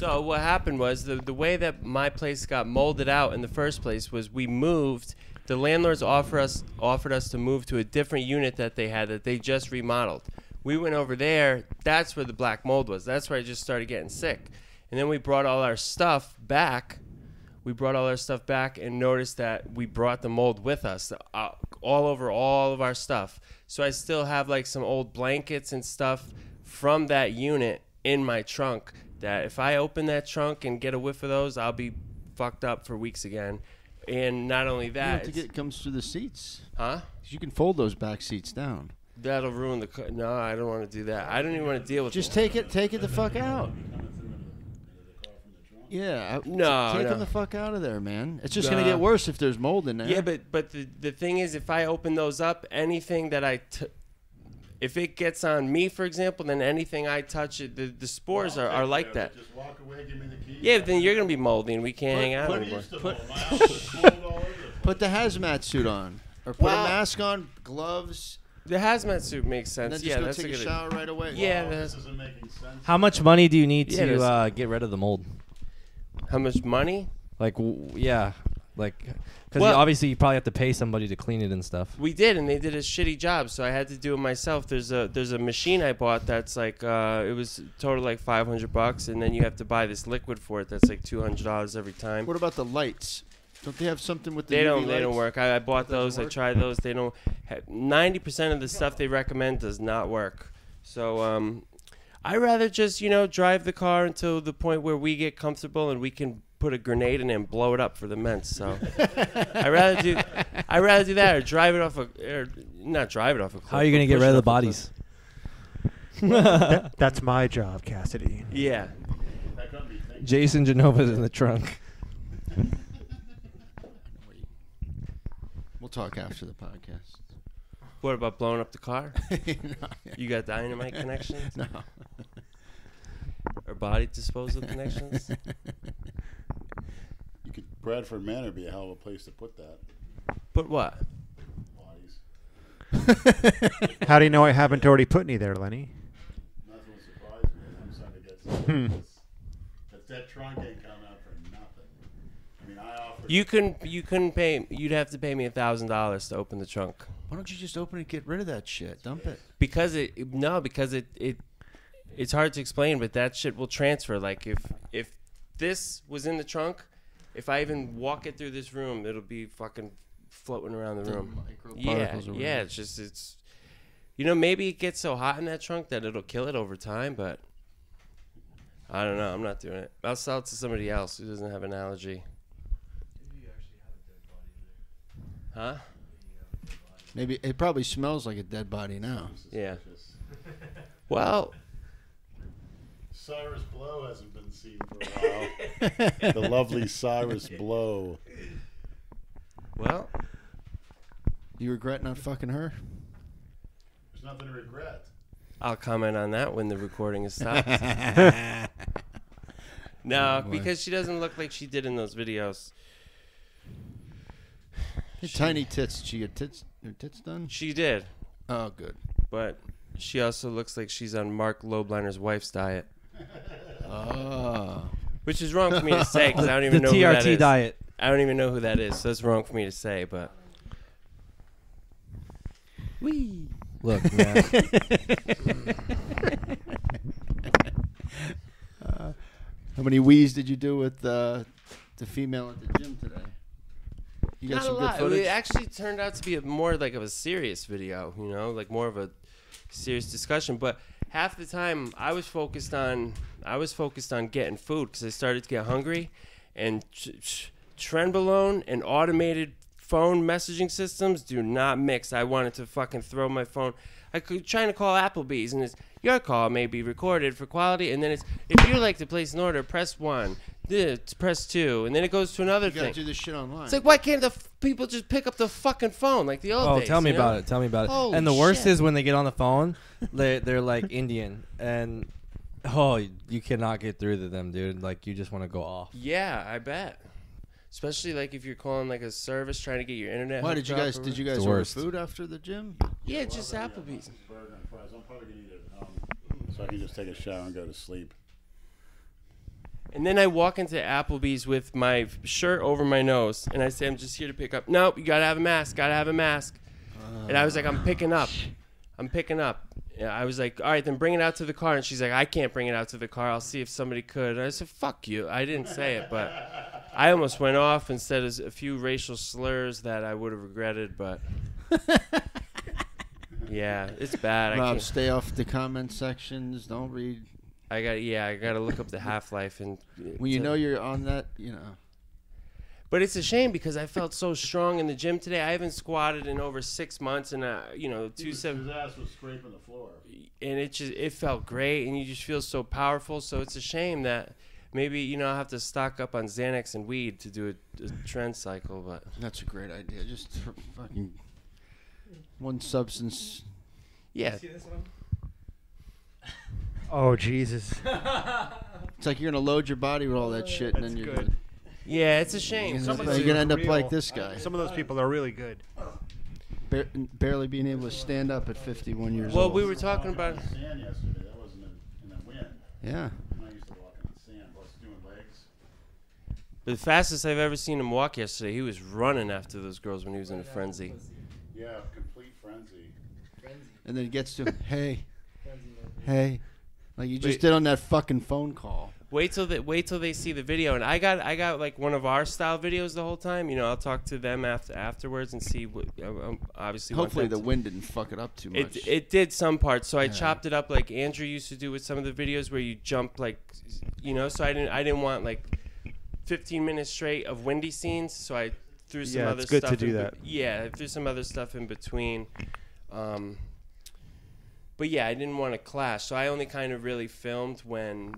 D: So what happened was the the way that my place got molded out in the first place was we moved. The landlords offer us offered us to move to a different unit that they had that they just remodeled. We went over there. That's where the black mold was. That's where I just started getting sick. And then we brought all our stuff back. We brought all our stuff back and noticed that we brought the mold with us uh, all over all of our stuff. So I still have like some old blankets and stuff from that unit in my trunk that if I open that trunk and get a whiff of those, I'll be fucked up for weeks again. And not only
A: You don't
D: that,
A: think
D: it's-
A: it comes through the seats.
D: huh?
A: 'Cause You can fold those back seats down.
D: That'll ruin the. Co- no, I don't want to do that. I don't even want to deal with
A: Just
D: it.
A: take it, take it the fuck out. Yeah, I-
D: No,
A: take
D: no.
A: him the fuck out of there, man. It's just gonna
D: Nah.
A: get worse if there's mold in there.
D: Yeah, but but the, the thing is, if I open those up, anything that I, t- if it gets on me, for example, then anything I touch, it, the the spores are, are like that.
E: Just walk away, give me the key.
D: Yeah, then you're gonna be moldy, and we can't hang out
A: put-
D: anymore.
E: My house is mold all over the place.
A: put the hazmat suit on, or put
D: Well-
A: a mask on, gloves,
D: The hazmat suit makes
A: and then
D: sense.
A: just
D: Yeah,
A: go
D: that's
A: take
D: a
A: a
D: good.
A: shower right away.
D: Yeah,
E: This
D: that's,
E: isn't making sense.
C: How much money do you need
D: Yeah,
C: to
D: there's-
C: uh, get rid of the mold?
D: how much money?
C: Like, w- yeah, like, because
D: Well-
C: obviously you probably have to pay somebody to clean it and stuff.
D: We did, and they did a shitty job, so I had to do it myself. There's a there's a machine I bought that's like uh, it was total like 500 bucks, and then you have to buy this liquid for it that's like 200 dollars every time.
A: What about the lights? Don't they have something with the?
D: They
A: UV
D: don't. They don't
A: lights?
D: work. I, I bought those. I tried those. They don't. Ninety percent of the stuff they recommend does not work. So um, I rather just you know drive the car until the point where we get comfortable and we can put a grenade in it and blow it up for the men. So I rather do. I rather do that or drive it off a or not drive it off a cliff.
C: How are you
D: but
C: gonna get
D: push
C: rid
D: it
C: of the
D: off a cliff.
C: bodies?
B: That, that's my job, Cassidy.
D: Yeah.
C: Jason Genova's in the trunk.
A: We'll talk after the podcast.
D: What about blowing up the car?
A: No.
D: You got dynamite connections
A: No.
D: or body disposal connections?
E: You could Bradford Manor be a hell of a place to put that.
D: But what?
E: Bodies.
B: How do you know I haven't already put any there, Lenny?
E: Nothing will surprise me. I'm starting to get something. That that trunk ain't coming out for nothing. I mean, I offered.
D: You couldn't. You couldn't pay. You'd have to pay me a thousand dollars to open the trunk
A: Why don't you just open it, get rid of that shit, dump it?
D: because it. No, because it. It. It's hard to explain, but that shit will transfer. Like if if this was in the trunk, if I even walk it through this room, it'll be fucking floating around the room. Yeah,
A: particles or
D: yeah.
A: whatever.
D: It's just it's. You know, maybe it gets so hot in that trunk that it'll kill it over time, but I don't know. I'm not doing it. I'll sell it to somebody else who doesn't have an allergy. Huh?
A: Maybe it probably smells like a dead body now.
D: Yeah. Well,
E: Cyrus Blow hasn't been seen for a while. the lovely Cyrus Blow.
D: Well,
A: you regret not fucking her?
E: There's nothing to regret.
D: I'll comment on that when the recording is stopped. no,
A: boy.
D: because she doesn't look like she did in those videos.
A: Tiny tits. She get tits. Her tits done.
D: She did,
A: Oh, good.
D: but she also looks like she's on Mark Lobliner's wife's diet,
A: Oh.
D: which is wrong for me to say because I don't even
C: the
D: know who that
C: TRT
D: is.
C: diet.
D: I don't even know who that is. So that's wrong for me to say, but
C: Look, man.
A: Uh, how many wheeze did you do with uh, the female at the gym today? You got
D: Not
A: some
D: a
A: good
D: lot.
A: footage.
D: It actually turned out to be a, more like of a serious video, you know, like more of a serious discussion. But half the time, I was focused on I was focused on getting food because I started to get hungry, and tr- tr- trenbolone and automated phone messaging systems do not mix. I wanted to fucking throw my phone. I could trying to call Applebee's and it's your call may be recorded for quality, and then it's if you'd like to place an order, press one. This, press two, and then it goes to another
A: you gotta
D: thing.
A: do this shit online.
D: It's like, why can't the f- people just pick up the fucking phone like the old
C: Oh,
D: days?
C: tell me
D: you know?
C: about it. Tell me about it.
D: Holy
C: and the worst
D: shit.
C: is when they get on the phone, they they're like Indian and oh, you cannot get through to them, dude. Like you just want to go off.
D: Yeah, I bet. Especially like if you're calling like a service trying to get your internet.
A: why did
D: hooked
A: you
D: up
A: guys?
D: or
A: Did you
D: whatever.
A: guys
C: the
A: order
C: worst.
A: food after the gym?
D: Yeah, just Applebee's.
E: Burger and fries. I'm probably gonna eat it at home, so I can just take a shower and go to sleep.
D: And then I walk into Applebee's with my f- shirt over my nose, and I say, "I'm just here to pick up." Nope, you gotta have a mask. Gotta have a mask. and I was like, "I'm picking up. I'm picking up." Yeah, I was like, "All right, then bring it out to the car." And she's like, "I can't bring it out to the car. I'll see if somebody could." And I said, "Fuck you." I didn't say it, but I almost went off and said a few racial slurs that I would have regretted. But yeah, it's bad. I
A: Rob,
D: can't-
A: stay off the comment sections. Don't read.
D: I got yeah. I gotta look up the half life and
A: When you
D: to-
A: know you're on that, you know.
D: But it's a shame because I felt so strong in the gym today. I haven't squatted in over six months, and uh, you know, two seven,
E: His ass was scraping the floor.
D: and it just it felt great, and you just feel so powerful. So it's a shame that maybe you know I will have to stock up on Xanax and weed to do a, a trend cycle. But
A: That's a great idea. Just th- fucking one substance.
D: yeah,
B: Oh Jesus!
A: It's like you're gonna load your body with all that shit, and then you're
B: good.
D: yeah, it's a shame.
A: gonna,
B: those
A: you're gonna
B: are
A: end up
B: real.
A: like this guy,
B: Some of those people are really good.
A: Bar- barely being able to stand up at 51 years
D: Well,
A: old.
D: we were talking about
E: on sand yesterday. That wasn't in, in the wind.
A: yeah.
E: I'm not used to walking on sand. Plus doing legs.
D: the fastest I've ever seen him walk yesterday. He was running after those girls when he was in a frenzy.
E: Yeah, complete frenzy.
A: and then it gets to hey, hey, like you just did on that fucking phone call.
D: Wait till they wait till they see the video, and I got I got like one of our style videos the whole time. You know, I'll talk to them after afterwards and see what um, um, obviously. want
A: Hopefully
D: them
A: the
D: to-
A: wind didn't fuck it up too much.
D: It, it did some parts, so I chopped it up like Andrew used to do with some of the videos where you jump like, you know. So I didn't I didn't want like, fifteen minutes straight of windy scenes. So I threw some
B: Yeah,
D: other
B: it's good to
D: stuff.
B: do
D: in be-
B: that.
D: yeah, I threw some other stuff in between. Um, but yeah, I didn't want to clash, so I only kind of really filmed when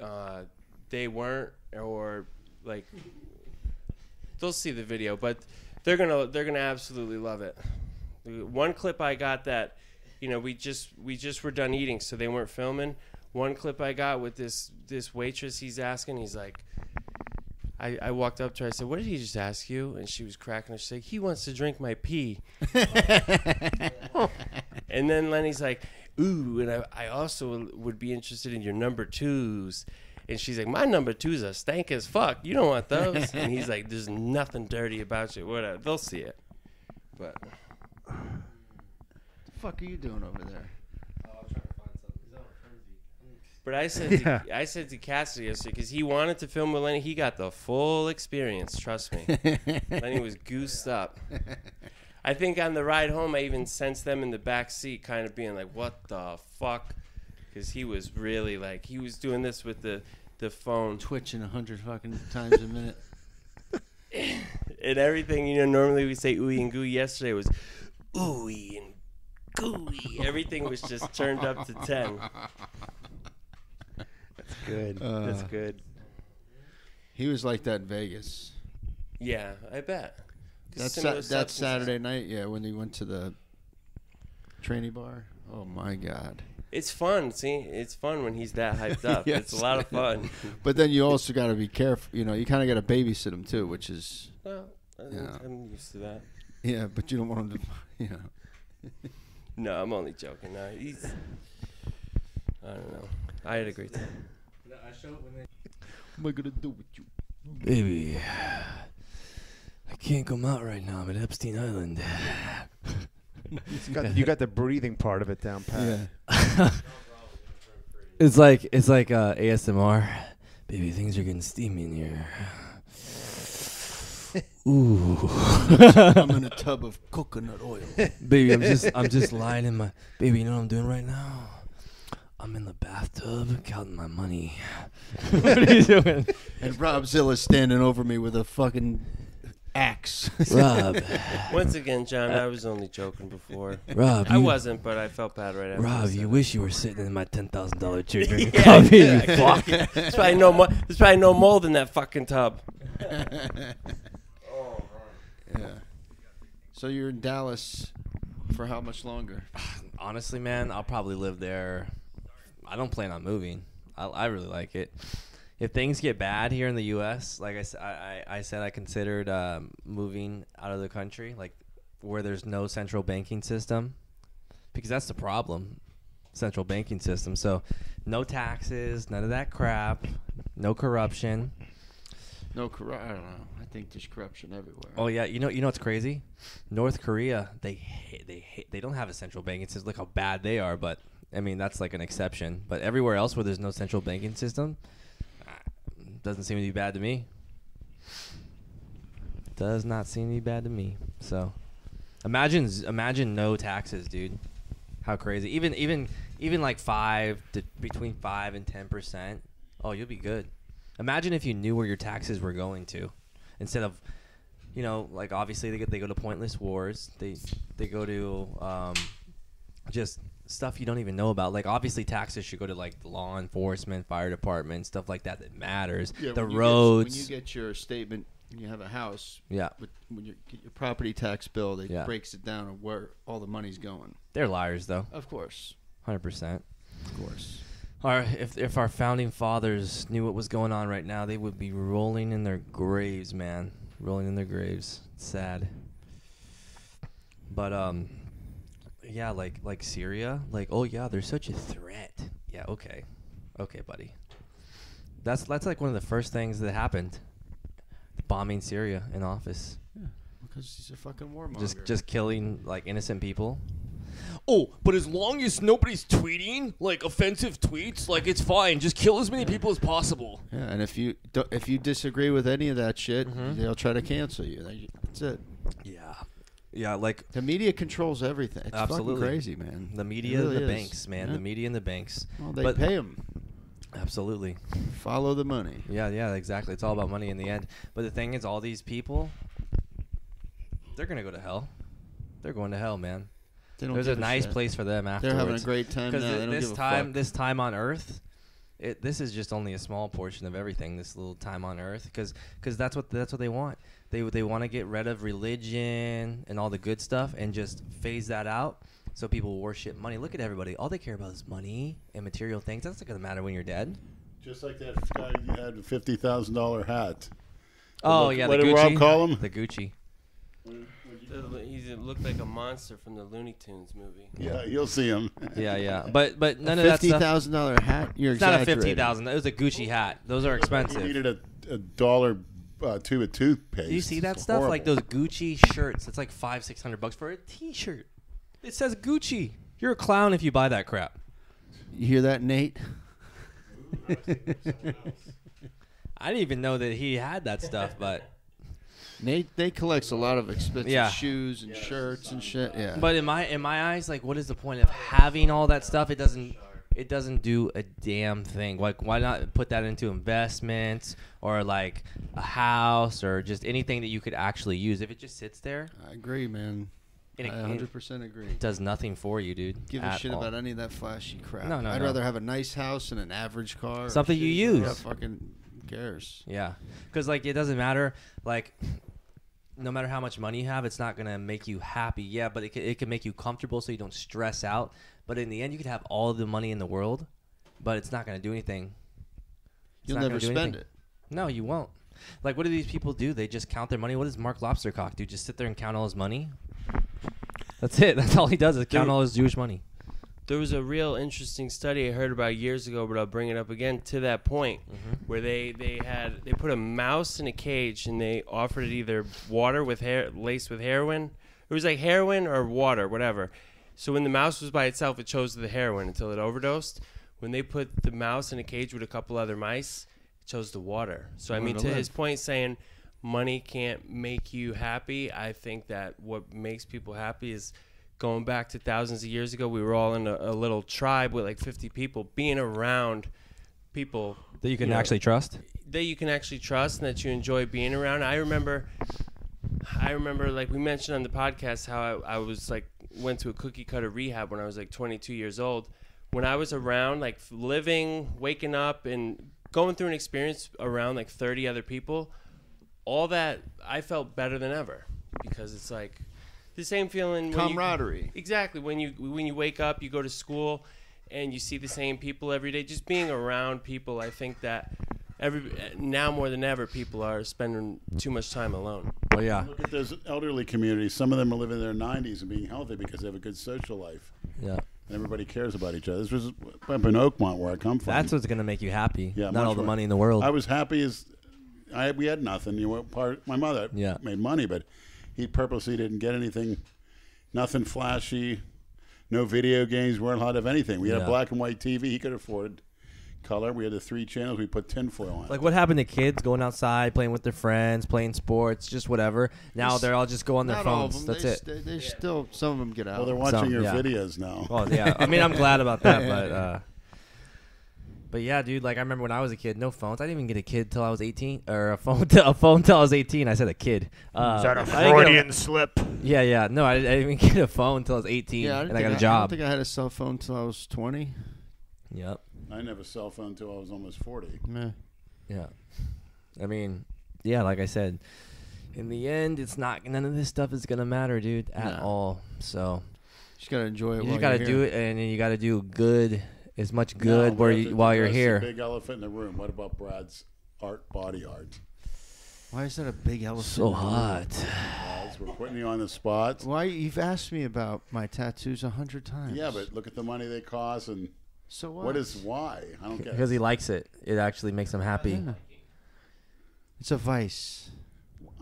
D: uh, they weren't or like. They'll see the video, but they're gonna they're gonna absolutely love it. One clip I got that, you know, we just we just were done eating, so they weren't filming. One clip I got with this this waitress, he's asking, he's like, I, I walked up to her, I said, "What did he just ask you?" And she was cracking her. She's like, "He wants to drink my pee." and then Lenny's like, "Ooh, and I, I also would be interested in your number twos. And she's like, "My number twos are stank as fuck. You don't want those." and he's like, "There's nothing dirty about you. Whatever. They'll see it." But
A: fuck are you doing over there?
H: Oh, I'm trying to find something. He's on a frenzy.
D: But I said to, I said to Cassidy yesterday because he wanted to film with Lenny. He got the full experience. Trust me, Lenny was goosed up. I think on the ride home, I even sensed them in the back seat, kind of being like, "What the fuck?" Because he was really like he was doing this with the the phone
A: Twitching a hundred fucking times a minute.
D: and everything. You know, normally we say "ooey" and "gooey." Yesterday was "ooey" and "gooey." Everything was just turned up to ten. good.
B: Uh,
A: Uh.
D: That's good.
A: He was like that in Vegas.
D: Yeah, I bet. 'Cause
A: That's
D: similar
A: sa- that
D: substances.
A: Saturday night, yeah, when he went to the tranny bar. Oh my God.
D: It's fun. See, it's fun when he's that hyped up. It's
A: Yes.
D: a lot of fun.
A: But then you also got to be careful. You know, you kind of got to babysit him too, which is
D: Well, I'm,
A: Yeah.
D: I'm used to that.
A: yeah. But you don't want him to, you know.
D: No, I'm only joking. No, he's. I don't know. I had a great time.
A: What am I gonna do with you?
C: Baby, I can't come out right now. I'm at Epstein Island.
I: You got, you got the breathing part of it down pat.
A: Yeah.
C: It's like it's like uh, ASMR. Baby, things are getting steamy in here. Ooh,
A: I'm in a tub of coconut oil.
C: baby, I'm just I'm just lying in my baby. You know what I'm doing right now? I'm in the bathtub counting my money. what are you doing,
A: And Rob Zilla's standing over me with a fucking axe.
C: Rob?
D: Once again, John, I was only joking before.
C: Rob,
D: I
C: you-
D: wasn't, but I felt bad right after. I
C: Rob,
D: said
C: you
D: it.
C: wish you were sitting in my ten thousand dollar chair drinking coffee. You fuck.
D: There's probably no more. There's probably no mold in that fucking tub.
A: Yeah. So you're in Dallas for how much longer?
C: Honestly, man, I'll probably live there. I don't plan on moving. I, I really like it. If things get bad here in the U.S., like I, s- I- I- I said, I considered um, moving out of the country, like where there's no central banking system, because that's the problem. Central banking system. So, no taxes, none of that crap, no corruption.
A: No corrupt. I don't know. I think there's corruption everywhere.
C: Oh yeah, you know you know what's crazy? North Korea, they hate, they hate, they don't have a central bank. It says look how bad they are, but I mean that's like an exception. But everywhere else where there's no central banking system, uh, doesn't seem to be bad to me. Does not seem to be bad to me. So imagine z- imagine no taxes, dude. How crazy. Even even even like 5 to between 5 and 10%. Oh, you'll be good. Imagine if you knew where your taxes were going to instead of you know, like obviously they go, they go to pointless wars. They they go to um, just stuff you don't even know about. Like obviously taxes should go to like law enforcement, fire department, stuff like that that matters.
A: when
C: the
A: you get-
C: roads.
A: when you get your statement, and you have a house.
C: Yeah.
A: With, when you get your property tax bill, that
C: Yeah.
A: breaks it down of where all the money's going.
C: They're liars though,
A: Of course.
C: hundred percent.
A: Of course.
C: Our if if our founding fathers knew what was going on right now, they would be rolling in their graves, man. Rolling in their graves. It's sad. But um yeah, like like Syria, like oh yeah, there's such a threat. Yeah, okay. Okay, buddy. That's that's like one of the first things that happened. Bombing Syria in office.
A: Because he's a fucking warmonger.
C: Just just killing like innocent people.
F: Oh, but as long as nobody's tweeting like offensive tweets, like it's fine. Just kill as many people as possible.
A: Yeah, and if you do, if you disagree with any of that shit,
C: Mm-hmm.
A: they'll try to cancel you. They- That's it.
C: Yeah. Yeah, like
A: The media controls everything. It's
C: Absolutely.
A: fucking crazy, man.
C: The
A: It
C: media,
A: really
C: the
A: is.
C: banks, man.
A: Yeah.
C: The media and the banks.
A: Well, they
C: But-
A: pay them.
C: Absolutely.
A: Follow the money.
C: Yeah, yeah, exactly. It's all about money in the end. But the thing is, all these people, they're gonna go to hell. They're going to hell, man.
A: They don't
C: There's a
A: give
C: nice
A: shit.
C: place for them
A: They're
C: afterwards.
A: having a great time now.
C: Because
A: They don't
C: this
A: give a
C: time,
A: fuck.
C: this time on Earth, it this is just only a small portion of everything. This little time on Earth, because that's what that's what they want. They they want to get rid of religion and all the good stuff and just phase that out. So people worship money. Look at everybody. All they care about is money and material things. That's not gonna matter when you're dead.
E: Just like that guy you had a fifty thousand dollar hat.
C: Oh
E: look-
C: yeah,
E: what
C: the
E: did Rob
C: Gucci.
E: call 'em?
C: The Gucci.
D: He looked like a monster from the Looney Tunes movie.
E: Yeah, you'll see him.
C: Yeah, yeah. But but none of that
A: Fifty
C: stuff.
A: thousand dollar hat. You're
C: It's not a
A: exaggerating.
C: fifty thousand. It was a Gucci hat. Those are
E: He
C: expensive.
E: needed a, a dollar uh, tube of toothpaste.
C: Do you see that
E: It's
C: stuff? Like
E: horrible.
C: those Gucci shirts. It's like five six hundred bucks for a T-shirt. It says Gucci. You're a clown if you buy that crap.
A: You hear that, Nate?
C: I didn't even know that he had that stuff, but
A: Nate they collects a lot of expensive
C: Yeah.
A: shoes and shirts and shit. Yeah.
C: but in my in my eyes, like, what is the point of having all that stuff? It doesn't it doesn't do a damn thing. Like, why not put that into investments or like a house or just anything that you could actually use? If it just sits there,
A: I agree, man. I 100% agree.
C: Does nothing for you, dude.
A: Give
C: at
A: a shit
C: all.
A: about any of that flashy crap.
C: No, no,
A: I'd
C: no.
A: rather have a nice house and an average car. or
C: Something you
A: shitty car.
C: use.
A: Fucking who cares.
C: Yeah, because like it doesn't matter. Like, no matter how much money you have, it's not gonna make you happy. Yeah, but it can, it can make you comfortable so you don't stress out. But in the end, you could have all the money in the world, but it's not gonna do anything. It's
A: You'll
C: not gonna
A: never
C: do
A: spend
C: anything. No, you won't. Like, what do these people do? They just count their money. What does Mark Lobstercock do? Just sit there and count all his money. That's it. That's all he does is count
D: Dude.
C: all his Jewish money.
D: There was a real interesting study I heard about years ago, but I'll bring it up again to that point where they, they had they put a mouse in a cage and they offered it either water with hair laced with heroin. It was like heroin or water, whatever. So when the mouse was by itself, it chose the heroin until it overdosed. When they put the mouse in a cage with a couple other mice, it chose the water. So I
C: Wanted
D: mean,
C: to
D: to
C: live.
D: his point, saying money can't make you happy. I think that what makes people happy is going back to thousands of years ago. We were all in a, a little tribe with like 50 people, being around people
C: That you can
D: know,
C: actually trust.
D: that you can actually trust and that you enjoy being around. I remember, I remember like we mentioned on the podcast how I, I was like went to a cookie cutter rehab when I was like 22 years old. When I was around like living, waking up, and going through an experience around like 30 other people, all that I felt better than ever because it's like the same feeling when you-
A: Camaraderie.
D: exactly when you when you wake up you go to school and you see the same people every day just being around people i think that every now more than ever people are spending too much time alone
C: Oh yeah,
E: Look at those elderly communities. Some of them are living in their 90s and being healthy because they have a good social life.
C: yeah.
E: And everybody cares about each other. This was up in Oakmont where I come from.
C: That's what's gonna make you happy.
E: Yeah,
C: not
E: much
C: all the
E: more.
C: money in the world.
E: I was happy as I we had nothing. You know, part my mother
C: Yeah.
E: made money, but he purposely didn't get anything, nothing flashy, no video games. We weren't allowed to have anything. We had
C: Yeah.
E: a black and white TV. He could afford color. We had the three channels. We put tinfoil on. it.
C: Like what happened to kids going outside, playing with their friends, playing sports, just whatever. Now they're all just go on their
A: Not all of
C: phones.
A: them.
C: That's
A: they
C: it.
A: st- they still, some of them get out.
E: well, they're watching
C: some-
E: your
C: yeah.
E: videos now.
C: Well, yeah. I mean, I'm glad about that, but uh, but yeah, dude. Like I remember when I was a kid, no phones. I didn't even get a kid till I was 18, or a phone till a phone till I was 18. I said a kid. Uh,
J: Is that a
C: I didn't get
J: Freudian slip?
C: yeah, yeah. No, I, I didn't even get a phone till I was 18,
A: yeah, I didn't
C: and I got
A: think
C: a
A: I don't
C: job.
A: think I had a cell phone until I was 20.
C: Yep.
E: I didn't have a cell phone until I was almost forty.
A: Meh.
C: Yeah. I mean, yeah. Like I said, in the end, it's not none of this stuff is gonna matter, dude, at
A: No.
C: all. So
A: Just got to enjoy it
C: You
A: while
C: just gotta
A: you're
C: do
A: here.
C: it, and then you gotta do good, as much
E: Now
C: good
E: we
C: where
E: have
C: you,
E: to
C: while you're
E: address the
C: here.
E: Big elephant in the room. What about Brad's art, body art?
A: Why is that a big elephant?
C: So
A: in the room?
C: hot.
E: Guys, we're putting you on the spot.
A: Why you've asked me about my tattoos a hundred times?
E: Yeah, but look at the money they cost and
A: so what?
E: what is why? I don't get it.
C: Because he likes it. It actually makes him happy.
A: It's a vice.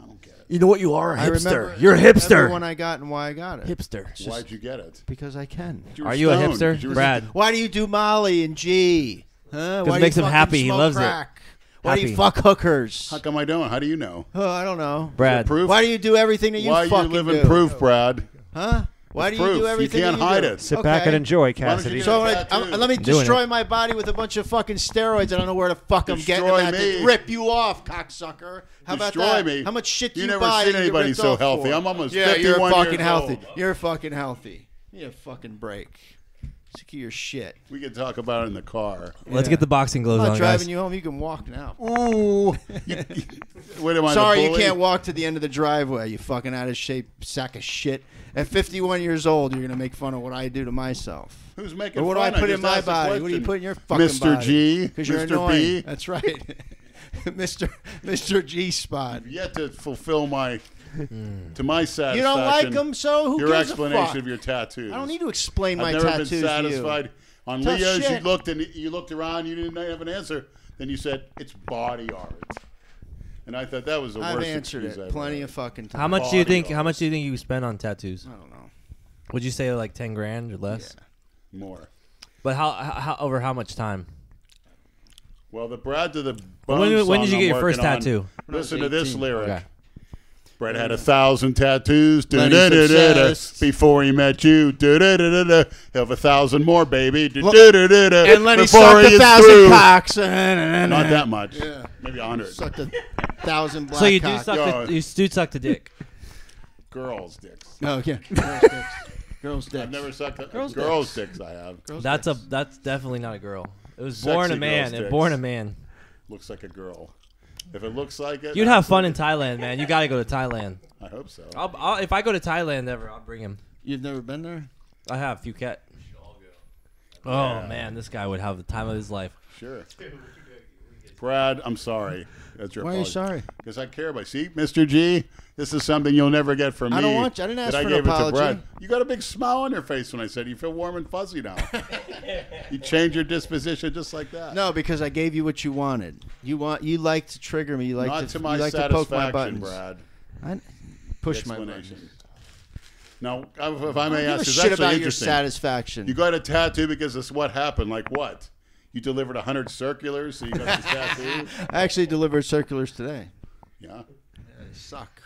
E: I don't get it.
F: You know what? You are a
A: I remember.
F: hipster. You're a
A: I remember
F: hipster.
A: When I got and why I got it
C: Hipster.
E: Why'd you get it?
A: because I can.
E: were
C: Are you a
E: stoned.
C: hipster,
E: You were-
C: Brad?
A: Why do you do Molly and G? Huh? Why do
C: it makes
A: you
C: him
A: fucking
C: happy. He
A: smoke
C: loves it.
A: crack? Why do you
C: Happy.
A: fuck hookers?
E: How come I don't? How do you know?
A: Oh, I don't know.
C: Brad.
E: Proof?
A: Why do you do everything that you
E: Why
A: fucking
E: you live in
A: do?
E: proof, Brad?
A: Huh? Why do
E: proof.
A: you do
E: You
A: everything?
E: can't
A: that
E: hide
A: do?
E: it.
B: Sit back and
A: Okay.
B: enjoy,
E: Why don't you
B: Cassidy.
E: get
A: So
E: a
A: I'm gonna,
E: tattoo?
A: I'm, let me
C: Doing
A: destroy
C: it.
A: my body with a bunch of fucking steroids. I don't know where the fuck I'm
E: Destroy
A: getting them at.
E: me.
A: Rip you off, cocksucker. How about
E: Destroy
A: that?
E: me.
A: How much shit do
E: You
A: you,
E: never
A: buy?
E: seen
A: that you get
E: anybody
A: ripped
E: so
A: off
E: healthy.
A: for?
E: I'm almost
A: yeah, you're
E: 51
A: fucking
E: years
A: healthy.
E: old.
A: You're fucking healthy. You need a fucking break. Sick of your shit.
E: We could talk about it in the car.
C: Let's
A: Yeah.
C: get the boxing gloves
A: I'm not
C: on,
A: driving
C: guys.
A: you home. You can walk now.
E: Ooh. what am I? the
A: Sorry, you
E: bully?
A: can't walk to the end of the driveway. You fucking out of shape sack of shit. At 51 years old, you're gonna make fun of what I do to myself.
E: Who's making
A: Or what do I
E: fun?
A: put in
E: just
A: my
E: asked a
A: body? What do you
E: question.
A: put in your fucking
E: Mr.
A: body?
E: G,
A: Because you're
E: Mr.
A: annoying.
E: B.
A: That's right. Mr. Mr. G spot.
E: I've Yet to fulfill my, to my satisfaction.
A: You don't like them, so who
E: your
A: gives a fuck?
E: explanation of your tattoos.
A: I don't need to explain my
E: I've never
A: tattoos
E: been satisfied.
A: to you.
E: On
A: Tough
E: Leo's,
A: shit.
E: you looked and you looked around, you didn't have an answer. Then you said it's body art, and I thought that was the
A: I've
E: worst
A: answered
E: excuse
A: it
E: I've
A: plenty
E: heard.
A: of fucking times.
C: How much do you
E: Body
C: think? How
E: arts.
C: much do you think you spend on tattoos?
A: I don't know.
C: Would you say like ten grand or less?
E: more.
C: But how, how, how over how much time?
E: Well, the Brad to the
C: When-
E: bone
C: when did
E: song
C: you get your
E: I'm
C: first
E: working on-
C: tattoo?
E: Listen to this
A: 18.
E: lyric.
C: Okay.
E: Brad had a thousand tattoos
A: Lenny's
E: da-da-da-da-da,
A: obsessed.
E: before he met you. da-da-da-da-da. Have a thousand more, baby. da-da-da-da-da,
A: And Lenny
E: before
A: sucked
E: he
A: a
E: is
A: thousand
E: through.
A: cocks.
E: Not
A: Not
E: that much. Maybe a hundred.
A: Sucked a thousand black
C: so you do
A: cock.
C: suck. The,
E: Yo.
C: you do suck the dick.
E: girls' dicks.
A: Oh yeah, girls' dicks. Girls' dicks.
E: I've never sucked a
A: Girls'
E: girls', dicks. I have.
A: Girls'
C: That's a
A: dicks.
C: that's definitely not a girl. It was born a
E: Sexy
C: man.
E: girls'
C: It born a
E: dicks.
C: man.
E: Looks like a girl. If it looks like it,
C: You'd have fun in Thailand, man. You gotta go to Thailand.
E: I hope so.
C: I'll, I'll, if I go to Thailand ever, I'll bring him.
A: You've never been there?
C: I have Phuket. Oh man, this guy would have the time of his life.
E: Sure. Brad, I'm sorry. That's your
A: Why are you sorry?
E: Because I care about. You. See, Mr. G, this is something you'll never get from me.
A: I don't want you. I didn't ask for
E: that I
A: an
E: gave it to
A: apology.
E: Brad. You got a big smile on your face when I said you feel warm and fuzzy now. you change your disposition just like that.
A: No, because I gave you what you wanted. You want you like to trigger me. You like
E: not
A: to,
E: to, my
A: you like to
E: satisfaction,
A: poke my buttons.
E: Brad.
A: I push my buttons.
E: Explanation. Now, if if I
A: I
E: may
A: don't
E: ask,
A: give a
E: is
A: shit
E: actually
A: about your
E: interesting.
A: satisfaction.
E: You got a tattoo because it's what happened. Like what? You delivered hundred circulars, so you got this tattoo.
A: I actually delivered circulars today.
E: Yeah,
A: They suck.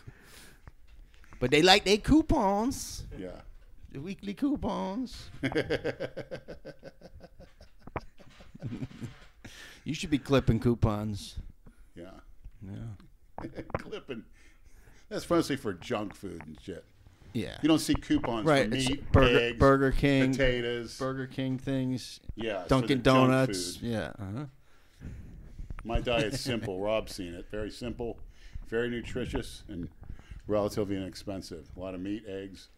A: But they like their coupons,
E: yeah.
A: the weekly coupons. You should be clipping coupons.
E: Yeah. Yeah. Clipping. That's mostly for junk food and shit.
A: Yeah.
E: You don't see coupons
A: right.
E: for
A: It's
E: meat,
A: Burger,
E: eggs,
A: Burger King,
E: potatoes.
A: Burger King things,
E: yeah, it's for
A: Dunkin'
E: the junk
A: Donuts.
E: food.
A: Yeah. Uh-huh.
E: My diet's simple. Rob's seen it. Very simple, very nutritious, and relatively inexpensive. A lot of meat, eggs,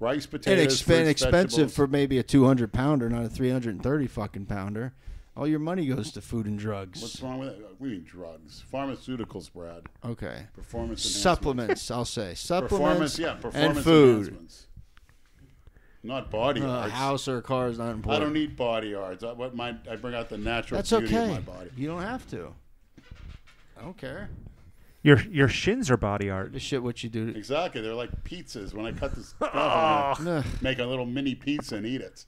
E: rice, potatoes.
A: Inexpen-
E: fruits,
A: expensive
E: vegetables.
A: for maybe a 200 pounder, not a 330 fucking pounder. All your money goes to food and drugs.
E: What's wrong with it? We mean drugs, pharmaceuticals, Brad.
A: okay.
E: Performance enhancement.
A: Uh, Supplements, I'll say. Supplements
E: Performance, yeah, performance
A: and food.
E: enhancements. Not body
A: Uh,
E: arts.
A: house or car is not
E: I
A: important.
E: don't need body arts. I, what my, I bring out the natural
A: That's
E: beauty
A: okay.
E: of my body.
A: You don't have to. I don't care.
B: Your your shins are body art.
A: Just shit what you do. to-
E: Exactly. They're like pizzas. When I cut this stuff, I'm gonna
A: Ugh.
E: make a little mini pizza and eat it.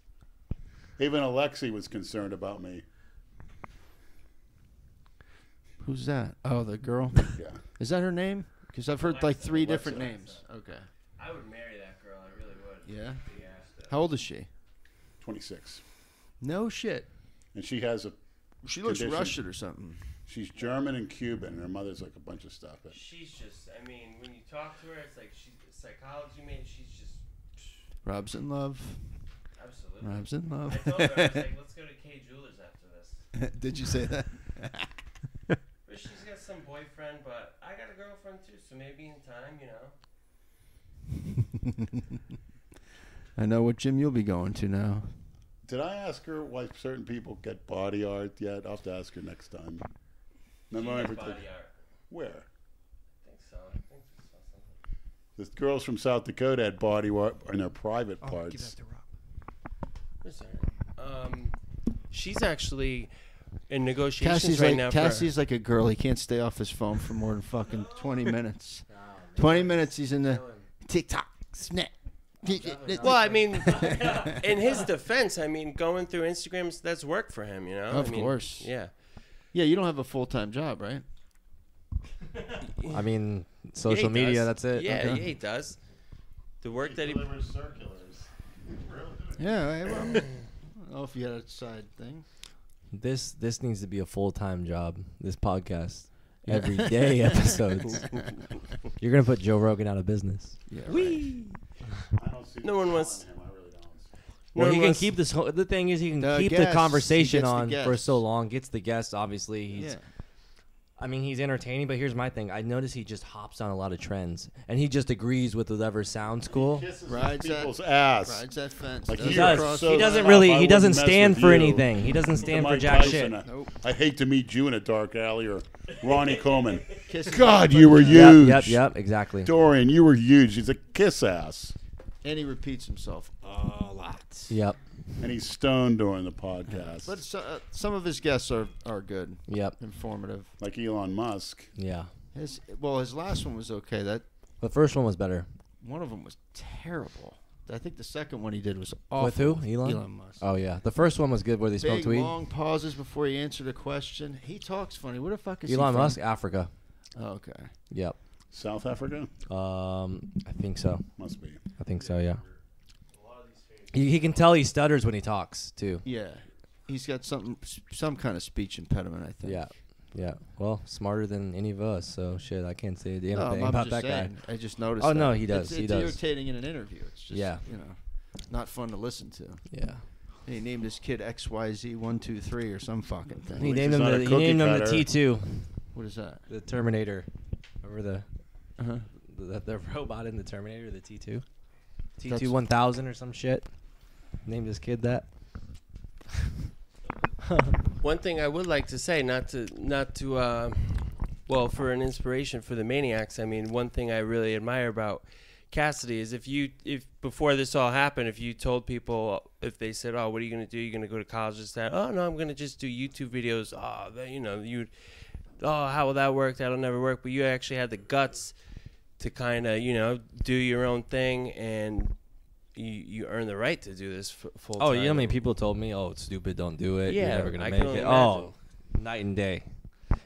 E: Even Alexi was concerned about me.
A: Who's that? Oh, the girl.
E: Yeah.
A: Is that her name? Because I've heard like three different names. Okay.
H: I would marry that girl. I really would.
A: Yeah. How old is she?
E: 26.
A: No shit.
E: And she has a,
A: She looks
E: Condition.
A: Russian or something.
E: she's German and Cuban. And her mother's like a bunch of stuff. But
D: She's just. I mean, when you talk to her, it's like she's a psychology major. She's just
A: Rob's in love.
D: absolutely.
A: Rob's in
D: I
A: love.
D: told her I was like, let's go to K Jewelers after this.
A: Did you say that?
D: But she's got some boyfriend, but I got a girlfriend too, so maybe in time, you know.
A: I know what gym you'll be going to now.
E: did I ask her why certain people get body art yet? I'll have to ask her next time. Remember when I
D: She got
E: ever took-
D: body art. I
E: Where?
D: think so. I think we saw something.
E: The girls from South Dakota had body art in their private
B: Oh,
E: parts.
D: Where's her? Um, she's actually in negotiations
A: Cassie's
D: right
A: like
D: now. for-
A: Cassie's like a girl. He can't stay off his phone for more than fucking twenty minutes. Twenty minutes. He's in the TikTok snap.
D: Well, I mean, in his defense, I mean, going through Instagrams, that's work for him, you know?
A: Of
D: I mean,
A: course.
D: Yeah.
A: yeah, you don't have a full time job, right?
C: I mean,
D: Yeah, he
C: social media.
D: does.
C: That's it. Uh-huh.
D: Yeah,
A: Okay.
D: yeah, he does. The work that he.
E: circulars.
A: Yeah. I, well, I don't know if you had a side thing.
C: This this needs to be a full time job. This podcast, every day episodes. You're gonna put Joe Rogan out of business.
A: Yeah.
E: I don't see
D: No one wants-
E: Him. I really don't.
C: Well,
D: No,
C: he can
D: unless-
C: keep this. Whole, the thing is, he can
A: The
C: keep
A: guests.
C: the
A: He
C: conversation
A: gets the
C: on for
A: guests.
C: so long. Gets the guests. Obviously, he's.
A: Yeah.
C: I mean, he's entertaining. But here's my thing. I notice he just hops on a lot of trends, and he just agrees with whatever sounds cool.
E: Kisses
A: Rides that-
E: people's ass.
A: Rides that fence.
E: Like
A: doesn't
E: you
C: does.
E: are
A: cross-
E: so
C: he doesn't
E: tough,
C: really.
E: I
C: He
E: wouldn't
C: doesn't
E: mess
C: stand
E: with
C: for
E: you.
C: anything. He doesn't stand for
E: Mike
C: jack
E: Tyson,
C: shit.
E: uh,
A: Nope.
E: I'd hate to meet you in a dark alley or Ronnie Coleman.
A: Kisses
E: God,
A: the
E: you were
A: fucking-
C: Yep,
E: huge.
C: yep, yep, exactly.
E: Dorian, you were huge. He's a kiss ass.
A: And he repeats himself a lot.
C: Yep,
E: And he's stoned during the podcast.
A: But so, uh, some of his guests are are good,
C: yep,
A: informative.
E: like Elon Musk.
C: yeah.
A: His well, his last one was okay. That
C: The first one was better.
A: one of them was terrible. I think the second one he did was awful.
C: With who? Elon?
A: Elon Musk.
C: Oh yeah, the first one was good where they
A: Big
C: smoked weed.
A: long pauses before he answered a question. He talks funny. Where the fuck is he
C: Elon
A: from?
C: Musk, Africa.
A: Oh, okay.
C: Yep.
E: South Africa?
C: Um, I think so.
E: Must be.
C: I think so. Yeah. He, he can tell he stutters when he talks too.
A: Yeah, he's got something, some kind of speech impediment. I think.
C: Yeah. Yeah. Well, smarter than any of us, so shit, I can't say damn
A: No,
C: thing
A: I'm
C: about
A: just
C: that
A: saying.
C: guy.
A: I just noticed.
C: Oh
A: that.
C: no, he does.
A: It's,
C: he
A: it's
C: does.
A: irritating in an interview. It's just
C: Yeah.
A: you know, not fun to listen to.
C: Yeah.
A: And he named his kid XYZ one two three or some fucking thing.
C: He
E: least
C: named
E: it's
C: him
E: not
C: the
E: a
C: he
E: cookie
C: named him the
E: cutter.
C: T two,
A: What is that?
C: the Terminator, over the
A: Uh-huh.
C: the, the robot in the Terminator, the T two, T
A: That's-
C: two one thousand or some shit. Named his kid that.
D: One thing I would like to say, not to not to, uh, well, for an inspiration for the maniacs. I mean, one thing I really admire about Cassidy is if you if before this all happened, if you told people if they said, "Oh, what are you going to do? You're going to go to college?" This that. Oh no, I'm going to just do YouTube videos. Oh, that, you know you. Oh, how will that work? That'll never work. But you actually had the guts to kind of you know do your own thing and. You, you earn the right to do this f- full
C: Oh,
D: time.
C: you know how many people told me, "Oh, it's stupid, don't do it. You're
D: Yeah,
C: never gonna
D: I
C: make
D: can
C: it."
D: only
C: Oh, night and day.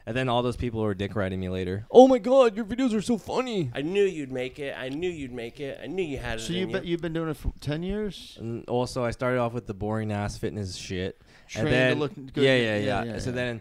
C: And then all those people were dick riding me later.
F: Oh my god, your videos are so funny.
D: I knew you'd make it. I knew you'd make it. I knew you had it.
A: So
D: in
A: you've
D: you.
A: been, you've been doing it for ten years.
C: And also, I started off with the boring ass fitness shit,
A: Trained to
C: and then
A: look good.
C: Yeah,
A: Yeah,
C: yeah, yeah,
A: yeah,
C: So
A: yeah.
C: then,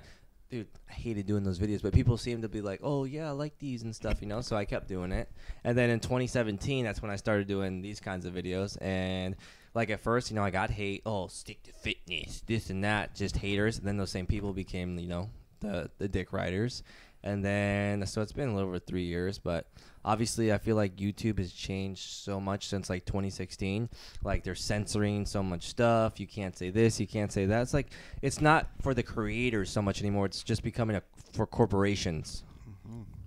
C: dude, I hated doing those videos, but people seemed to be like, "Oh yeah, I like these and stuff," you know. So I kept doing it, and then in 2017, that's when I started doing these kinds of videos. And like at first, you know, I got hate. Oh, stick to fitness, this and that, just haters. And then those same people became, you know, the the dick riders. And then, so it's been a little over three years, but obviously, I feel like YouTube has changed so much since like 2016. Like they're censoring so much stuff. You can't say this, you can't say that. It's like it's not for the creators so much anymore. It's just becoming a for corporations,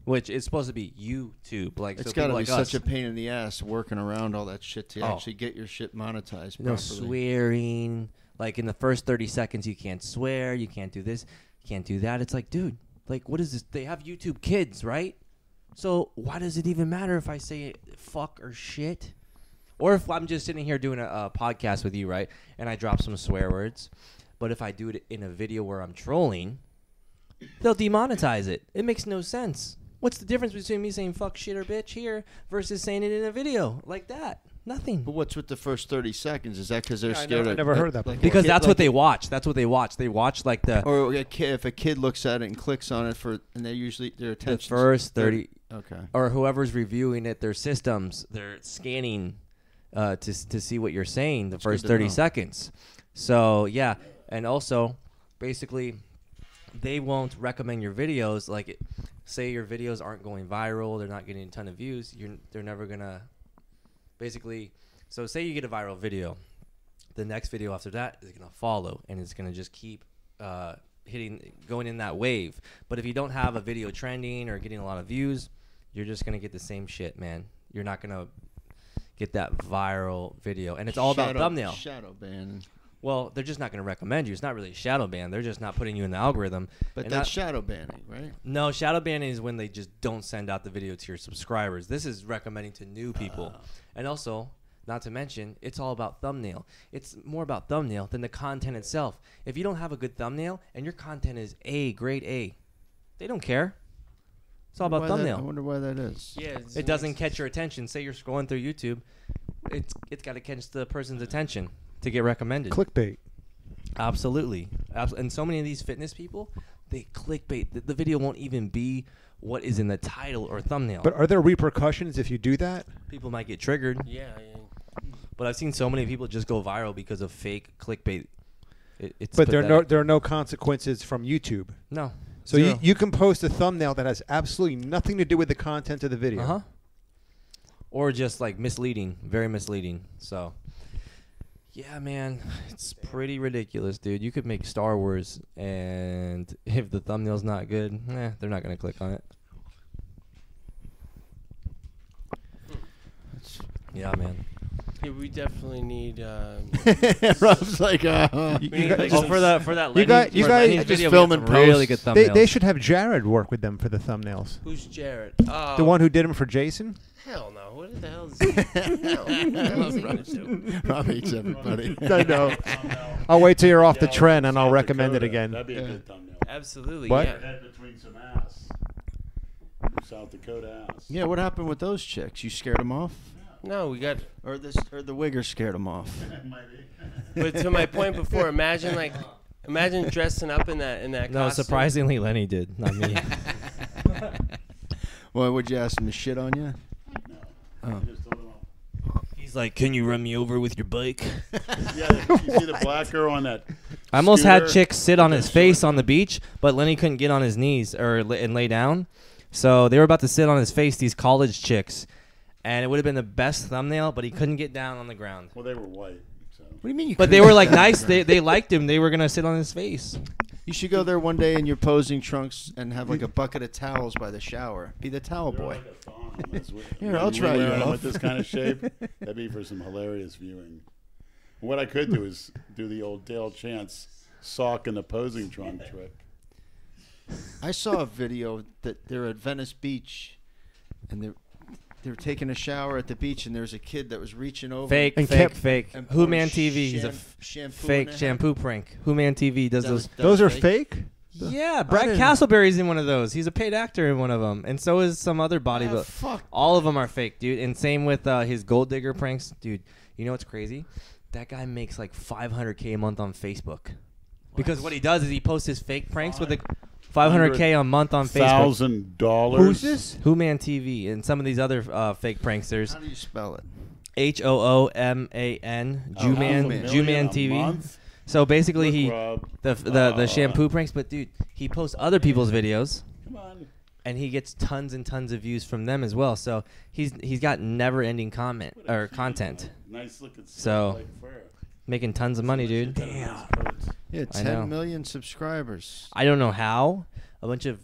C: which is supposed to be YouTube. Like
A: Mm-hmm. it's
C: so
A: got to
C: people
A: be
C: like
A: such
C: us,
A: a pain in the ass working around all that shit to
C: Oh.
A: actually get your shit monetized.
C: no
A: properly.
C: swearing. Like in the first 30 seconds, you can't swear. You can't do this. You can't do that. It's like, dude, like what is this? They have YouTube Kids, right? So why does it even matter if I say fuck or shit? Or if I'm just sitting here doing a, a podcast with you, right? And I drop some swear words. But if I do it in a video where I'm trolling, they'll demonetize it. It makes no sense. What's the difference between me saying fuck, shit, or bitch here versus saying it in a video like that? Nothing.
A: But what's with the first thirty seconds? Is that because they're
B: I
A: scared?
B: never- I
A: of,
B: never
A: like-
B: heard that
A: like a
C: because
A: kid-
C: that's
A: like
C: what they watch. That's what they watch. They watch like the
A: Or a kid, if a kid looks at it and clicks on it for, and they usually their
C: the
A: attention.
C: first thirty
A: Okay.
C: or whoever's reviewing it. Their systems they're scanning uh, to s- to see what you're saying the first
A: to
C: thirty
A: know.
C: seconds. So yeah, and also basically they won't recommend your videos. Like it- say your videos aren't going viral, they're not getting a ton of views. You're they're never gonna basically. So say you get a viral video, the next video after that is going to follow and it's going to just keep uh, hitting going in that wave but if you don't have a video trending or getting a lot of views you're just going to get the same shit man you're not going to get that viral video and it's all about
A: Shadow-
C: thumbnail
A: Shadow ban.
C: well they're just not going to recommend you it's not really a shadow ban they're just not putting you in the algorithm
A: But
C: And
A: that's
C: that-
A: shadow banning, right?
C: no, shadow banning is when they just don't send out the video to your subscribers. This is recommending to new people.
A: Uh.
C: And also, not to mention, it's all about thumbnail. It's more about thumbnail than the content itself. If you don't have a good thumbnail and your content is A, grade A, they don't care. It's all about
A: Why that- I
C: thumbnail.
A: wonder why that is.
D: Yeah,
C: It doesn't catch your attention. Say you're scrolling through YouTube, it's it's got to catch the person's attention to get recommended.
B: Clickbait.
C: Absolutely. Abs- And so many of these fitness people, they clickbait. The, the video won't even be what is in the title or thumbnail.
B: But are there repercussions if you do that?
C: people might get triggered.
D: Yeah, yeah.
C: But I've seen so many people just go viral because of fake clickbait. It, it's
B: But there are no
C: pathetic.
B: there are no consequences from YouTube.
C: no.
B: So you, you can post a thumbnail that has absolutely nothing to do with the content of the video.
C: uh huh, or just like misleading, very misleading. So yeah, man, it's pretty ridiculous, dude. You could make Star Wars, and if the thumbnail's not good, eh, they're not gonna click on it. Yeah, man.
D: yeah we definitely need. Um,
A: Rob's like, uh,
D: we need like
C: Oh,
D: some-
C: for that for that
B: You
C: Lenny,
B: guys- you
C: for
B: guys-
C: Lenny's
B: I
A: just
C: video, we
A: film
C: got
A: and
C: some really good
A: post.
C: thumbnails.
B: They, they should have Jared work with them for the thumbnails.
D: Who's Jared? Oh,
B: The one who did them for Jason.
D: Hell no! What the hell is he? no, what the hell is he gonna do?
A: Rob hates everybody.
B: I know. I'll wait till you're off the trend and I'll recommend it again.
E: That'd be a
A: Yeah.
E: good thumbnail.
D: Absolutely.
B: What?
D: Yeah.
E: Head between some ass. South Dakota ass.
A: yeah, what happened with those chicks? You scared them off,
D: No, we got.
A: or this, or the wigger scared them off?
E: Maybe.
D: But to my point before, imagine like Imagine dressing up in that in that.
C: No,
D: costume.
C: surprisingly, Lenny did, not me.
A: Well, would you ask him to shit on you?
C: Oh.
F: He's like, can you run me over with your bike?
E: Yeah, you see the black girl on that.
C: I almost had
E: scooter?
C: chicks sit on
E: Okay,
C: his
E: sure.
C: face on the beach, but Lenny couldn't get on his knees or la- and lay down. So they were about to sit on his face, these college chicks, and it would have been the best thumbnail. But he couldn't get down on the ground.
E: Well, they were white. So.
A: What do you mean? You
C: But they were like nice. They they liked him. They were gonna sit on his face.
A: You should go there one day in your posing trunks and have like a bucket of towels by the shower. Be the towel boy. Here, I'll try you
E: Them
A: off.
E: with this kind of shape, that'd be for some hilarious viewing. What I could do is do the old Dale Chance sock in the posing trunk trick.
A: I saw a video that they're at Venice Beach, and they're they're taking a shower at the beach, and there's a kid that was reaching over.
C: Fake,
B: And
C: fake,
B: kept-
C: fake.
A: and
C: Who
A: poured
C: Man TV is a
A: sham-
C: f-
A: shampoo in
C: fake
A: their hair.
C: shampoo prank. Who Man TV does
A: That was-
C: those.
A: that
B: Those
A: was
B: are fake.
C: Yeah, Brad
A: didn't-
C: Castleberry's in one of those. He's a paid actor in one of them, and so is some other body.
A: Ah,
C: but
A: fuck.
C: all of them are fake, dude. And same with uh, his gold digger pranks, dude. You know what's crazy? That guy makes like 500k a month on Facebook, because what he does is he posts his fake pranks with a 500k a month on Facebook.
E: Thousand dollars.
B: Who's this?
C: Who Man TV and some of these other uh, fake pranksters.
A: How do you spell it?
C: H O O M A N.
E: Oh.
C: Jew Man.
A: million
C: Jew Man
E: a
C: TV.
E: month?
C: So basically,
E: Look,
C: he
E: Rob.
C: the the,
E: Uh,
C: the shampoo pranks, but dude, he posts other people's videos
E: Come on.
C: and he gets tons and tons of views from them as well. So he's he's got never ending comment or content,
E: Nice looking. stuff
C: So-
E: like fur.
C: making tons of money, dude.
E: Nice coats.
A: Yeah,
C: I
A: ten
C: know.
A: million subscribers,
C: I don't know how. A bunch of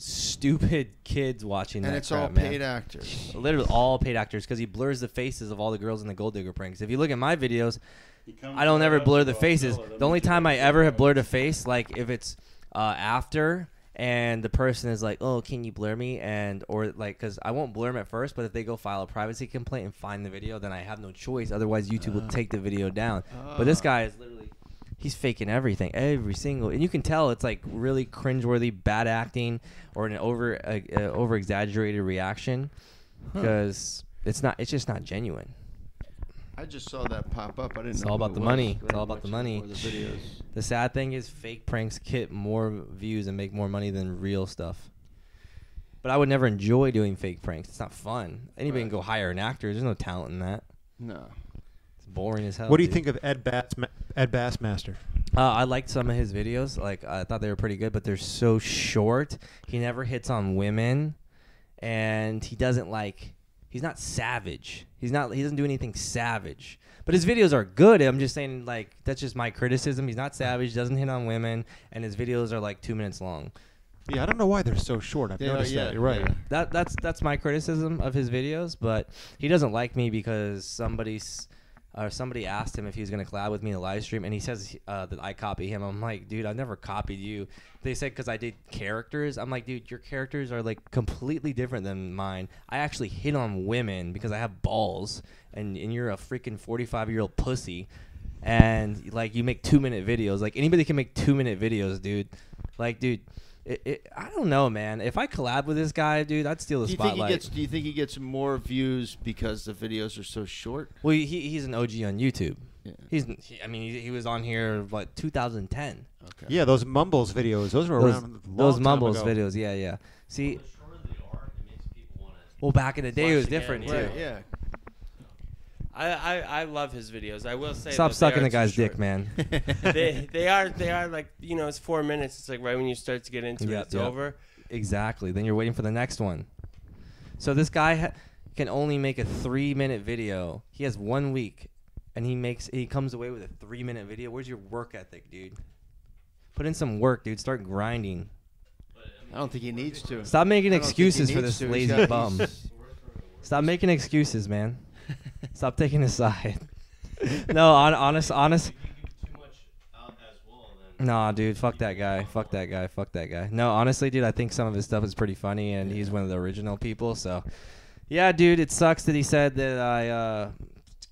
C: stupid kids watching
A: and
C: that
A: it's all
C: crap,
A: paid
C: man.
A: actors.
C: Literally all paid actors because he blurs the faces of all the girls in the Gold Digger pranks. If you look at my videos,
E: He comes
C: I don't
E: right
C: ever
E: up
C: blur
E: to
C: the
E: Rob
C: faces.
E: Miller, let
C: The
E: me
C: only
E: get
C: time
E: that
C: I ever have
E: photo.
C: blurred a face, like if it's uh, after and the person is like, "Oh, can you blur me?" and or like because I won't blur them at first, but if they go file a privacy complaint and find the video, then I have no choice. Otherwise, YouTube will take the video down. but this guy is literally. He's faking everything, every single, and you can tell it's like really cringeworthy, bad acting, or an over uh, uh, over exaggerated reaction, because it's not, it's just not genuine.
A: I just saw that pop up. I didn't.
C: It's
A: know
C: all
A: who
C: about
A: it
C: the
A: was,
C: money.
A: but
C: It's
A: I
C: all
A: was
C: about the
A: watching
C: money.
A: more of the videos.
C: The sad thing is, fake pranks get more views and make more money than real stuff. But I would never enjoy doing fake pranks. It's not fun. Anybody can
A: Right.
C: go hire an actor. There's no talent in that.
A: No,
C: It's boring as hell.
B: What do you
C: dude.
B: think of Ed Bass Ed Bassmaster?
C: Uh, I liked some of his videos. Like I thought they were pretty good, but they're so short. He never hits on women, and he doesn't like. He's not savage. He's not. He doesn't do anything savage. But his videos are good. I'm just saying, like that's just my criticism. He's not savage. Doesn't hit on women, and his videos are like two minutes long.
B: Yeah, I don't know why they're so short. I've
A: They are,
B: noticed
A: yeah,
B: that. You're right.
A: yeah.
C: That that's that's my criticism of his videos. But he doesn't like me because somebody's. Or somebody asked him if he was going to collab with me in a live stream, and he says uh, that I copy him. I'm like, dude, I never copied you. They said because I did characters. I'm like, dude, your characters are like completely different than mine. I actually hit on women because I have balls, and, and you're a freaking 45 year old pussy, and like you make two minute videos. Like anybody can make two minute videos, dude. Like, dude, it, it, I don't know, man. If I collab with this guy, dude, I'd steal the
A: do you think he
C: spotlight.
A: gets? Do you think he gets more views because the videos are so short?
C: Well, he, he's an OG on YouTube.
A: Yeah.
C: He's, he, I mean, he, he was on here like 2010.
A: Okay.
B: Yeah, those mumbles videos. Those were
C: Those,
B: around. a long
C: those
B: time
C: mumbles
B: ago.
C: videos, yeah, yeah. See,
H: The shorter they are, it makes people want to.
C: well, back in the day, it was
D: Once again,
C: different
D: yeah.
C: too.
A: Right, yeah.
D: I, I I love his videos. I will say.
C: Stop
D: that they
C: sucking
D: are
C: the
D: too
C: guy's
D: short.
C: dick, man.
D: they they are they are like you know it's four minutes. It's like right when you start to get into
C: Yeah,
D: it, it's
C: yeah.
D: over.
C: exactly. Then you're waiting for the next one. So this guy ha- can only make a three-minute video. He has one week, and he makes he comes away with a three-minute video. Where's your work ethic, dude? Put in some work, dude. Start grinding.
A: I don't think he needs to.
C: Stop making
A: I don't think he
C: excuses for
A: needs
C: this
A: to. He's
C: lazy
A: got-
C: bum.
A: he's-
C: Stop making excuses, man. Stop taking a side. no, on, honest, honest.
H: You give too much out as well, then
C: Nah, dude, fuck that guy. Fuck that guy. Fuck that guy. No, honestly, dude, I think some of his stuff is pretty funny, and he's one of the original people. So, yeah, dude, it sucks that he said that I uh,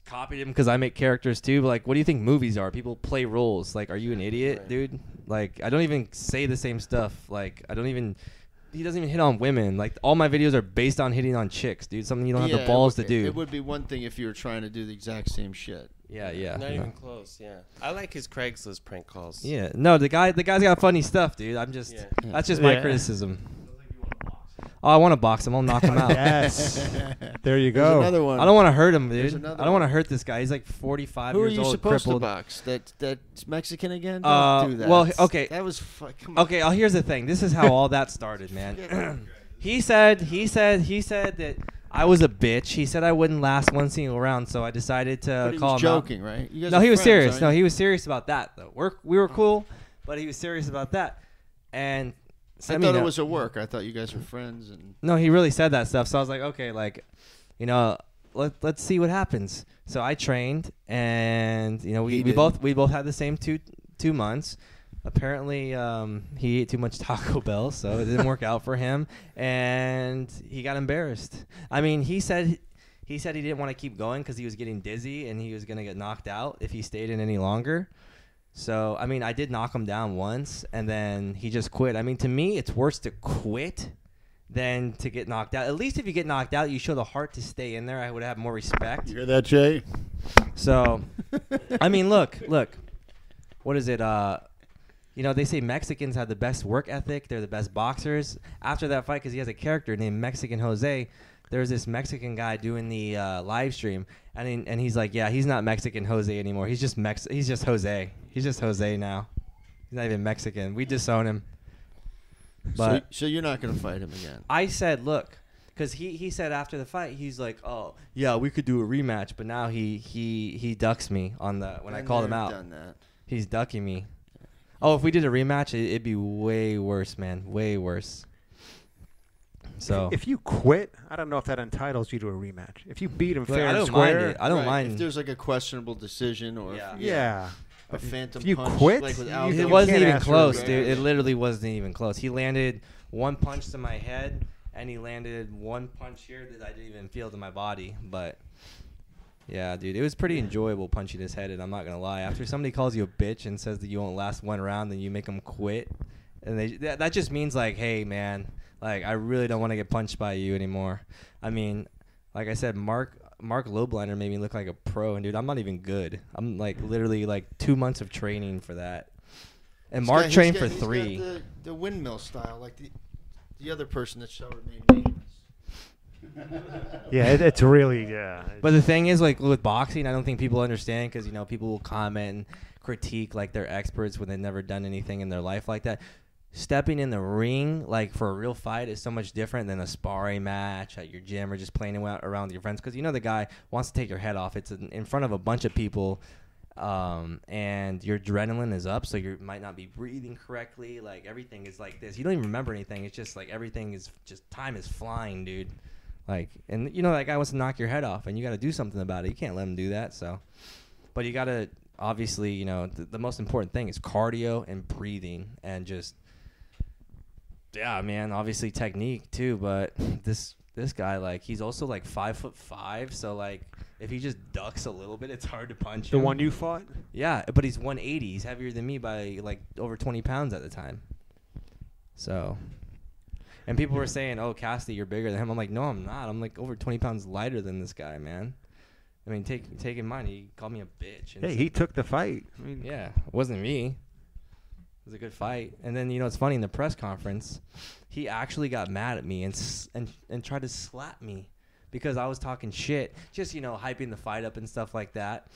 C: copied him because I make characters too. But like, what do you think movies are? People play roles. Like, are you an idiot,
D: Right.
C: dude? Like, I don't even say the same stuff. Like, I don't even. He doesn't even hit on women. Like, all my videos are based on hitting on chicks, dude. Something you don't have
A: Yeah,
C: the balls
A: it
C: to
A: would-
C: do.
A: It would be one thing if you were trying to do the exact same shit.
C: Yeah, yeah.
D: Not
C: yeah.
D: even close. Yeah, I like his Craigslist prank calls.
C: Yeah, no, the guy, the guy's got funny stuff, dude. I'm just,
D: Yeah.
C: that's just my
B: Yeah.
C: criticism. Oh, I want to box him. I'll knock him out.
B: Yes. There you
A: There's
B: go.
A: another one.
C: I don't want to hurt him,
A: There's
C: dude. I
A: another
C: don't want to
A: one.
C: hurt this guy. He's like 45
K: Who are
C: years
K: you
C: old,
K: supposed
C: crippled.
K: to box? That that's Mexican again? Don't
C: Uh,
K: do that.
C: well, okay.
K: That was fucking.
C: Okay, oh, here's the thing. This is how all that started, man. he said, he said, he said that I was a bitch. He said I wouldn't last one single round, so I decided to
K: But he
C: call
K: was
C: him out.
K: joking, right? You guys
C: no,
K: are
C: he was
K: friends,
C: serious.
K: aren't
C: No,
K: you?
C: he was serious about that though. We're, we were cool, but he was serious about that. And uh,
K: I,
C: sent me
K: thought it
C: that-
K: was a work. I thought you guys were friends and.
C: no, he really said that stuff. So I was like, okay, like, you know, let let's see what happens. So I trained, and you know, we,
K: He
C: we
K: did.
C: both we both had the same two two months. Apparently, um, he ate too much Taco Bell, so it didn't work out for him, and he got embarrassed. I mean, he said he said he didn't want to keep going because he was getting dizzy and he was gonna get knocked out if he stayed in any longer. So I mean, I did knock him down once, and then he just quit. I mean, to me, it's worse to quit than to get knocked out. At least if you get knocked out, you show the heart to stay in there. I would have more respect.
E: You hear that, Jay?
C: So, I mean, look, look. What is it? Uh, you know, they say Mexicans have the best work ethic. They're the best boxers. After that fight, because he has a character named Mexican Jose, there's this Mexican guy doing the uh, live stream, and he- and he's like, yeah, he's not Mexican Jose anymore. He's just Mex. He's just Jose. He's just Jose now. He's not even Mexican. We disown him. But
K: so, so you're not gonna fight him again.
C: I said, look, because he, he said after the fight, he's like, oh yeah, we could do a rematch, but now he he he ducks me on the when I
K: I've
C: call him
K: never
C: out,
K: Done that.
C: he's ducking me. Oh, if we did a rematch, it, it'd be way worse, man, way worse. So
B: If you quit, I don't know if that entitles you to a rematch. If you beat him
C: Look,
B: fair
C: I
B: and
C: don't mind
B: square,
C: it. I don't
K: Right, If
C: mind.
K: there's like a questionable decision or
C: Yeah.
K: if,
B: yeah.
K: a phantom
B: you
K: punch,
B: quit,
K: like with
B: you-
K: Aldo.
B: you
C: Oh, it wasn't
B: can't
C: even
B: ask for a
C: close,
B: rematch.
C: dude. It literally wasn't even close. He landed one punch to my head, and he landed one punch here that I didn't even feel to my body. But yeah, dude, it was pretty enjoyable punching his head. And I'm not gonna lie, after somebody calls you a bitch and says that you won't last one round, then you make them quit, and they that, that just means like, hey, man, like I really don't want to get punched by you anymore. I mean, like I said, Mark. Mark Lobliner made me look like a pro, and dude, I'm not even good. I'm like literally like two months of training for that. And
K: He's
C: Mark
K: got- he's
C: trained
K: got-
C: for
K: he's got
C: three.
K: the, the windmill style, like the the other person that shall remain nameless.
B: Yeah, it, it's really yeah.
C: But the thing is, like with boxing, I don't think people understand because you know people will comment and critique like they're experts when they've never done anything in their life like that. Stepping in the ring, like for a real fight, is so much different than a sparring match at your gym or just playing around around with your friends. Because you know the guy wants to take your head off. It's in in front of a bunch of people, um, and your adrenaline is up, so you might not be breathing correctly. Like everything is like this. You don't even remember anything. It's just like everything is just time is flying, dude. Like, and you know that guy wants to knock your head off, and you got to do something about it. You can't let him do that. So, but you got to obviously, you know, th- the most important thing is cardio and breathing, and just yeah, man. Obviously technique too, but this this guy like he's also like five foot five, so like if he just ducks a little bit, it's hard to punch.
B: the
C: him.
B: one you fought,
C: Yeah, but he's 180. He's heavier than me by like over 20 pounds at the time. So, and people were saying, "Oh, Cassidy, you're bigger than him." I'm like, "No, I'm not. I'm like over 20 pounds lighter than this guy, man." I mean, take take in mind, he called me a bitch. and
B: hey,
C: said-
B: he took the fight. I mean,
C: yeah, it wasn't me. It was a good fight. And then you know it's funny in the press conference, he actually got mad at me and s- and and tried to slap me because I was talking shit, just you know hyping the fight up and stuff like that.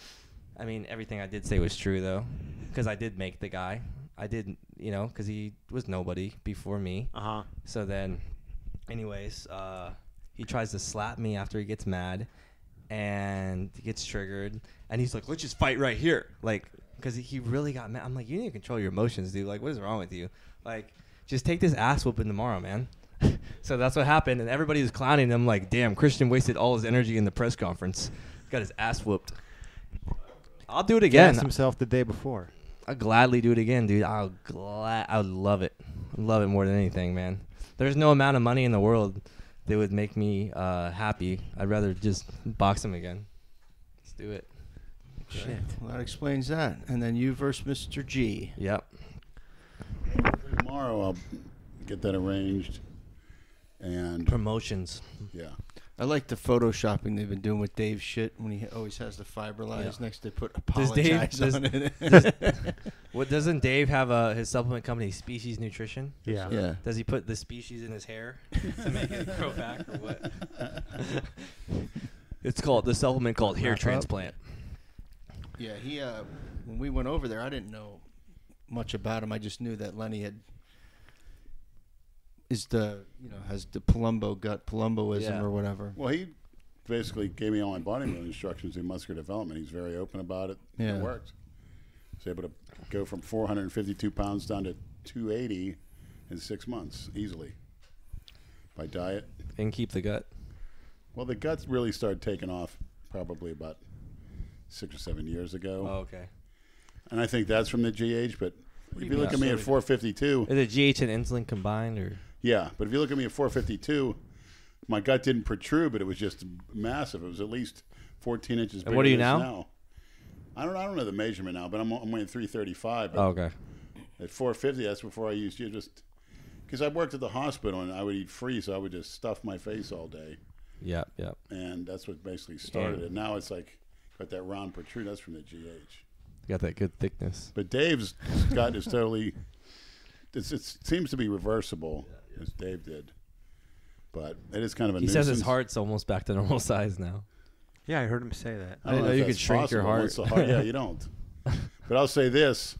C: I mean, everything I did say was true though, because I did make the guy. I did, you know, because he was nobody before me.
B: Uh huh.
C: So then, anyways, uh, he tries to slap me after he gets mad, and he gets triggered, and he's like, "Let's just fight right here," like, because he really got mad. I'm like, "You need to control your emotions, dude. Like, what is wrong with you? Like, just take this ass whooping tomorrow, man." so that's what happened, and everybody was clowning him. Like, damn, Christian wasted all his energy in the press conference. Got his ass whooped. I'll do it again.
B: Gassed himself the day before.
C: I'll gladly do it again, dude. I'll glad I would love it. Love it more than anything, man. There's no amount of money in the world that would make me uh, happy. I'd rather just box him again. Let's do it.
K: Shit. Well, that explains that. And then you versus Mr. G.
C: Yep.
E: Tomorrow I'll get that arranged. And
C: Promotions.
E: yeah,
K: I like the photoshopping they've been doing with Dave's shit when he always has the fiber lines
C: Yeah.
K: next to put
C: Does Dave?
K: apologize
C: Does,
K: on
C: does-
K: it.
C: what doesn't Dave have? A, his supplement company, Species Nutrition.
B: Yeah.
K: Yeah.
C: Does he put the species in his hair to make it grow back, or what? it's called the supplement called hair
B: Wrap up.
C: transplant.
K: yeah, he. Uh, when we went over there, I didn't know much about him. I just knew that Lenny had is the you know has the Palumbo gut Palumboism
C: Yeah.
K: or whatever.
E: Well, he basically gave me all my bodybuilding instructions in muscular development. He's very open about it.
K: Yeah.
E: It worked. I was able to go from 452 pounds down to 280 in six months easily by diet.
C: And keep the gut.
E: Well, the guts really started taking off probably about six or seven years ago.
C: Oh, okay.
E: And I think that's from the GH, but
C: do
E: if
C: you
E: you look
C: mean?
E: at me at 452,
C: Is it GH and insulin combined, or
E: yeah, but if you look at me at 452, my gut didn't protrude, but it was just massive. It was at least 14 inches.
C: And what
E: bigger
C: are you
E: than it is
C: now?
E: I don't. I don't know the measurement now, but I'm I'm weighing 335. But
C: Oh, okay.
E: At 450, that's before I used you just because I worked at the hospital and I would eat free, so I would just stuff my face all day,
C: yep, yep.
E: and that's what basically started it. Now it's like got that round protrude. That's from the GH.
C: Got that good thickness.
E: But Dave's gut is totally. It's, it seems to be reversible, as Dave did. But it is kind of a.
C: He says his
E: nuisance.
C: heart's almost back to normal size now.
B: Yeah, I heard him say that.
C: I
E: I don't
C: didn't know
E: if
C: you could
E: that's
C: shrink your
E: possible once
C: heart.
E: the Yeah, you don't. But I'll say this: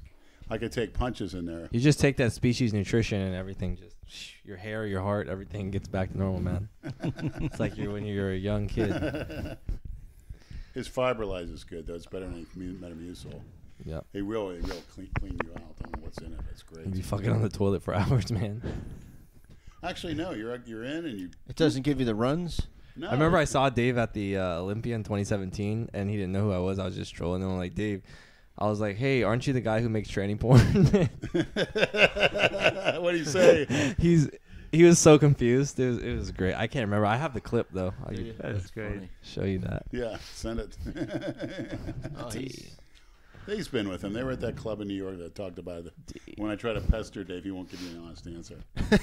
E: I could take punches in there.
C: You just take that species nutrition and everything just your hair, your heart, everything gets back to normal, man. it's like you're when you're a young kid.
E: His fiberlize is good though; it's better than mu- Metamucil.
C: Yep.
E: It really, it really clean, clean you out. I don't know what's in it. It's great.
C: You'd be fucking on the toilet for hours, man.
E: Actually, no. You're you're in, and you.
K: It doesn't give you the runs.
E: No,
C: I remember I saw Dave at the uh, Olympia in 2017, and he didn't know who I was. I was just trolling him, like Dave. I was like, "Hey, aren't you the guy who makes tranny porn?"
E: what do you say?
C: He's he was so confused. It was it was great. I can't remember. I have the clip though. I could
B: That's great.
C: show you that.
E: Yeah, send it.
K: Oh, he's-
E: Dave's been with him. They were at that club in New York that talked about it. When I try to pester Dave, he won't give me an honest answer.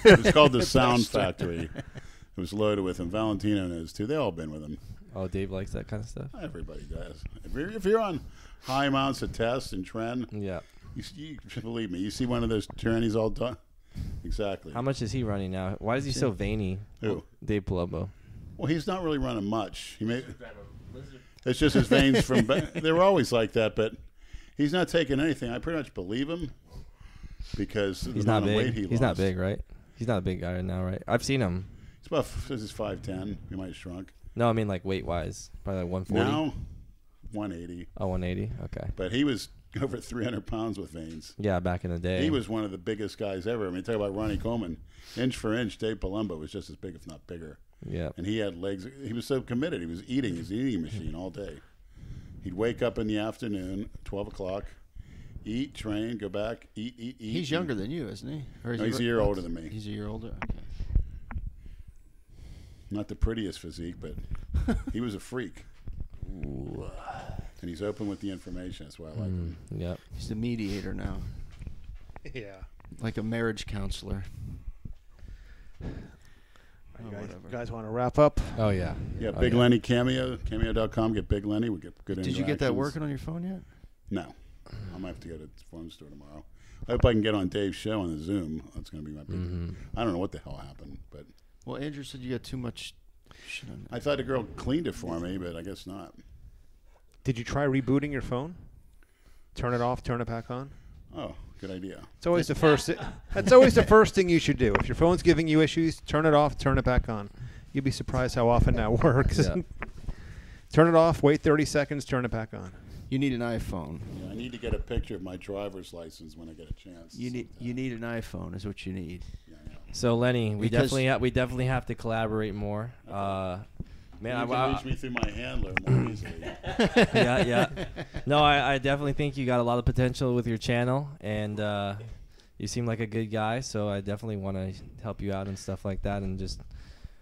E: It was called the Sound Factory. It was loaded with him. Valentino knows too. They all been with him.
C: Oh, Dave likes that kind of stuff.
E: Everybody does. If you're, if you're on high amounts of test and trend,
C: Yeah.
E: you, s- you believe me. You see one of those tyrannies all done. Exactly.
C: How much is he running now? Why is he so veiny?
E: Who?
C: Dave Palumbo.
E: Well, he's not really running much. He may. It's just his veins from. ba- they were always like that, but he's not taking anything. I pretty much believe him because of the
C: He's not
E: amount of
C: big.
E: weight he
C: He's not
E: lost.
C: big, right? He's not a big guy right now, right? I've seen him.
E: He's about this is five ten. He might have shrunk
C: No, I mean like weight wise, probably like 140.
E: now, one eighty.
C: Oh, 180. Okay.
E: But he was over three hundred pounds with veins.
C: Yeah, back in the day.
E: He was one of the biggest guys ever. I mean, talk about Ronnie Coleman. Inch for inch, Dave Palumbo was just as big, if not bigger.
C: Yeah.
E: And he had legs. He was so committed. He was eating his eating machine all day. He'd wake up in the afternoon, twelve o'clock, eat, train, go back, eat, eat, eat.
K: He's younger than you, isn't he? Or is
E: No,
K: he
E: he's
K: ri-
E: a year older than me.
K: He's a year older. Okay.
E: Not the prettiest physique, but he was a freak. And he's open with the information. That's why I like
K: Mm.
E: him.
C: Mm, Yep.
K: He's the mediator now,
B: Yeah.
K: like a marriage counselor.
B: You
K: Or
B: guys,
K: whatever.
B: you guys want to wrap up?
C: Oh yeah.
E: Yeah,
C: Oh,
E: Big Lenny Cameo, cameo.com. Get Big Lenny. We get good
K: Did you get that
E: interactions.
K: working on your phone yet?
E: No. I might have to go to the phone store tomorrow. I hope I can get on Dave's show on the Zoom. That's going to be my big.
K: Mm-hmm.
E: I don't know what the hell happened, but
K: Well, Andrew said you got too much shit on
E: I thought the girl cleaned it for me, but I guess not.
B: Did you try rebooting your phone? Turn it off, turn it back on?
E: Oh, good idea.
B: It's always the first. That's always the first thing you should do. If your phone's giving you issues, turn it off, turn it back on. You'd be surprised how often that works.
C: Yeah.
B: turn it off, wait 30 seconds, turn it back on.
K: You need an iPhone.
E: Yeah, I need to get a picture of my driver's license when I get a chance.
K: You need you need an iPhone is what you need.
E: Yeah, I know.
C: So Lenny, we
K: Because-
C: definitely ha- we definitely have to collaborate more. Uh, man, I,
E: you can
C: I-
E: reach me through my handler more easily.
C: yeah, yeah. No, I, I definitely think you got a lot of potential with your channel, and uh, you seem like a good guy. So I definitely want to help you out and stuff like that, and just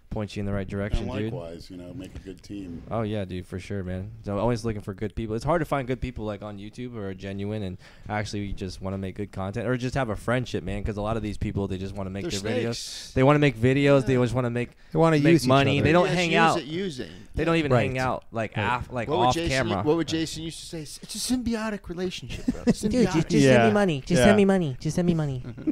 C: point you in the right direction,
E: and
C: dude.
E: likewise, you know, make a good team.
C: Oh yeah, dude, for sure, man. So always looking for good people. It's hard to find good people like on YouTube who are genuine and actually just want to make good content or just have a friendship, man. Because a lot of these people, they just want to make
A: They're
C: their videos.
A: snakes.
C: They want to make videos. They always want to make.
A: They wanna
C: make
A: use each
C: money.
A: other.
C: They don't
A: Yes,
C: hang
A: use
C: out.
A: it, use it.
C: They don't even
A: Right.
C: hang out like
A: Right.
C: af- like
A: What would
C: off
A: Jason-
C: camera.
A: What would Jason used to say? It's a symbiotic relationship, bro. It's
C: Dude, just-
A: symbiotic.
C: just send Yeah. me money.
L: Just send me money. Just send me money.
C: Mm-hmm.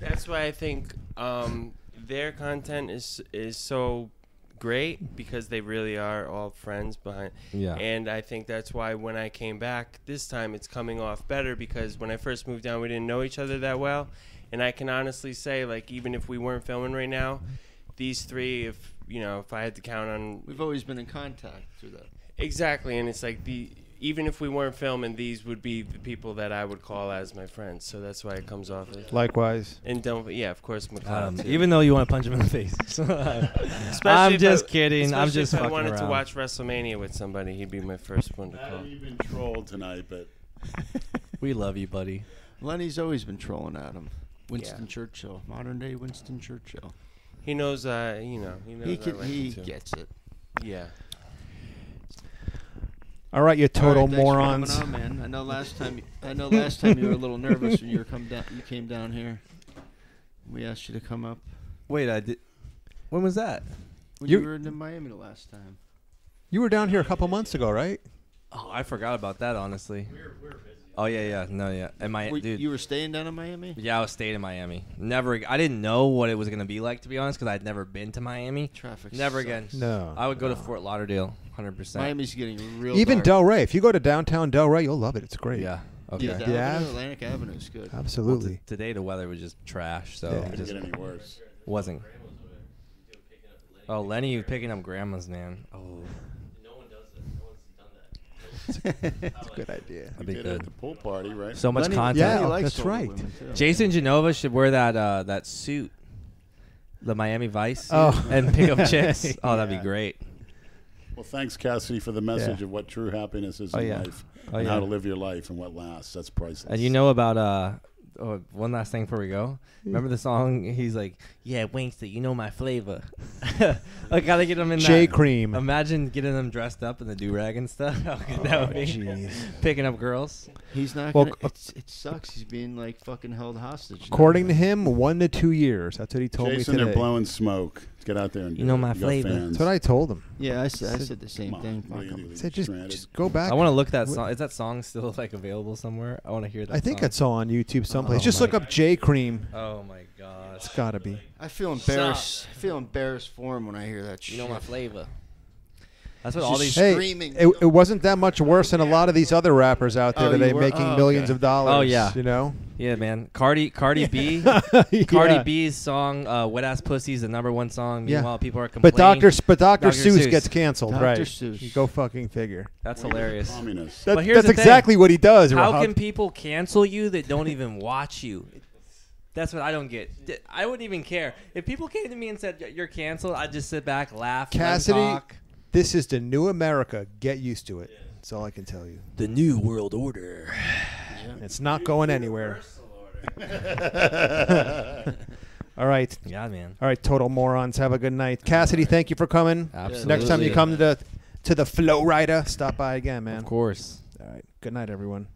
D: That's why I think um, their content is is so great because they really are all friends behind.
C: Yeah.
D: And I think that's why when I came back this time, it's coming off better because when I first moved down, we didn't know each other that well, and I can honestly say, like, even if we weren't filming right now, these three, if you know, if I had to count on,
K: We've always been in contact through that.
D: Exactly, and it's like the even if we weren't filming, these would be the people that I would call as my friends. So that's why it comes off. as-
B: Likewise.
D: and don't yeah, of course, McLeod.
C: Um,
D: too.
C: even though you want to punch him in the face.
D: Especially
C: I'm
D: if
C: just
D: I-
C: kidding. I'm
D: especially
C: just
D: if I
C: fucking
D: wanted to
C: around.
D: watch WrestleMania with somebody, he'd be my first one to call.
E: You've been trolled tonight, but
C: We love you, buddy.
K: Lenny's always been trolling at him. Winston Churchill, modern day Winston Churchill.
D: He knows, uh, you know, he knows.
K: He
D: I
K: can-
D: like him
K: he
D: too.
K: gets it.
D: Yeah.
B: All right, you total
K: All right, thanks for coming
B: morons.
K: on, man. I know last time. I know last time you were a little nervous when you were come down. You came down here. We asked you to come up
I: Wait, I did.
C: When was that?
K: when you,
B: You
K: were in Miami the last time.
B: you were down here a couple months ago, right?
C: Oh, I forgot about that. Honestly. Oh yeah, yeah, no, yeah. And my
K: Were-
C: dude,
K: you were staying down in Miami.
C: Yeah, I was staying in Miami. Never, ag- I didn't know what it was gonna be like to be honest, because I'd never been to Miami.
K: Traffic
C: Never
K: sucks.
C: again.
B: No,
C: I would go to Fort Lauderdale, hundred percent.
K: Miami's getting real.
B: Even
K: dark.
B: Delray. If you go to downtown Delray, you'll love it. It's great.
C: Yeah. Okay.
K: Yeah,
B: Yeah.
K: the Avenue, Atlantic Avenue is good.
B: Absolutely.
C: Today the weather was just trash, so
B: Yeah.
C: it
B: Couldn't
C: just
E: get any worse.
C: Wasn't. Oh, Lenny, you picking up grandma's name? Oh,
B: it's a good idea.
C: that'd be
E: did it at
C: good.
E: the pool party, right?
C: So much
K: Lenny-
C: content.
K: Lenny
B: Yeah,
K: likes
B: that's
K: older
B: right.
K: women, too.
C: Jason Genova should wear that uh, that suit, the Miami Vice, suit,
B: Oh.
C: and pick up chicks. Oh, that'd
B: Yeah.
C: be great.
E: Well, thanks, Cassidy, for the message
B: Yeah.
E: of what true happiness is
C: Oh,
E: in
C: yeah.
E: life
C: Oh,
E: and how
C: yeah.
E: to live your life and what lasts. That's priceless.
C: And you know about uh, oh, one last thing before we go. Remember the song? He's like, "Yeah, Wingster, you know my flavor." I gotta get him in
B: J
C: that-
B: cream.
C: Imagine getting them dressed up in the do rag and stuff. How good
B: Oh,
C: that would be. Picking up girls.
K: He's not.
B: Well,
K: gonna,
B: ac-
K: it's, it sucks. He's being like fucking held hostage. now.
B: According to him, one to two years. That's what he told
E: Jason,
B: me
E: they're
B: today.
E: blowing smoke. Get out there and
C: You
E: do
C: know
E: it.
C: my
E: you got
C: flavor.
E: Fans.
B: That's what I told him.
K: Yeah, I said, I
B: Said-
K: said the same
E: Come on,
K: thing.
E: what are you
K: Fuck
E: gonna
K: him.
E: do?
B: I said, just,
E: Stranded.
B: just go back.
C: I want to look that
B: Wh-
C: song. Is that song still like available somewhere? I want to hear that.
B: I think
C: song.
B: that's all on YouTube someplace.
C: Oh
B: just
C: my
B: look up J cream.
C: Oh my gosh.
B: It's gotta be.
K: I feel embarrassed. I feel embarrassed for him when I hear that shit.
C: You know my flavor. That's what all
K: Just
C: these.
B: Hey,
K: Screaming.
B: it, it wasn't that much worse than a lot of these other rappers out there
K: Oh, you
B: today
K: were-
B: making
K: oh,
B: millions
K: okay.
B: of dollars.
C: Oh, yeah.
B: you know.
C: Yeah, man. Cardi Cardi B.
B: Yeah.
C: Cardi B's song uh, "Wet Ass Pussy" is the number one song.
B: Yeah.
C: Meanwhile, people are complaining.
B: But Doctor, but Doctor
C: Dr.
B: Seuss,
C: Seuss.
B: gets canceled,
K: Dr.
B: right?
K: Seuss.
B: Go fucking figure.
C: That's
E: We're
C: hilarious.
E: Communists.
B: That-
C: But here's
B: that's
C: the thing.
B: exactly what he does.
C: How
B: Rob.
C: can people cancel you that don't even watch you? That's what I don't get. D- I wouldn't even care if people came to me and said "Y- you're canceled. I'd just sit back, laugh, let 'em
B: Cassidy-
C: talk.
B: This is the new America. Get used to it. That's all I can tell you.
C: The new world order.
B: It's not going anywhere. all right,
C: Yeah, man.
B: all right, total morons. Have a good night, Cassidy. Thank you for coming.
C: Absolutely.
B: Next time you come to the to the Flow Rider, stop by again, man.
C: of course.
B: All right. Good night, everyone.